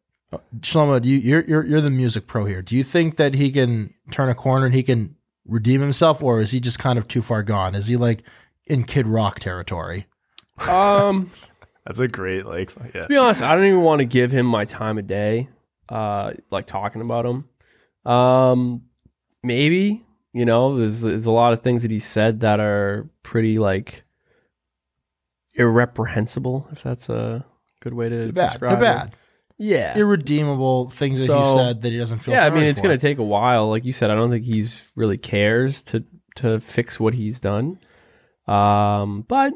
Shlomo, do you, you're you're you're the music pro here. Do you think that he can turn a corner and he can redeem himself, or is he just kind of too far gone? Is he like in Kid Rock territory? Um, That's a great like yeah. to be honest, I don't even want to give him my time of day. Uh, like talking about him. Um, maybe you know, there's there's a lot of things that he said that are pretty like irreprehensible, if that's a good way to Too bad, describe too bad. it. Yeah, Irredeemable things that he So- said that he doesn't feel. yeah. I sorry mean, it's for. gonna take a while, like you said. I don't think he's really cares to to fix what he's done. Um, but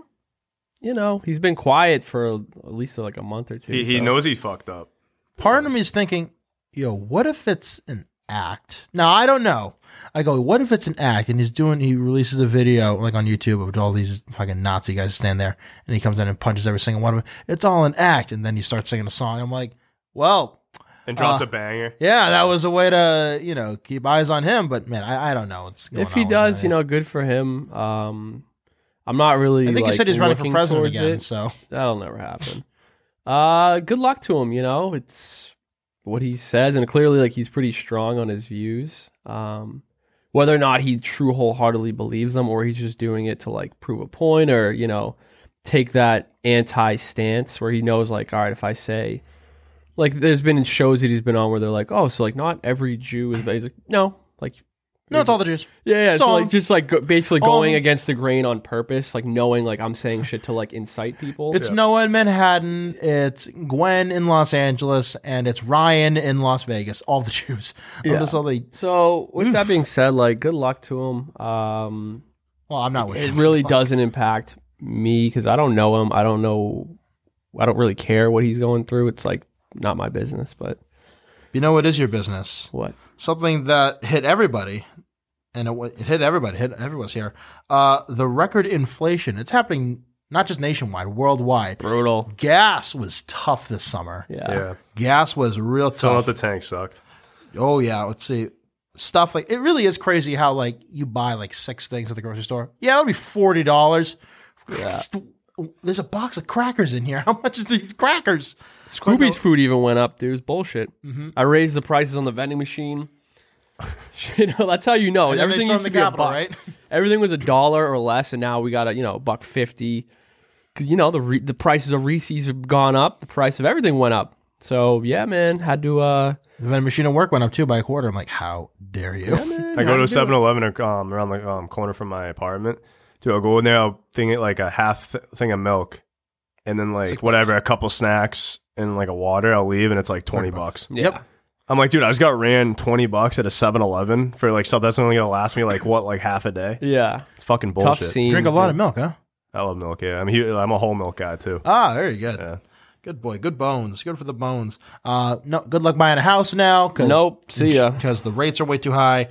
you know, he's been quiet for at least like a month or two. He, he so- knows he fucked up. Part of me is thinking, yo, what if it's an act? Now I don't know. I go, what if it's an act? And he's doing, he releases a video like on YouTube of all these fucking Nazi guys stand there, and he comes in and punches every single one of them. It's all an act, and then he starts singing a song. I'm like, well. And drops Uh, a banger. Yeah, that was a way to you know keep eyes on him. But man, I, I don't know what's going if he on with does, that. you know, good for him. Um, I'm not really. I think like, he said he's running for looking president towards again. it. So That'll never happen. uh, good luck to him. You know, it's what he says, and clearly, like he's pretty strong on his views. Um, whether or not he true wholeheartedly believes them, or he's just doing it to like prove a point, or you know, take that anti stance where he knows, like, all right, if I say. Like there's been shows that he's been on where they're like, oh, so like not every Jew is basic. No, like no, it's all the Jews. yeah, yeah. So Um, like, just like go, basically going um, against the grain on purpose, like knowing like I'm saying shit to like incite people. It's Noah in Manhattan. It's Gwen in Los Angeles, and it's Ryan in Las Vegas. All the Jews. I'm Yeah. just all the. so Mm. with that being said, like good luck to him. Um, Well, I'm not wishing. it him really good luck. doesn't impact me because I don't know him. I don't know. I don't really care what he's going through. It's like not my business. But You know what is your business? what? Something that hit everybody, and it, wa- it hit everybody. Hit everyone's here. Uh, the record inflation. It's happening not just nationwide, worldwide. Brutal. Gas was tough this summer. Yeah. Yeah. Gas was real Filling tough. up the tank sucked. Oh yeah, let's see. Stuff like it really is crazy how like you buy like six things at the grocery store. Yeah, that'll be forty dollars. There's a box of crackers in here. How much is these crackers? Scooby's food even went up, dude. It was bullshit. Mm-hmm. I raised the prices on the vending machine. you know, that's how you know. And then they Everything stormed used the to be a Capitol, buck. right? Everything was a dollar or less, and now we got a you know a buck fifty. Because you know the re- the prices of Reese's have gone up. The price of everything went up. So yeah, man, had to uh, The vending machine at work went up too by a quarter. I'm like, how dare you? I go to a 7 Eleven um, around the um, corner from my apartment. Dude, I'll go in there, I'll thing it like a half th- thing of milk and then like Six whatever, a couple snacks and like a water. I'll leave and it's like 20 bucks. yeah. oh- Yep. I'm like, dude, I just got ran 20 bucks at a 7 Eleven for like stuff that's only going to last me like what, like half a day? yeah, It's fucking tough bullshit. scene. Drink a lot of milk, huh? I love milk, yeah. I mean, he- I'm a whole milk guy too. Ah, very good. Yeah. Good boy. Good bones. Good for the bones. Uh, no, good luck buying a house now. Cause, Nope. See ya. Because the rates are way too high.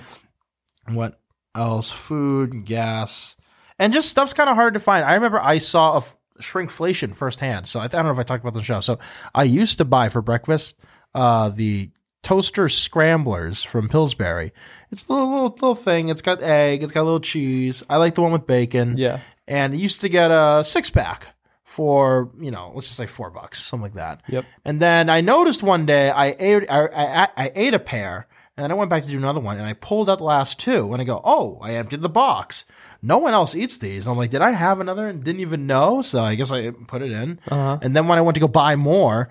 What else? Food, gas, and just stuff's kind of hard to find. I remember I saw a f- shrinkflation firsthand. So I, th- I don't know if I talked about the show. So I used to buy for breakfast uh, the toaster scramblers from Pillsbury. It's a little, little little thing. It's got egg. It's got a little cheese. I like the one with bacon. Yeah. And I used to get a six pack for you know let's just say four bucks, something like that. Yep. And then I noticed one day I ate I, I, I ate a pair, and then I went back to do another one, and I pulled out the last two, and I go, oh, I emptied the box. No one else eats these. And I'm like, did I have another and didn't even know? So I guess I put it in. Uh-huh. And then when I went to go buy more,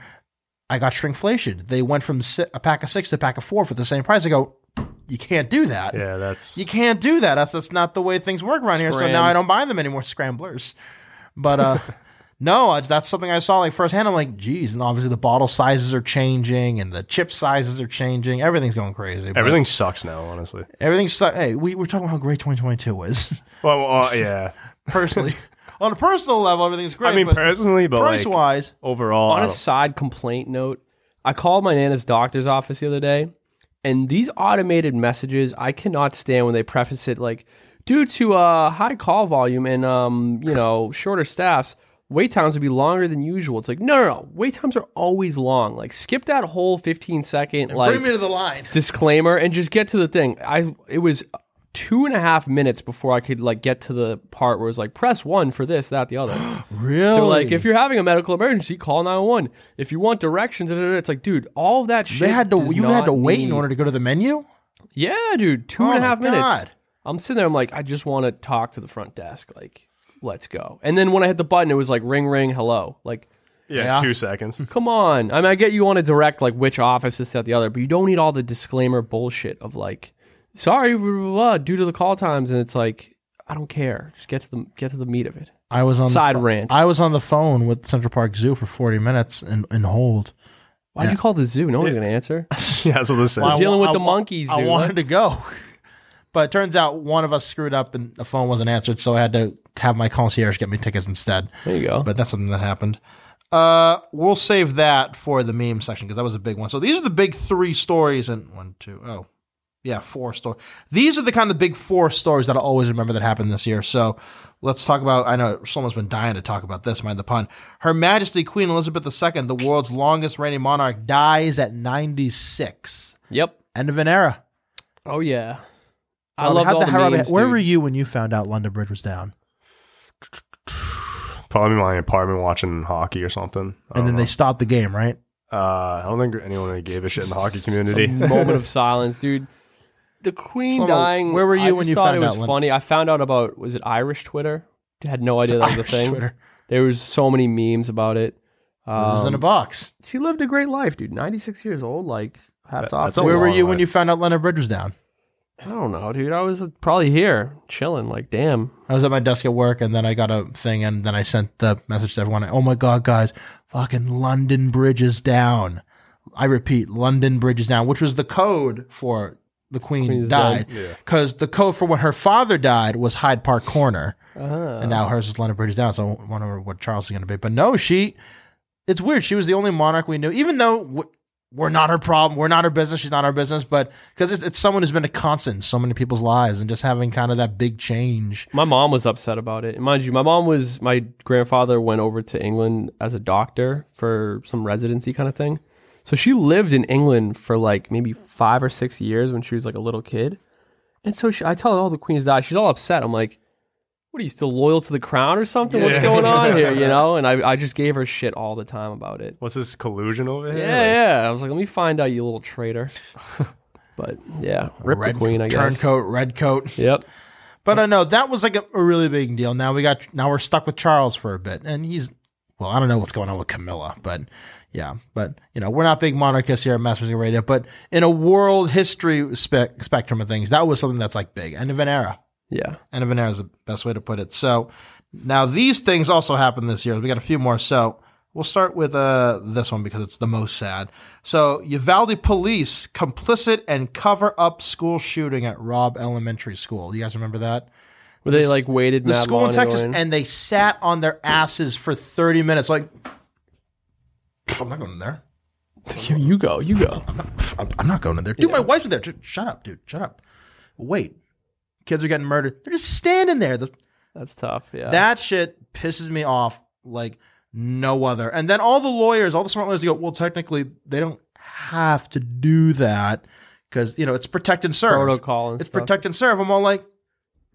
I got shrinkflation. They went from si- a pack of six to a pack of four for the same price. I go, you can't do that. Yeah, that's You can't do that. That's that's not the way things work around here. So now I Scrams. don't buy them anymore. Scramblers, but uh, no, I- that's something I saw like firsthand. I'm like, geez, and obviously the bottle sizes are changing and the chip sizes are changing. Everything's going crazy. but everything sucks now, honestly. Everything's. su- Hey, we were talking about how great 2022 was. Well, well, uh, yeah. Personally, on a personal level, everything's great. I mean, but personally, but price like wise, overall, I On a don't- side complaint note, I called my nana's doctor's office the other day, and these automated messages I cannot stand when they preface it like, due to uh, high call volume and um, you know shorter staffs, wait times would be longer than usual. It's like no, no, no, wait times are always long. Like skip that whole fifteen second like bring me to the line. disclaimer and just get to the thing. I it was two and a half minutes before I could like get to the part where it was like press one for this, that, the other. Really? They're like, if you're having a medical emergency, call 911. If you want directions, da, da, da. it's like, dude, all of that shit. they had to. does You not had to wait in need- order to go to the menu. Oh Yeah, dude, two and a my half God. minutes. I'm sitting there. I'm like, I just want to talk to the front desk. Like, let's go. And then when I hit the button, it was like, ring, ring, hello. Like, yeah, Yeah. two seconds. come on. I mean, I get you want to direct like which office this that the other, but you don't need all the disclaimer bullshit of like, sorry, blah, blah, blah, due to the call times. And it's like, I don't care. Just get to the get to the meat of it. I was on Side the, pho- rant. I was on the phone with Central Park Zoo for 40 minutes and, and hold. Why'd you call the zoo? No one's gonna answer. yeah, that's what this is. dealing wa- with the wa- monkeys, I dude. wanted to go, but it turns out one of us screwed up and the phone wasn't answered, so I had to have my concierge get me tickets instead. There you go. But that's something that happened. Uh, we'll save that for the meme section because that was a big one. So these are the big three stories and one, two, oh, yeah, four stories. These are the kind of big four stories that I always remember that happened this year. So let's talk about. I know someone's been dying to talk about this. Mind the pun. Her Majesty Queen Elizabeth II, the world's longest reigning monarch, dies at 96. yep. End of an era. Oh yeah, I Robert, love how'd all the, that- Robert, memes. Where dude. were you when you found out London Bridge was down? Probably my apartment watching hockey or something. I And then don't they Uh-huh. stopped the game, right? know. uh, I don't think anyone really gave a shit in the hockey community. A moment of silence, dude. The Queen Shlomo, dying. where were you I when just you thought found it was out when- funny? I found out about was it Irish Twitter? I had no idea that was Irish a thing. Twitter. There was so many memes about it. this is in a Um, box. she lived a great life, dude. Ninety six years old. Like hats That- off. that's to a her. Where were long you when life. you found out London Bridge was down? I don't know, dude. I was probably here chilling. Like damn. I was at my desk at work, and then I got a thing, and then I sent the message to everyone. Oh my god, guys! Fucking London Bridge is down. I repeat, London Bridge is down, which was the code for the Queen Queen's died, dead. Yeah. because the code for when her father died was Hyde Park Corner, Uh, and now hers is London Bridge is down. So I wonder what Charles is going to be. But no, she. It's weird. She was the only monarch we knew, even though. W- we're not her problem. We're not her business. She's not our business. But because it's, it's someone who's been a constant in so many people's lives and just having kind of that big change. My mom was upset about it. And mind you, my mom was my grandfather went over to England as a doctor for some residency kind of thing. So she lived in England for like maybe five or six years when she was like a little kid. And so she, I tell her all the queens died. She's all upset. I'm like, what are you still loyal to the crown or something? What's Yeah. going on here? You know? And I, I just gave her shit all the time about it. What's this collusion over here? Like, Yeah, yeah. I was like, let me find out, you little traitor. But yeah, rip red the queen, I guess. Turncoat, red coat. Yep. But I know that was like a, a really big deal. Now we got now we're stuck with Charles for a bit, and he's well, I don't know what's going on with Camilla, but yeah, but you know we're not big monarchists here at Masters of Radio, but in a world history spec spectrum of things, that was something that's like big end of an era. Yeah. End of an era is the best way to put it. So now these things also happened this year. We got a few more. So we'll start with uh, this one because it's the most sad. So Uvalde police complicit and cover up school shooting at Robb Elementary School. You guys remember that? Where they like waited The mad school long in to go Texas, in. and they sat on their asses for 30 minutes. Like, I'm not going in there. You, you go, you go. I'm, I'm not going in there. Dude, my wife's in there. Just shut up, dude. Shut up. Wait. Kids are getting murdered. They're just standing there. The, That's tough. Yeah. That shit pisses me off like no other. And then all the lawyers, all the smart lawyers, they go, well, technically, they don't have to do that because you know it's protect and serve. protocol and it's stuff. protect and serve. I'm all like,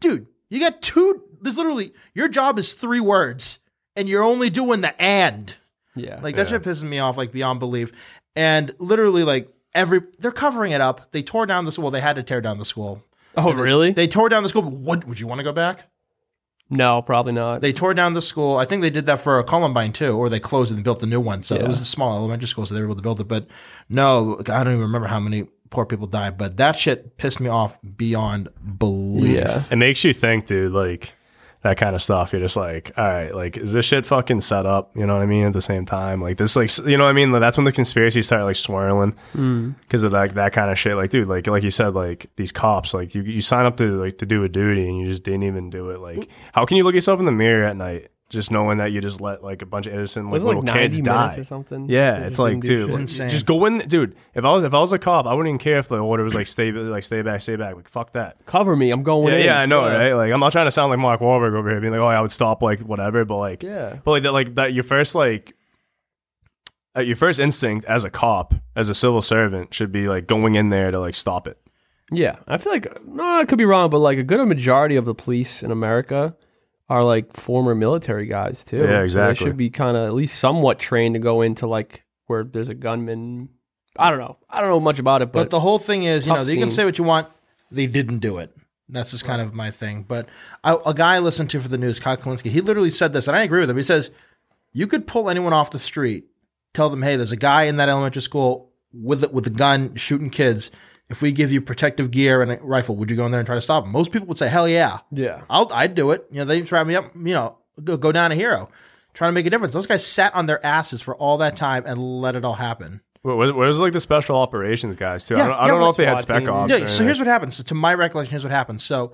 dude, you got two. There's literally your job is three words, and you're only doing the and. Yeah. Like that shit pisses me off like beyond belief. And literally like every they're covering it up. They tore down the school. They had to tear down the school. oh, really? They tore down the school. But what would you want to go back? no, probably not. They tore down the school. I think they did that for Columbine too, or they closed it and built a new one. So it Yeah. was a small elementary school, so they were able to build it. But no, I don't even remember how many poor people died. But that shit pissed me off beyond belief. yeah. It makes you think, dude, like that kind of stuff. You're just like, all right, like, is this shit fucking set up? You know what I mean? At the same time, like, this, like, s- you know what I mean? Like, that's when the conspiracies start like swirling Mm. because of like that kind of shit. Like, dude, like, like you said, like these cops, like you, you sign up to like to do a duty and you just didn't even do it. Like, how can you look yourself in the mirror at night just knowing that you just let like a bunch of innocent like Was it like little 90 kids minutes die? or something? They Yeah, just it's like, didn't do dude, shit. like, Insane. just go in, dude. If I was if I was a cop, I wouldn't even care if the order was like stay, like stay back, stay back. Like, fuck that. cover me. I'm going Yeah, in. yeah, I know, right? Like, I'm not trying to sound like Mark Wahlberg over here, being like, "Oh, I would stop, like, whatever." But like, Yeah. but like that, like that, your first like, uh, your first instinct as a cop, as a civil servant, should be like going in there to like stop it. Yeah. I feel like no, I could be wrong, but like a good majority of the police in America are like former military guys too. Yeah, So exactly. they should be kind of at least somewhat trained to go into like where there's a gunman. I don't know. I don't know much about it, But but, the whole thing is, you know, Tough you can scene. say what you want. They didn't do it. That's just kind of my thing. But I, a guy I listened to for the news, Kyle Kalinske, he literally said this, and I agree with him. He says, "You could pull anyone off the street, tell them, hey, there's a guy in that elementary school with a- with a gun shooting kids. If we give you protective gear and a rifle, would you go in there and try to stop him?" Most people would say, "Hell yeah, yeah. I'll I'd do it." You know, they try me up. You know, go, go down a hero, trying to make a difference. Those guys sat on their asses for all that time and let it all happen. Where, where- where's like the special operations guys too? Yeah, I don't, yeah, I don't know like if they had SWAT spec team. ops. Yeah. or So anything. here's what happens. to my recollection, here's what happened. So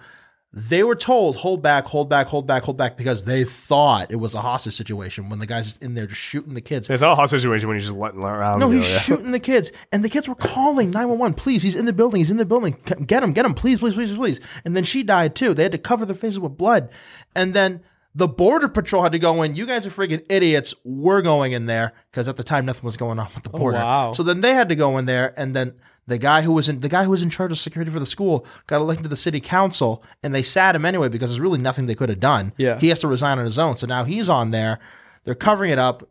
they were told hold back, hold back, hold back, hold back because they thought it was a hostage situation when the guy's just in there just shooting the kids. it's not a hot situation when you're just letting around. No, go, he's yeah. shooting the kids, and the kids were calling nine one one. Please, he's in the building. He's in the building. C- Get him, get him, please, please, please, please. And then she died too. They had to cover their faces with blood, and then the border patrol had to go in. You guys are freaking idiots. We're going in there because at the time nothing was going on with the border. Oh, wow. So then they had to go in there, and then the guy who was in the guy who was in charge of security for the school got elected to the city council, and they sat him anyway because there's really nothing they could have done. Yeah. he has to resign on his own. So now he's on there. They're covering it up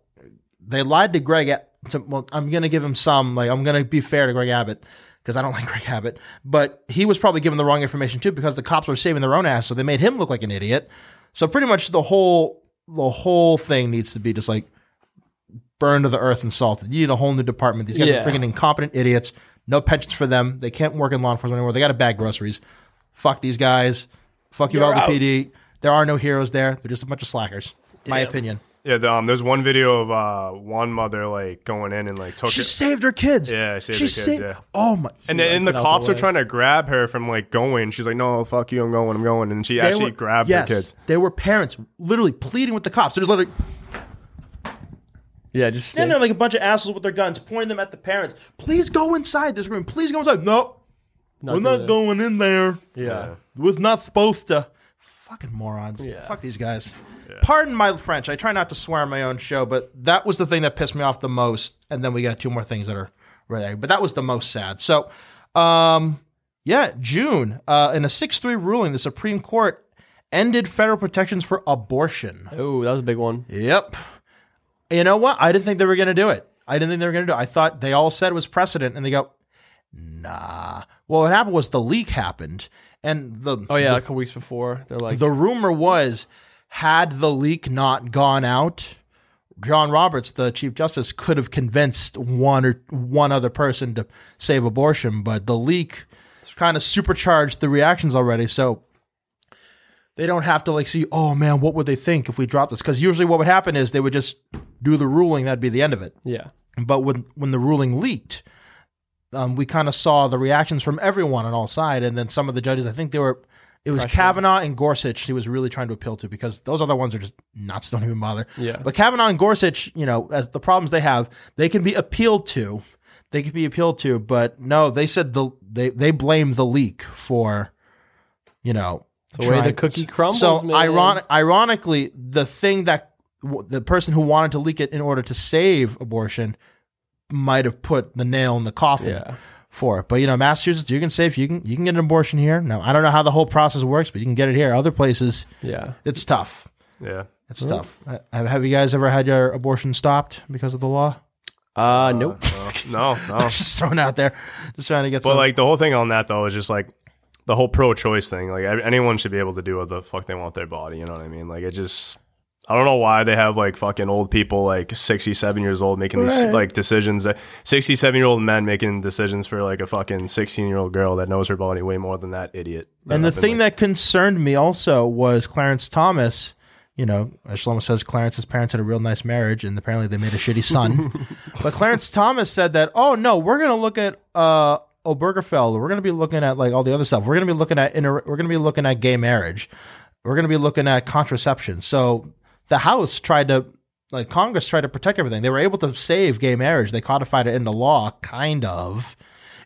they lied to Greg. A- To, well, I'm gonna give him some. Like I'm gonna be fair to Greg Abbott because I don't like Greg Abbott, but he was probably given the wrong information too because the cops were saving their own ass, so they made him look like an idiot. So pretty much the whole the whole thing needs to be just like burned to the earth and salted. You need a whole new department. These guys Yeah. are freaking incompetent idiots. No pensions for them. They can't work in law enforcement anymore. They got to bag groceries. Fuck these guys. Fuck you, You're all the out. PD. There are no heroes there. They're just a bunch of slackers. My Damn. opinion. Yeah, the, um, there's one video of uh, one mother like going in and like took She it. saved her kids. Yeah, saved she her kids, saved. yeah. Oh my! And then and the out the cops are way. trying to grab her from like going. She's like, "No, fuck you, I'm going, I'm going." And she They actually were- grabs yes, her kids. There were parents literally pleading with the cops. They're just literally Yeah, just standing there like a bunch of assholes with their guns, pointing them at the parents. Please go inside this room. Please go inside. No, we're not going in there. Yeah. We're not supposed to. Fucking morons. Yeah. Fuck these guys. Pardon my French. I try not to swear on my own show, but that was the thing that pissed me off the most. And then we got two more things that are related, but that was the most sad. So, um, yeah, June. Uh, in a 6 3 ruling, the Supreme Court ended federal protections for abortion. Oh, that was a big one. Yep. You know what? I didn't think they were going to do it. I didn't think they were going to do it. I thought they all said it was precedent, and they go, nah. Well, what happened was the leak happened, and the Oh yeah, a couple weeks before they're like, the rumor was, had the leak not gone out, John Roberts, the Chief Justice, could have convinced one or one other person to save abortion, but the leak kind of supercharged the reactions already. So they don't have to like see, oh man, what would they think if we dropped this? Because usually what would happen is they would just do the ruling, that'd be the end of it. yeah, But when when the ruling leaked, um, we kind of saw the reactions from everyone on all sides, and then some of the judges. I think they were. It was Kavanaugh and Gorsuch. He was really trying to appeal to because those other ones are just nuts. Don't even bother. Yeah. But Kavanaugh and Gorsuch, you know, as the problems they have, they can be appealed to. They can be appealed to, but no, they said the they they blame the leak for, you know, the way the cookie crumbles. so man. ironic, ironically, the thing that w- the person who wanted to leak it in order to save abortion might have put the nail in the coffin Yeah. for it. But you know, Massachusetts, you can say if you can you can get an abortion here. Now I don't know how the whole process works, but you can get it here. Other places, Yeah. it's tough. Yeah. It's tough. Uh, Have you guys ever had your abortion stopped because of the law? Uh, nope. No, no. just thrown out there, just trying to get. But some, like the whole thing on that though is just like the whole pro-choice thing. Like ev- anyone should be able to do what the fuck they want with their body. You know what I mean? Like it just. I don't know why they have like fucking old people like 67 years old making these Right. like decisions that 67 year old men making decisions for like a fucking 16 year old girl that knows her body way more than that idiot. and the thing that concerned me also was Clarence Thomas. You know, as Shlomo says, Clarence's parents had a real nice marriage, and apparently they made a shitty son. but Clarence Thomas said that, oh no, we're going to look at uh, Obergefell. We're going to be looking at like all the other stuff. We're going to be looking at inter- we're going to be looking at gay marriage. We're going to be looking at contraception. So the House tried to like Congress tried to protect everything. They were able to save gay marriage. They codified it into law, kind of.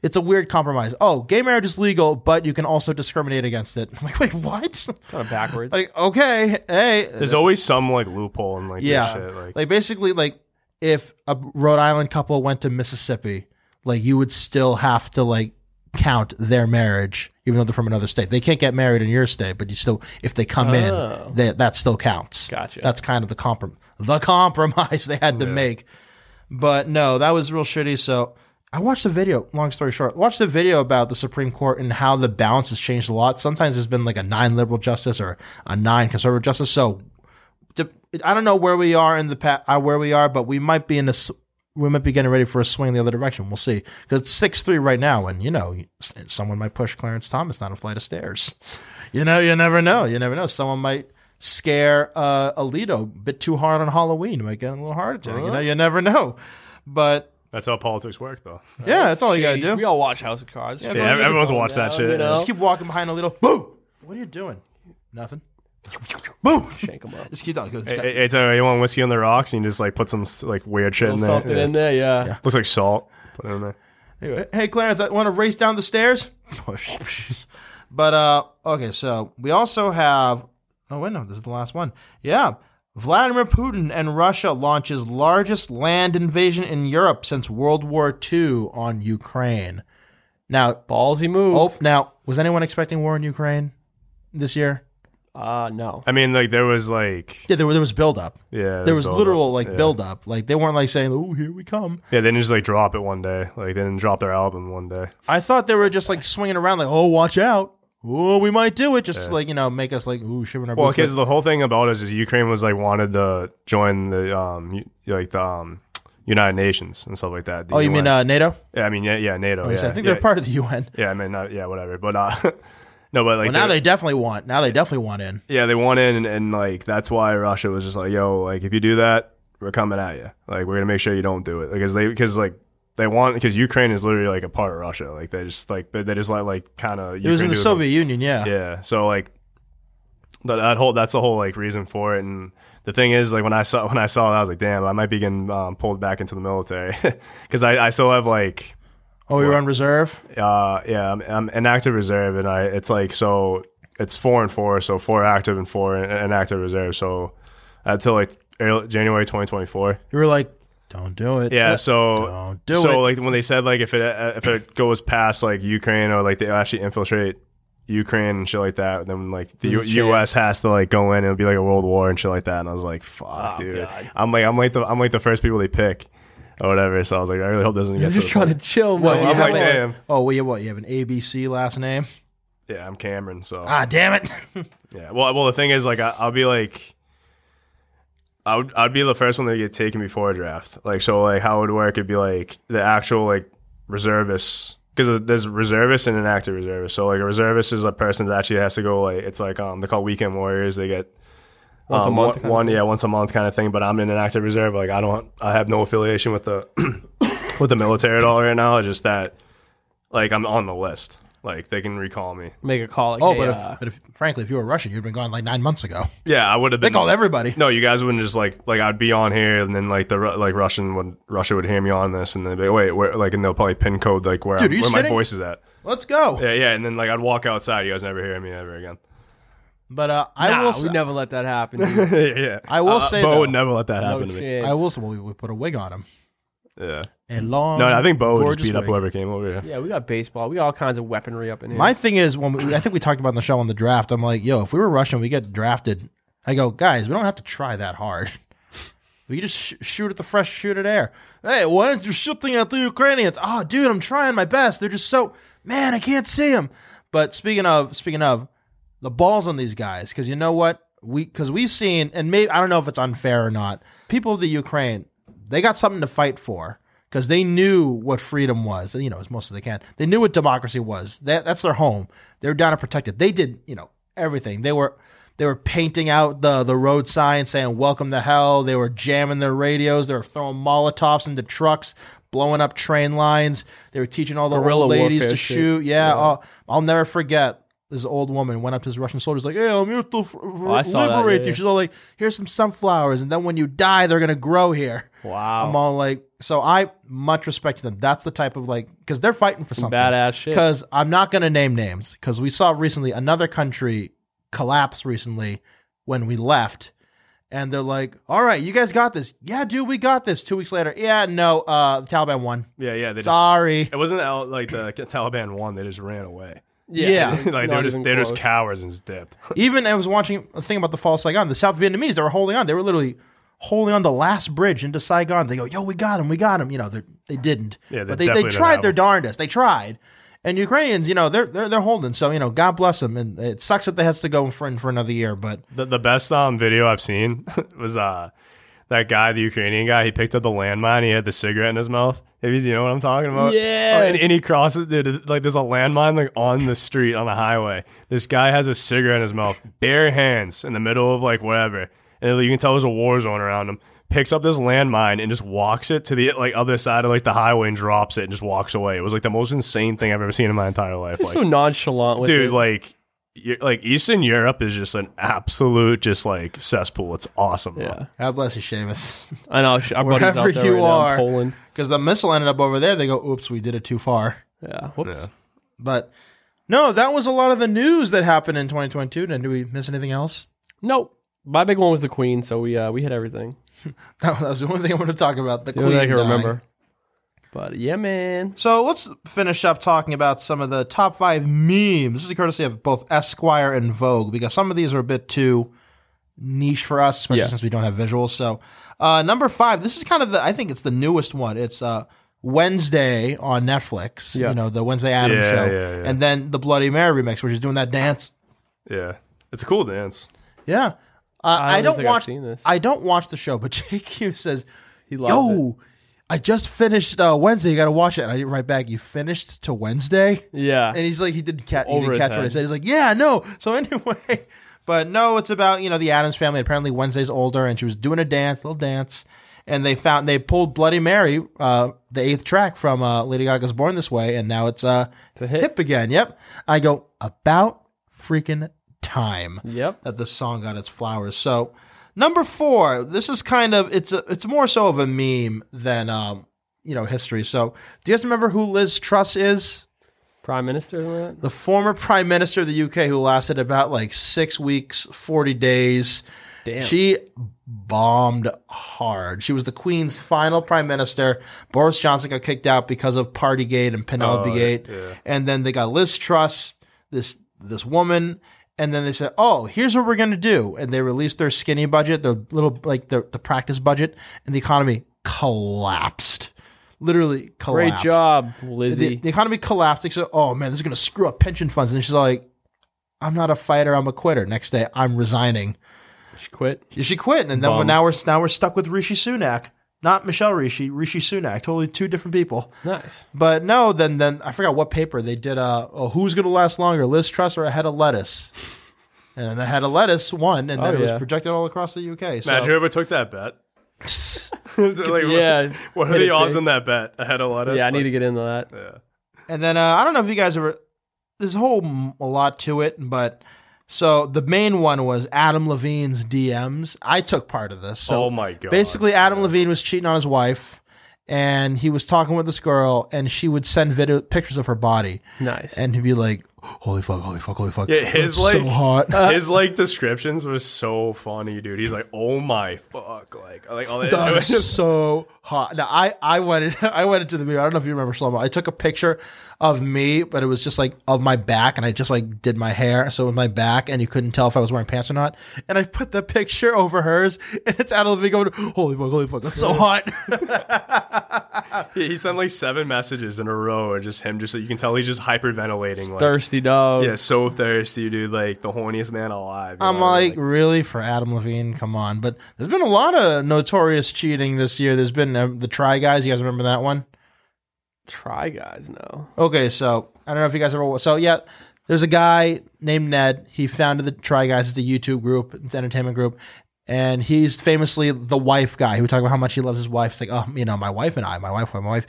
It's a weird compromise. Oh, gay marriage is legal, but you can also discriminate against it. I'm like, wait, what? Kind of backwards. like, okay, hey, there's always some like loophole and like yeah, yeah, shit. Like, like basically, like if a Rhode Island couple went to Mississippi, like you would still have to like count their marriage, even though they're from another state. They can't get married in your state, but you still, if they come Oh. in, that that still counts. Gotcha. That's kind of the comprom the compromise they had to make. But no, that was real shitty. So I watched the video. Long story short, watched the video about the Supreme Court and how the balance has changed a lot. Sometimes there's been like a nine liberal justice or a nine conservative justice. So to- I don't know where we are in the pa- uh, where we are, but we might be in a s- we might be getting ready for a swing the other direction. We'll see because it's six three right now, and you know s- someone might push Clarence Thomas down a flight of stairs. You know, you never know. You never know. Someone might scare uh, Alito a bit too hard on Halloween. Might get a little heart attack. You know, you never know. But that's how politics work though. yeah, that's all you gotta do. We all watch House of Cards. Yeah, Yeah, everyone's watched that now, shit. you know? Just keep walking behind Alito. Boo! What are you doing? Nothing. Boo! Shank 'em up. Just keep going. Hey, hey, it's all right, you want whiskey on the rocks and you just like put some like weird shit in Little there. something Yeah. in there, yeah. Looks like salt. Put it in there. Anyway, hey Clarence, I want to race down the stairs. Push. but uh okay, so we also have oh wait no, this is the last one. Yeah. Vladimir Putin and Russia launches largest land invasion in Europe since World War II on Ukraine. Now, Ballsy move. oh, now was anyone expecting war in Ukraine this year? Uh, no. I mean, like there was like Yeah, there, was- there was buildup. yeah, There was buildup. literal like yeah. buildup. Like they weren't like saying, "Oh, here we come." Yeah, they didn't just like drop it one day. Like they didn't drop their album one day. I thought they were just like swinging around, like, oh, watch out. Oh, we might do it. Just to, like, you know, make us like, ooh, shiver in our Well, boots. because the whole thing about it is Ukraine was like wanted to join the um u- like the um United Nations and stuff like that. the oh, you mean UN. uh, NATO? Yeah, I mean yeah, yeah, NATO. I Oh, Yeah, think yeah, they're part of the UN. Yeah, I mean not yeah, whatever. But uh, no, but like Well, now they- they definitely want. Now they definitely want in. Yeah, they want in, and, and like that's why Russia was just like, "Yo, like if you do that, we're coming at you. Like we're gonna make sure you don't do it because they because like they want because Ukraine is literally like a part of Russia. Like they just like they, they just let like kind of It was in the Soviet Union, yeah. Yeah, so like that, that whole that's the whole like reason for it. And the thing is, like when I saw when I saw it, I was like, "Damn, I might be getting um, pulled back into the military because I I still have like." Oh, we were on reserve? Uh, yeah, I'm, I'm an active reserve, and I it's like so it's four and four, so four active and four in- an active reserve. So until like early, January 2024. You were like, don't do it. Yeah, so Don't do so it. like when they said like if it uh, if it goes past like Ukraine or like they actually infiltrate Ukraine and shit like that, then like the U- There's a chance. U.S. has to like go in and it'll be like a world war and shit like that. And I was like, fuck, Oh, dude, God. I'm like I'm like the I'm like the first people they pick or whatever. So I was like, I really hope this doesn't You're get just to the trying point. to chill, What, man. you I'm have like, a- damn. Oh, well, you, what? You have an ABC last name? Yeah, I'm Cameron, so Ah, damn it. Yeah. Well, well, the thing is, like, I, I'll be like, I would, I'd be the first one to get taken before a draft. Like, so, like, how it would work? It'd be like the actual like reservists, because there's reservists and an active reservist. So, like, a reservist is a person that actually has to go. Like, it's like um, they call weekend warriors. They get Once a um, month one- kind of one, yeah, once a month kind of thing. But I'm in an active reserve. Like, I don't, I have no affiliation with the with the military at all right now. It's just that, like, I'm on the list. Like, they can recall me. Make a call. Like, Oh, hey, but, uh, if, but if, frankly, if you were Russian, you'd been gone like nine months ago. Yeah, I would have been. They called everybody. No, you guys wouldn't just like like I'd be on here, and then like the Ru- like Russian would Russia would hear me on this, and then be like, wait, where, like, and they'll probably pin code like where Dude, are I'm, you where my sitting? voice is at. Let's go. Yeah, yeah, and then like I'd walk outside, you guys never hear me ever again. But uh, I nah, will we say, never let that happen. dude. yeah, I will say, Uh, Bo though- would never let that No happen to me. chance. I will say, well, we we put a wig on him. Yeah. A long. No, no, I think Bo would Um, gorgeous just beat up wig. whoever came over here. Yeah, we got baseball. We got all kinds of weaponry up in here. My thing is, when we, I think we talked about in the show on the draft, I'm like, yo, if we were Russian, we get drafted. I go, guys, we don't have to try that hard. We just sh- shoot at the fresh, shoot at air. Hey, why aren't you shooting at the Ukrainians? Oh, dude, I'm trying my best. They're just so man, I can't see them. But speaking of, speaking of, the balls on these guys because you know what we because we've seen and maybe I don't know if it's unfair or not. People of the Ukraine, they got something to fight for because they knew what freedom was. You know, as most as they can, they knew what democracy was. That, that's their home. They were down to protect it. They did you know everything. They were they were painting out the the road sign saying "Welcome to Hell." They were jamming their radios. They were throwing Molotovs into trucks. Blowing up train lines, they were teaching all the Guerrilla old ladies warfare to shit. shoot. Yeah, I'll, I'll never forget this old woman went up to this Russian soldiers like, "Hey, I'm here to f- Oh, I liberate saw that, yeah, you." yeah. She's all like, "Here's some sunflowers, and then when you die, they're gonna grow here." wow. I'm all like, so I much respect to them. That's the type of like, because they're fighting for something. Badass shit. Because I'm not going to name names, because we saw recently another country collapse recently when we left. And they're like, all right, you guys got this. Yeah, dude, we got this. Two weeks later, yeah, no, uh, the Taliban won. Yeah, yeah. They just, Sorry. it wasn't out like the Taliban won. They just ran away. yeah. Not like they were just even they're just close. cowards and just dipped. Even I was watching a thing about the fall of Saigon. The South Vietnamese, they were holding on. They were literally holding on the last bridge into Saigon. They go, yo, we got him, we got him. You know, they're- they didn't. Yeah, they but they, they definitely didn't tried have their him. darndest. They tried. And Ukrainians, you know, they're, they're they're holding. So you know, God bless them. And it sucks that they has to go in front for another year. But The, the best um video I've seen was uh that guy, the Ukrainian guy. He picked up the landmine. He had the cigarette in his mouth. If you, you know what I'm talking about? Yeah. Oh, and, and he crosses dude, like there's a landmine like on the street on the highway. This guy has a cigarette in his mouth, bare hands in the middle of like whatever, and you can tell there's a war zone around him. Picks up this landmine and just walks it to the like other side of like the highway and drops it and just walks away. It was like the most insane thing I've ever seen in my entire life. Just Like, so nonchalant with dude it. like you like eastern europe is just an absolute just like cesspool it's awesome though. yeah. God bless you, Seamus. I know. sh- Our buddies out Wherever there you right now in are. Poland. Because the missile ended up over there. They go, oops, we did it too far. Yeah. Whoops. Yeah. But no, that was a lot of the news that happened in 2022. And did we miss anything else? Nope. My big one was the Queen, so we uh, we hit everything. That was the only thing I wanted to talk about. The The Queen only thing I can dying. remember. But yeah, man. So let's finish up talking about some of the top five memes. This is courtesy of both Esquire and Vogue because some of these are a bit too niche for us, especially Yeah. since we don't have visuals. So uh, number five, this is kind of the I think it's the newest one. It's uh, Wednesday on Netflix. Yeah. You know the Wednesday Adam Yeah, show, yeah, yeah. and then the Bloody Mary remix, which is doing that dance. yeah it's a cool dance Yeah, uh, I, even don't think I've watch. seen this. I don't watch the show, but JQ says He loved it. Yo, I just finished uh, Wednesday. You got to watch it. And I did write back. You finished to Wednesday, Yeah. and he's like, he didn't catch. He Over didn't his catch what I head. said. He's like, yeah, no. So anyway, but no, it's about you know the Adams family. Apparently, Wednesday's older, and she was doing a dance, little dance, and they found they pulled Bloody Mary, uh, the eighth track from uh, Lady Gaga's Born This Way, and now it's uh, a hit. hip again. Yep. I go about freaking time Yep. that the song got its flowers. So number four, this is kind of it's a, it's more so of a meme than um you know history. So do you guys remember who Liz Truss is? Prime Minister. isn't it? The former prime minister of the UK who lasted about like six weeks, forty days. Damn. She bombed hard. She was the Queen's final prime minister. Boris Johnson got kicked out because of Partygate and Penelope Oh, Gate. And then they got Liz Truss, this this woman, and then they said, "Oh, here's what we're going to do." And they released their skinny budget, the little like the the practice budget, and the economy collapsed. Literally Great collapsed. job, The, Lizzie. the economy collapsed. They said, "Oh man, this is going to screw up pension funds." And she's like, "I'm not a fighter. I'm a quitter." Next day, I'm resigning. she quit. She quit, and then we're Bum. now we're now we're stuck with Rishi Sunak, not Michelle Rishi, Rishi Sunak. Totally two different people. Nice. But no, then then I forgot what paper they did. Uh, oh, who's going to last longer, Liz Truss or a head of lettuce? And a head of lettuce won, and then Oh, it was yeah. projected all across the UK. So imagine whoever took that bet Like, Yeah, what, what hit are the it odds big. on that bet ahead of lettuce yeah, I need to get into that. yeah And then uh, I don't know if you guys ever. There's a whole m- a lot to it, but so the main one was Adam Levine's DMs. I took part of this. So oh my god basically, Adam Levine was cheating on his wife, and he was talking with this girl, and she would send video pictures of her body, Nice. and he'd be like, holy fuck, holy fuck, holy fuck. Yeah, his It's like so hot. uh, his like descriptions were so funny, dude. He's like, "Oh my fuck!" Like, like all that. That it was is just- so hot. Now I I went in- I went into the mirror. I don't know if you remember slow mo. I took a picture of me, but it was just like of my back, and I just like did my hair, so it was my back, and you couldn't tell if I was wearing pants or not. And I put the picture over hers, and it's out of the going, holy fuck, holy fuck, that's so hot. he, he sent like seven messages in a row, and just him, just you can tell he's just hyperventilating. Like, Thirsty dog. yeah, so thirsty, dude. Like the horniest man alive. you I'm know? like, really for Adam Levine? Come on. But there's been a lot of notorious cheating this year. There's been um, the Try Guys. You guys remember that one? Try guys no. Okay, so I don't know if you guys ever. So yeah, there's a guy named Ned. He founded the Try Guys. It's a YouTube group, it's an entertainment group, and he's famously the wife guy who talked about how much he loves his wife. It's like, oh, you know, my wife and I, my wife, my wife,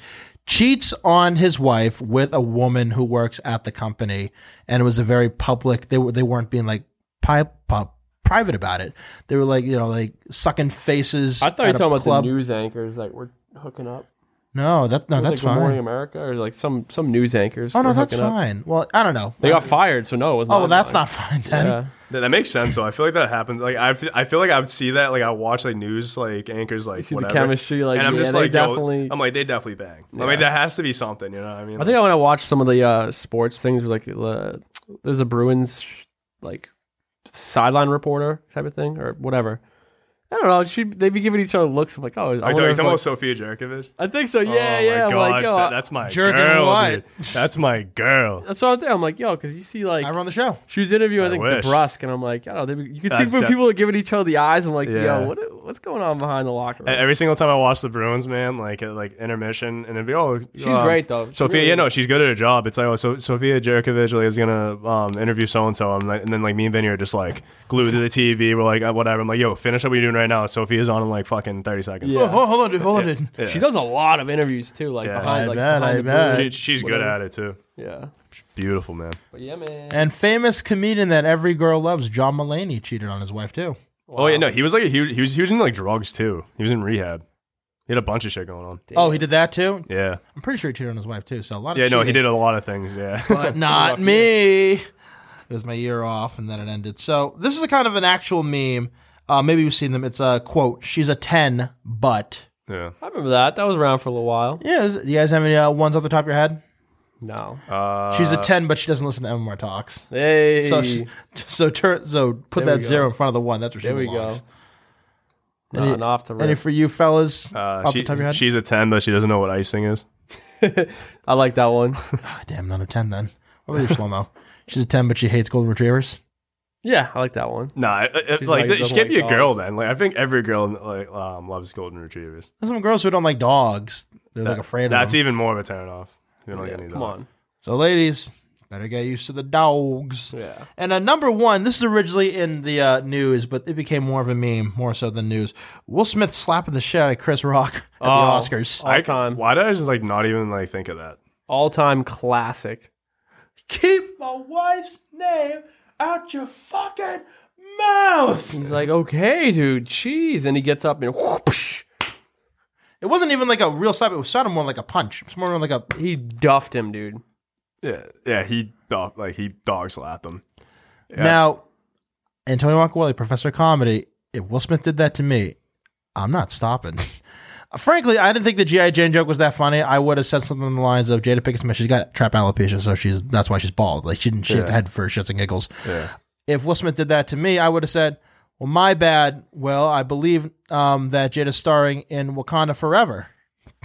cheats on his wife with a woman who works at the company, and it was a very public. They were they weren't being like pipe pop private about it. They were like, you know, like sucking faces. I thought you at were a talking about club. the news anchors like we're hooking up. No, that no, It was, that's like Good Morning fine. America or like some some news anchors. Oh no, were that's hooking up. fine. Well, I don't know. They got fired, so no, it was. Oh, well, that's not fine then. Yeah. Yeah, that makes sense. though. I feel like that happens. Like I, f- I feel like I would see that. Like I watch like news like anchors like see the whatever. chemistry, like, and I'm yeah, just they like, yo, definitely- I'm like, they definitely bang. I Yeah. mean, that has to be something. You know what I mean? I think I want to watch some of the uh, sports things. where, Like, uh, there's a Bruins like sideline reporter type of thing or whatever. I don't know. She they'd be giving each other looks. I'm like, oh, is, I, Are wonder you talking if, talking like- about Sophia Jerkovic? I think so. Yeah, yeah. I'm Oh my god, like, yo, that- I- that's my Jerking girl, what? dude. That's my girl. that's what I'm thinking. I'm like, yo, because you see, like, I run the show. she was interviewing, I I think, wish. DeBrusque, and I'm like, I don't know. They, you can That's see when def- people are giving each other the eyes. I'm like, Yeah. yo, what, what's going on behind the locker E- room? Every single time I watch the Bruins, man, like at like intermission, and it'd be oh, She's great, though. She Sophia, really yeah, is. no, she's good at her job. It's like oh, so, Sophia Jerkovic like, is gonna um, interview so and so, and like- and then like me and Vinny are just like glued to the TV. We're like uh, whatever. I'm like yo, finish up what you're doing right now. Sophia's on in like fucking 30 seconds. Yeah. Oh, hold on, dude. Hold on, dude. Yeah. She does a lot of interviews too, like Yeah. behind, I like bet, behind I the bet. She, blue- she's good whatever. at it too. Yeah, Beautiful man. but yeah, man. And famous comedian that every girl loves, John Mulaney, cheated on his wife too. Oh yeah, Wow. no, he was like a huge. He was he was in like drugs too. He was in rehab. He had a bunch of shit going on. Oh, he did that too. Yeah, I'm pretty sure he cheated on his wife too. So a lot. yeah, of no, he cheating. did a lot of things. Yeah. but not me. It was my year off, and then it ended. So this is a kind of an actual meme. Uh, maybe you've seen them. It's a quote. She's a ten, but yeah. I remember that. That was around for a little while. yeah. is- You guys have any uh, ones off the top of your head? No. Uh, She's a ten, but she doesn't listen to MMR talks. Hey. So she, so turn so put There we that go. zero in front of the one. That's where she there we go. belongs. Nah, Any- nah, off the Any rip. for you fellas Uh, off she, the top of your head? She's a 10, but she doesn't know what icing is. I like that one. Ah, damn, another 10 then. What about your slow mo? She's a 10, but she hates golden retrievers. yeah, I like that one. Nah, it- it- She's like, like, th- she doesn't can't be a like girl dogs. then. Like I think every girl like um, loves golden retrievers. There's some girls who don't like dogs. They're like That- afraid of That's e- them. even more of a turn off. You don't Yeah, like any come dogs. on. so, ladies, better get used to the dogs. Yeah. And uh, number one, this is originally in the uh, news, but it became more of a meme, more so than news. Will Smith slapping the shit out of Chris Rock at the Oh. Oscars. All I, time. Why did I just like not even like think of that? All time classic. Keep my wife's name out your fucking mouth. He's like, okay, dude, jeez. And he gets up and whoosh, It wasn't even like a real slap. It was sounded more like a punch. It's more like a he duffed him, dude. Yeah, yeah. He dog like he dog slapped them. Yeah. Now, Antonio Machiavelli, professor of comedy, if Will Smith did that to me, I'm not stopping. Frankly, I didn't think the GI Jane joke was that funny. I would have said something on the lines of Jada Pinkett Smith. She's got trap alopecia, so she's that's why she's bald. Like she didn't shave Yeah. her head for shits and giggles. Yeah. If Will Smith did that to me, I would have said, "Well, my bad. Well, I believe um, that Jada's starring in Wakanda Forever."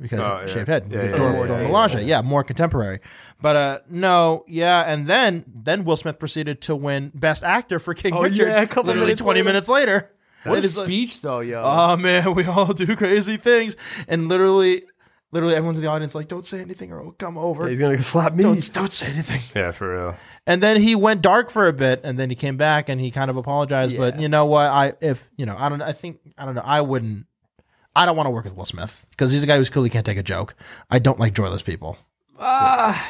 Because Oh, yeah. shaved head, Yeah, Because yeah, Dora- yeah, yeah, Dora yeah, Milaje. yeah. yeah, more contemporary. But uh, no, yeah, and then then Will Smith proceeded to win Best Actor for King Oh, Richard. yeah, a couple literally minutes twenty later. minutes later. What It a is like, speech, though, yo. oh man, we all do crazy things, and literally, literally everyone's in the audience like, don't say anything or it'll come over. He's going to slap me. don't don't say anything. Yeah, for real. And then he went dark for a bit, and then he came back and he kind of apologized. But Yeah. you know what? I if you know, I don't. I think I don't know. I wouldn't. I don't want to work with Will Smith because he's a guy who's clearly can't take a joke. I don't like joyless people. Ah,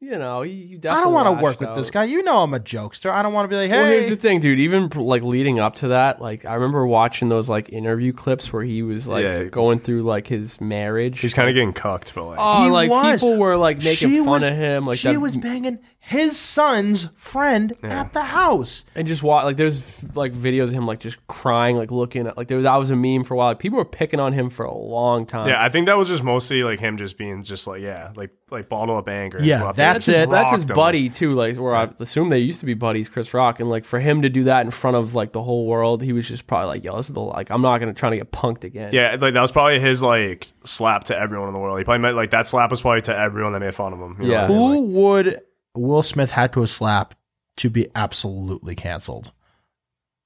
you know, he, he I definitely don't want to lashed work with out. this guy. You know I'm a jokester. I don't want to be like, Well, here's hey, the thing, dude. Even like leading up to that, like I remember watching those like interview clips where he was like Yeah. going through like his marriage. He's kind of getting cucked for like. oh, He like was. people were like making She fun was- of him, like she that- was banging his son's friend at the house. and just watch like there's like videos of him like just crying, like looking at like there was, that was a meme for a while. Like, people were picking on him for a long time. Yeah, I think that was just mostly like him just being just like yeah, like like bottle up anger. is Yeah, what I think. that's his, it. That's his Rocked him. buddy too. Like, where I assume they used to be buddies, Chris Rock, and like for him to do that in front of like the whole world, he was just probably like, "Yo, this is the like, I'm not gonna try to get punked again." Yeah, like that was probably his like slap to everyone in the world. He probably meant like that slap was probably to everyone that made fun of him. you know Yeah. what I mean? Who Like, would Will Smith had to have slapped to be absolutely canceled?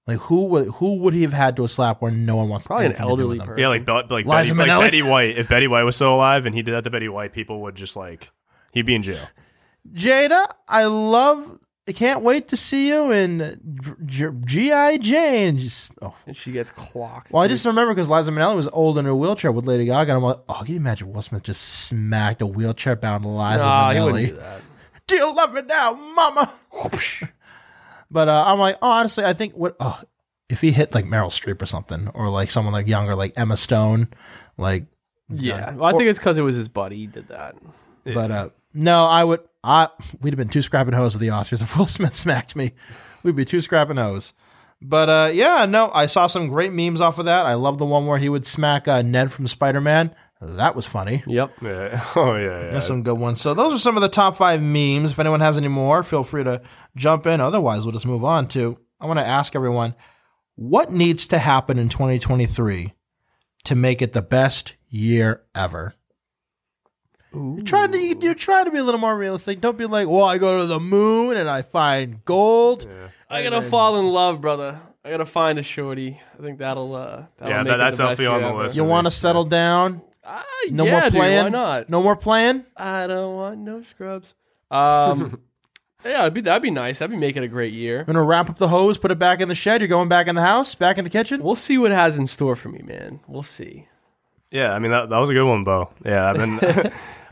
Like who would who would he have had to have slapped where no one wants probably an anything to do elderly with him? person. yeah, like Be- like, Liza Betty, like Minnelli. Betty White. If Betty White was still alive and he did that to Betty White, people would just like he'd be in jail. Jada, I love. I can't wait to see you in G- G- GI Jane. Just- oh. and she gets clocked. Well, I dude. just remember because Liza Minnelli was old in her wheelchair with Lady Gaga, and I'm like, oh, can you imagine Will Smith just smacked a wheelchair bound Liza Nah, he wouldn't do Minnelli? that. Do you love me now, Mama? but uh, I'm like, oh, honestly, I think what oh, if he hit like Meryl Streep or something, or like someone like younger, like Emma Stone, like he's Yeah, done. well, I think it's because it was his buddy. He did that. But uh, no, I would. I we'd have been two scrapping hoes at the Oscars if Will Smith smacked me. We'd be two scrapping hoes. But uh, yeah, no, I saw some great memes off of that. I love the one where he would smack uh, Ned from Spider Man. That was funny. Yep. Yeah. Oh yeah. yeah. There's some good ones. So those are some of the top five memes. If anyone has any more, feel free to jump in. Otherwise, we'll just move on to. I want to ask everyone, what needs to happen in 2023 to make it the best year ever? You're trying to you- you're trying to be a little more realistic. Don't be like, well, I go to the moon and I find gold. I gotta fall in love, brother. I gotta find a shorty. I think that'll. Uh, that'll Yeah, make that- it that's the best definitely on year the ever. list. You want to settle down? Ah, No yeah, more dude, playing. why not? No more playing. I don't want no scrubs. Um, yeah, it'd be, that'd be nice. That'd be making a great year. We're gonna wrap up the hose, put it back in the shed. You're going back in the house, back in the kitchen. We'll see what it has in store for me, man. We'll see. Yeah, I mean that, that was a good one, Bo. Yeah, I've been,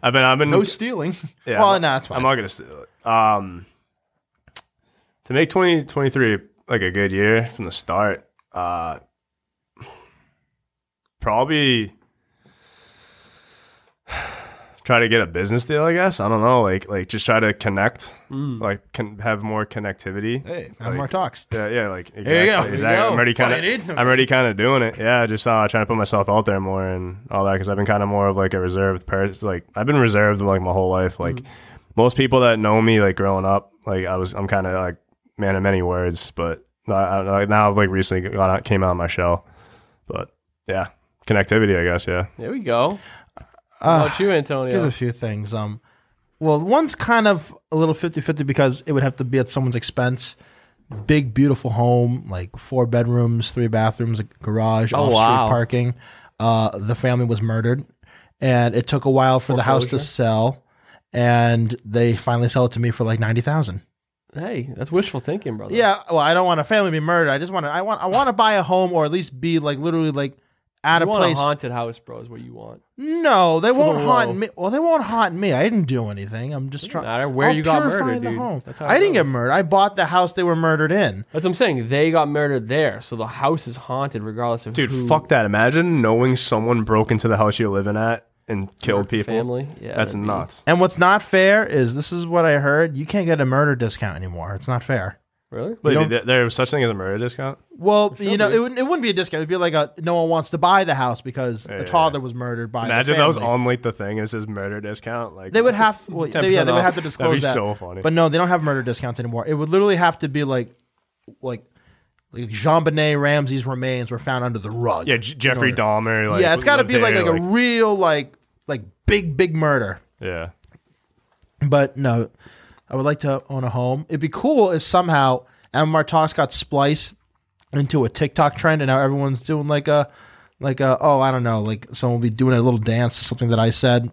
I've been, I've been. No stealing. yeah, well, I'm- no, it's fine. I'm not gonna steal it. Um, to make 2023 like a good year from the start, uh, probably try to get a business deal. I guess I don't know. Like, like just try to connect. Hmm. Like, can have more connectivity. hey, have Like- more talks. Yeah, yeah, like exactly. There you go. There you exactly. go. I'm already kind Fucking idiot. of, I'm already kind of doing it. Yeah, just uh, trying to put myself out there more and all that because I've been kind of more of like a reserved person. Like I've been reserved like my whole life. Like most people that know me, like growing up, like I was, I'm kind of like man of many words, but I, I, I- now I've like recently got out, came out of my shell. But yeah, connectivity, I guess. Yeah, There we go. How Ah. about you, Antonio? There's a few things. Um, well, one's kind of a little 50-50 because it would have to be at someone's expense. Big, beautiful home, like four bedrooms, three bathrooms, a garage, off-street wow. parking. Uh, the family was murdered, and it took a while for the house to Foreclosure? sell, and they finally sell it to me for like ninety thousand. hey, that's wishful thinking, brother. Yeah, well, I don't want a family to be murdered. I just want to. I want. I want to buy a home, or at least be like literally like at You a want place. a haunted house, bro, is what you want. No, they won't the haunt low. me. Well, they won't haunt me. I didn't do anything. I'm just trying. matter where you got purify murdered, the dude. home. That's how I it didn't get goes. murdered. I bought the house they were murdered in. That's what I'm saying. They got murdered there, so the house is haunted regardless of dude, who, fuck that. Imagine knowing someone broke into the house you're living at and your killed people. Family. Yeah, That's that'd be- nuts. And what's not fair is this is what I heard. You can't get a murder discount anymore. It's not fair. Really? Wait, don't- there, there's such thing as a murder discount. Well, you know, dude. it wouldn't, it wouldn't be a discount. It'd be like a no one wants to buy the house because Yeah, the yeah, toddler was murdered by. the Imagine that was family. on like the thing. It says murder discount. Like They would have. Well, they, yeah, they would have to disclose That'd be that. so funny. But no, they don't have murder discounts anymore. It would literally have to be like, like, like Jean Benet Ramsey's remains were found under the rug. yeah, J- Jeffrey Dahmer. Like, yeah, it's got to be lived like there, like, a real like like big big murder. yeah. But no, I would like to own a home. It'd be cool if somehow Amar Talks got spliced into a TikTok trend, and now everyone's doing like a like a oh I don't know like someone will be doing a little dance to something that I said,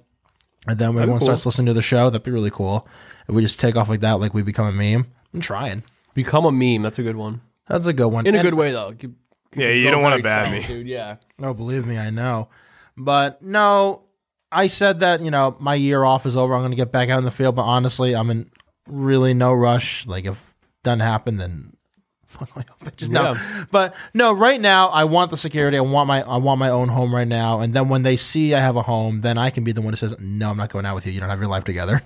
and then when everyone cool. starts listening to the show, that'd be really cool. If we just take off like that, like we become a meme. I'm trying. Become a meme. That's a good one. That's a good one. In a And- good way, though. You- Yeah, you go don't wanna very bad subtle, me. dude. Yeah. Oh, believe me, I know. But no, I said that you know my year off is over. I'm going to get back out in the field, but honestly, I'm in really no rush. Like if doesn't happen, then fuck my own bitches. Yeah. No, but no, right now I want the security. I want my I want my own home right now. And then when they see I have a home, then I can be the one who says, "No, I'm not going out with you. You don't have your life together."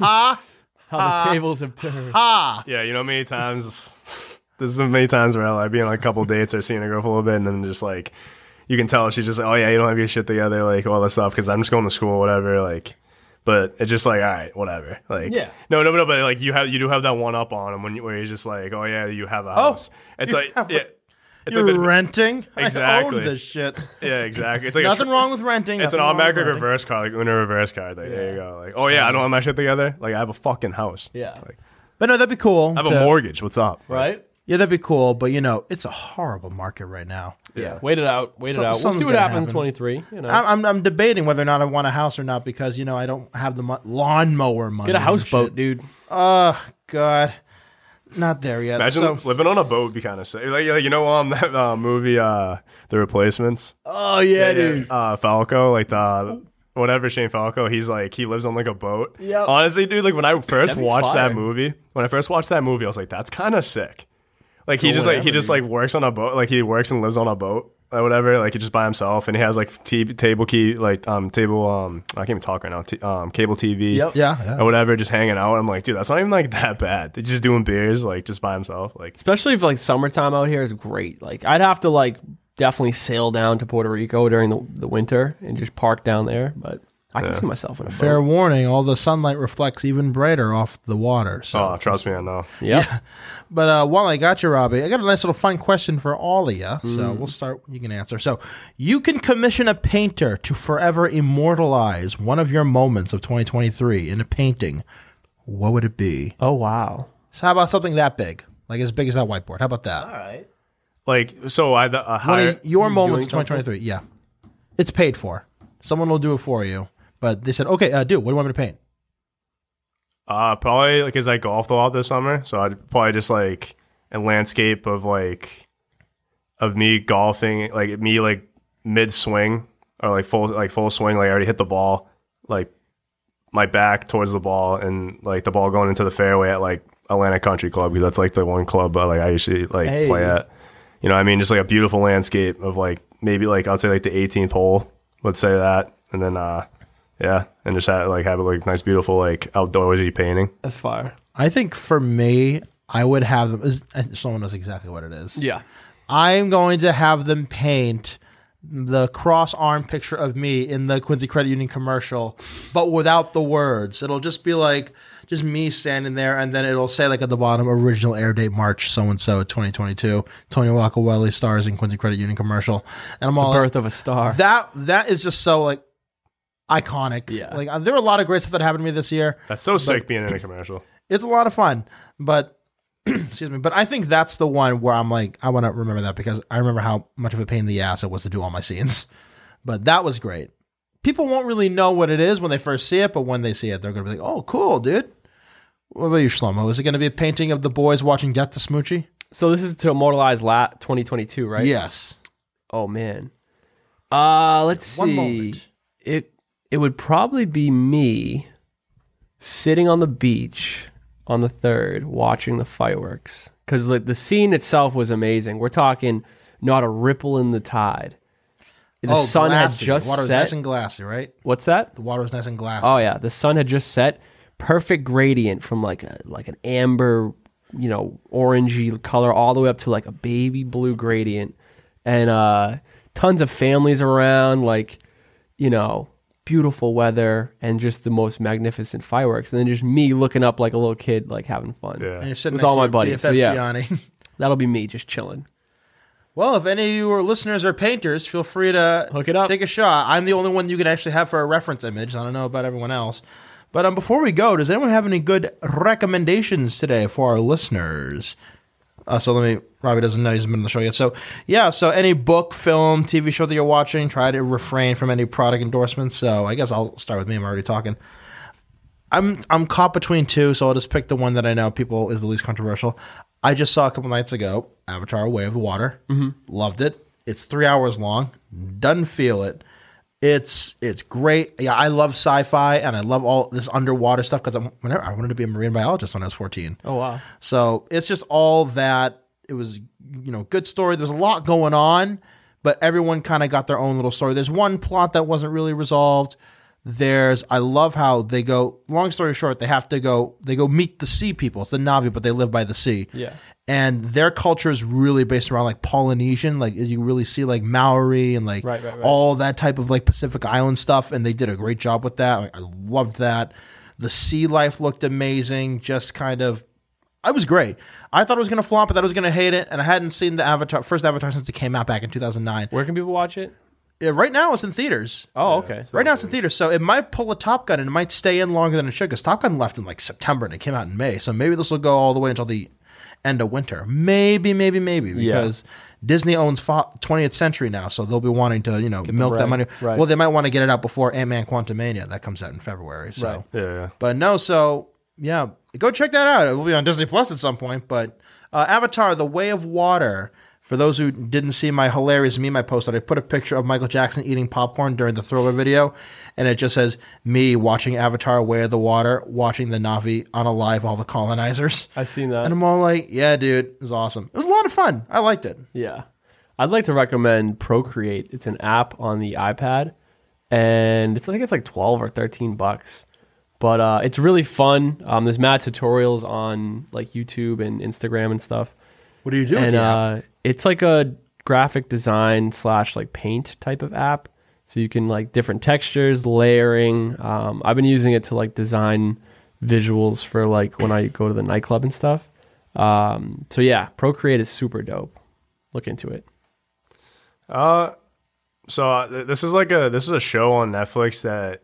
ah How the tables have turned. ah. Yeah, you know, many times, this is many times where I'll like, be on like a couple dates or seeing a girl for a little bit, and then just like, you can tell she's just like, oh yeah, you don't have your shit together, like all that stuff, because I'm just going to school, whatever, like. But it's just like, all right, whatever. Like, Yeah. no, no, no, but like you have, you do have that one up on him when you, where you're just like, oh yeah, you have a house. it's you like, have a- yeah, it's You're like the- renting. I Exactly. own this shit. yeah, exactly. It's like a Nothing tr- wrong with renting. It's an nothing wrong with automatic renting. reverse card, like Una reverse card. Like, there you go. Like, oh yeah, I don't have my shit together. Like, I have a fucking house. Yeah. Like, But no, that'd be cool. I have to- a mortgage. What's up? Right? Yeah, that'd be cool. But you know, it's a horrible market right now. Yeah. Wait it out. Wait Some- it out. We'll something's see what gonna happens happen. in 23. You know, I'm, I'm, I'm debating whether or not I want a house or not because you know I don't have the mo- lawnmower money. get a Mm-hmm. and houseboat, shit. dude. Oh God, not there yet. so Imagine living on a boat would be kind of sick. Like, like, you know, um, that uh, movie, uh, The Replacements. Oh yeah, dude. Uh, Falco, like the whatever Shane Falco, he's like he lives on like a boat. Yep. Honestly, dude, like when I first That'd be watched fire. that movie, when I first watched that movie, I was like, that's kind of sick. Like he Or just like he whatever, just like works on a boat, like he works and lives on a boat or whatever. Like he just by himself, and he has like t- table key, like um table um I can't even talk right now, t- um cable TV. Yep. yeah, yeah. Or whatever, just hanging out. I'm like, dude, that's not even like that bad. He's just doing beers, like just by himself. Like, Especially if like summertime out here is great. Like I'd have to like definitely sail down to Puerto Rico during the, the winter and just park down there. But I can see myself in a fair boat. warning: all the sunlight reflects even brighter off the water. So, oh, trust me, I know. Yep. but uh, while I got you, Robbie, I got a nice little fun question for all of you. So we'll start. You can answer. So you can commission a painter to forever immortalize one of your moments of 2023 in a painting. What would it be? Oh wow. So how about something that big, like as big as that whiteboard? How about that? All right. Like, so I the, a One higher. of your moments doing of 2023. Yeah. It's paid for. Someone will do it for you. But they said, okay, uh, dude, what do you want me to paint? Uh, probably like because I golfed a lot this summer, so I'd probably just like a landscape of like of me golfing, like me like mid swing or like full like full swing, like I already hit the ball, like my back towards the ball, and like the ball going into the fairway at like Atlanta Country Club because that's like the one club uh, like I usually like Hey. play at. You know, what I mean, just like a beautiful landscape of like maybe like I'd say like the 18th hole, let's say that, and then uh yeah, and just have like have it like nice, beautiful like outdoorsy painting. That's fire. I think for me, I would have them. is- I think Someone knows exactly what it is. Yeah. I'm going to have them paint the cross arm picture of me in the Quincy Credit Union commercial, but without the words. It'll just be like just me standing there, and then it'll say like at the bottom, original air date March so and so 2022. Tony Wakaweli stars in Quincy Credit Union commercial, and I'm all like, Birth of a star. that that is just so like iconic. Yeah. like uh, there were a lot of great stuff that happened to me this year. That's so sick being in a commercial. It's a lot of fun, but excuse me, but I think that's the one where I'm like, I want to remember that because I remember how much of a pain in the ass it was to do all my scenes. But that was great. People won't really know what it is when they first see it, but when they see it, they're gonna be like, "Oh, cool, dude." What about you, Shlomo? Is it gonna be a painting of the boys watching Death to Smoochie? so this is to immortalize lat 2022, right? Yes. Oh man. Uh let's One see. moment. It it would probably be me sitting on the beach on the third watching the fireworks cuz like the scene itself was amazing. We're talking not a ripple in the tide. The sun Oh, glassy. had just the water was set. nice and glassy, right? What's that? The water was nice and glassy. Oh yeah, the sun had just set. Perfect gradient from like a like an amber, you know, orangey color all the way up to like a baby blue gradient, and uh, tons of families around. Like, you know, beautiful weather and just the most magnificent fireworks, and then just me looking up like a little kid, like having fun. and Yeah. you're sitting With next all to my your buddies, so BFF yeah. Gianni. That'll be me just chilling. Well, if any of you are listeners or painters, feel free to Hook it up. Take a shot. I'm the only one you can actually have for a reference image. I don't know about everyone else. But um, before we go, does anyone have any good recommendations today for our listeners? Uh, so let me. Robbie doesn't know he's been on the show yet. So yeah. So any book, film, TV show that you're watching, try to refrain from any product endorsements. So I guess I'll start with me. I'm already talking. I'm I'm caught between two, so I'll just pick the one that I know people is the least controversial. I just saw a couple nights ago Avatar: Way of the Water. Mm-hmm. Loved it. It's three hours long. Doesn't feel it. It's it's great. Yeah, I love sci-fi and I love all this underwater stuff because I'm whenever I wanted to be a marine biologist when I was 14. Oh wow. So it's just all that. It was, you know, good story. There was a lot going on, but everyone kind of got their own little story. There's one plot that wasn't really resolved. There's, I love how they go. Long story short, they have to go. They go meet the sea people. It's the Navi, but they live by the sea. Yeah. and their culture is really based around like Polynesian. Like you really see like Maori and like Right, right, right. all that type of like Pacific Island stuff, and they did a great job with that. Like, I loved that. The sea life looked amazing. Just kind of I was great. I thought it was going to flop, but that I was going to hate it. And I hadn't seen the Avatar first Avatar since it came out back in 2009. Where can people watch it? Uh, Right now, it's in theaters. Oh, okay. right now, it's in theaters, so it might pull a Top Gun and it might stay in longer than it should. Because Top Gun left in like September and it came out in May, so maybe this will go all the way until the end of winter. Maybe, maybe, maybe because Disney owns Fo- 20th Century now, so they'll be wanting to you know milk that reg, money. right. Well, they might want to get it out before Ant Man Quantumania that comes out in February. So. Right. Yeah, yeah. But no, so yeah, go check that out. It will be on Disney Plus at some point. But uh, Avatar: The Way of Water. For those who didn't see my hilarious meme I posted, I put a picture of Michael Jackson eating popcorn during the Thriller video, and it just says me watching Avatar: Way of the Water, watching the Navi unalive all the colonizers. I've seen that. And I'm all like, yeah, dude, it was awesome. It was a lot of fun. I liked it. Yeah. I'd like to recommend Procreate. It's an app on the iPad and it's I think it's like 12 or 13 bucks. But uh, it's really fun. Um, there's mad tutorials on like YouTube and Instagram and stuff. What do you do? and uh, it's like a graphic design slash like paint type of app. So you can like different textures, layering. Um, I've been using it to like design visuals for like when I go to the nightclub and stuff. Um, so yeah, Procreate is super dope. Look into it. Uh, so uh, th- this is like a this is a show on Netflix that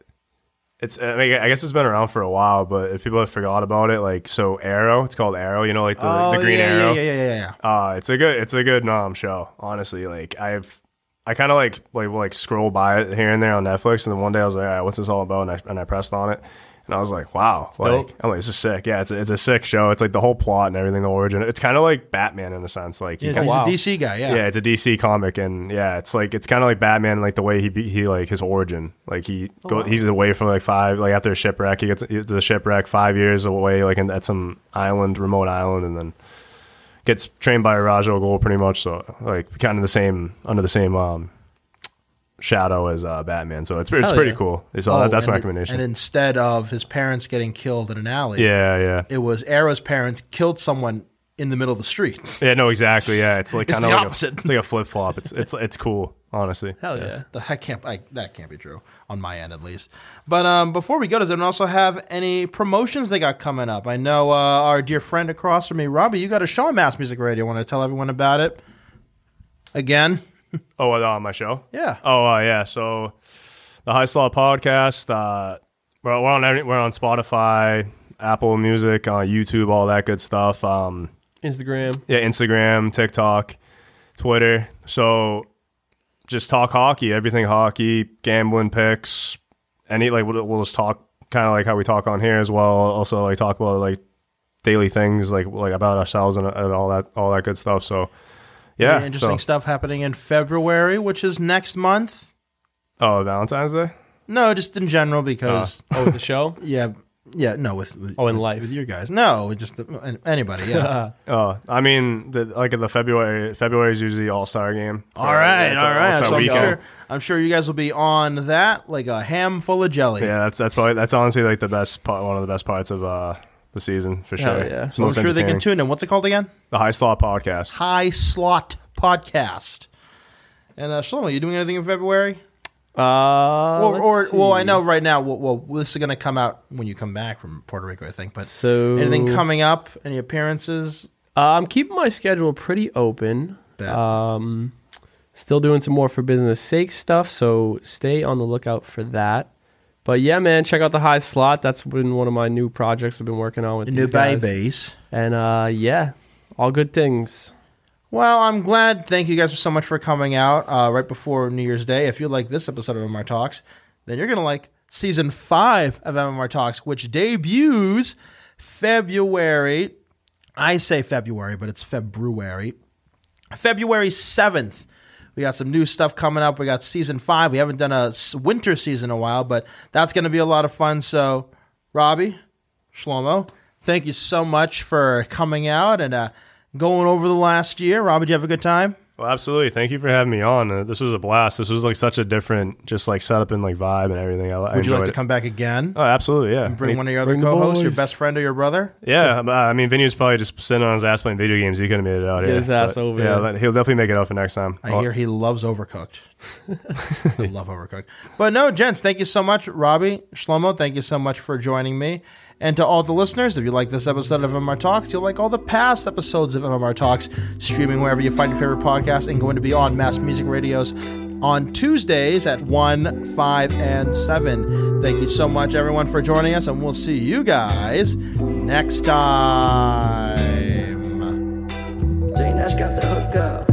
it's I, mean, I guess it's been around for a while, but if people have forgot about it, like so Arrow, it's called Arrow. You know, like the, the Green Oh, yeah, Arrow. Yeah, yeah, yeah, yeah, yeah. Uh, it's a good it's a good um show. Honestly, like I've I kind of like like will, like scroll by it here and there on Netflix, and then one day I was like, all right, what's this all about? And I and I pressed on it. And I was like, "Wow! Like, dope. I'm like, this is sick. Yeah, it's a, it's a sick show. It's like the whole plot and everything, the origin. It's kind of like Batman in a sense. Like, you He's kinda- wow. a DC guy. Yeah. yeah, it's a DC comic, and yeah, it's like it's kind of like Batman, like the way he be, he like his origin, like he Oh, go, he's away for like five, like after a shipwreck, he gets he gets the shipwreck five years away, like in, at some island, remote island, and then gets trained by Raj Al Ghul, pretty much, so like kind of the same under the same um shadow as uh, Batman, so it's it's Hell pretty yeah. cool. So that, Oh, that's my and- recommendation. And instead of his parents getting killed in an alley, yeah, yeah, it was Arrow's parents killed someone in the middle of the street. yeah. No, exactly. Yeah, it's like It's kind of the like opposite. A, it's like a flip flop. It's it's it's cool, honestly. Hell yeah. That can't I, that can't be true on my end at least. But um, before we go, does anyone also have any promotions they got coming up? I know uh, our dear friend across from me, Robbie, you got a show on Mass Music Radio. Want to tell everyone about it again? Oh, uh, my show. Yeah. Oh uh, yeah, so the High Slot Podcast. Uh, we're, we're on every, we're on Spotify, Apple Music, uh, YouTube, all that good stuff. Um, Instagram. yeah, Instagram, TikTok, Twitter. So just talk hockey, everything hockey, gambling picks, any like we'll, we'll just talk kind of like how we talk on here as well. Also like talk about like daily things like like about ourselves and, and all that all that good stuff. So yeah, Very interesting so, stuff happening in February, which is next month. oh Valentine's Day. No, just in general because Oh, the show. yeah, yeah, no with, with Oh, in with- life. Uh, with you guys. No, just the, anybody. Yeah. Oh, I mean, the, like in the February, February is usually All Star game. All right, It's all right. All-Star So I'm weekend. sure, I'm sure you guys will be on that like a ham full of jelly. Yeah, that's that's probably that's honestly like the best part, one of the best parts of uh the season for Hell sure. yeah. It's So I'm most sure they can entertaining. tune in. What's it called again? the High Slot Podcast. High Slot Podcast. And uh, Shlomo, you doing anything in February? Uh, or, let's or well, I see. know right now. Well, well this is going to come out when you come back from Puerto Rico, I think. But So anything coming up? Any appearances? I'm keeping my schedule pretty open. That- Um, still doing some more for business sake stuff, so stay on the lookout for that. But yeah, man, check out the high slot. That's been one of my new projects I've been working on with New these guys. babies. And uh, yeah, all good things. Well, I'm glad. Thank you guys so much for coming out uh, right before New Year's Day. If you like this episode of MMR Talks, then you're going to like season five of MMR Talks, which debuts February. I say February, but it's February. February 7th. We got some new stuff coming up. We got season five. We haven't done a s- winter season in a while, but that's going to be a lot of fun. So, Robbie, Shlomo, thank you so much for coming out and uh, going over the last year. Robbie, did you have a good time? Well, absolutely. Thank you for having me on. Uh, this was a blast. This was like such a different, just like setup and like vibe and everything. I, I Would you like enjoyed to it. come back again? Oh, absolutely. Yeah. Bring Any- one of your other the co-hosts, your boys. best friend or your brother. Yeah, but, uh, I mean, Vinny was probably just sitting on his ass playing video games. He couldn't have made it out Get here. his ass But, over Yeah, here. but he'll definitely make it out for next time. I Oh, hear he loves Overcooked. I love Overcooked. But no, gents, thank you so much, Robbie Shlomo. Thank you so much for joining me. And to all the listeners, if you like this episode of MMR Talks, you'll like all the past episodes of MMR Talks, streaming wherever you find your favorite podcast, and going to be on Mass Music Radios on Tuesdays at 1, 5, and 7. Thank you so much, everyone, for joining us, and we'll see you guys next time. Zaynash got the hookup.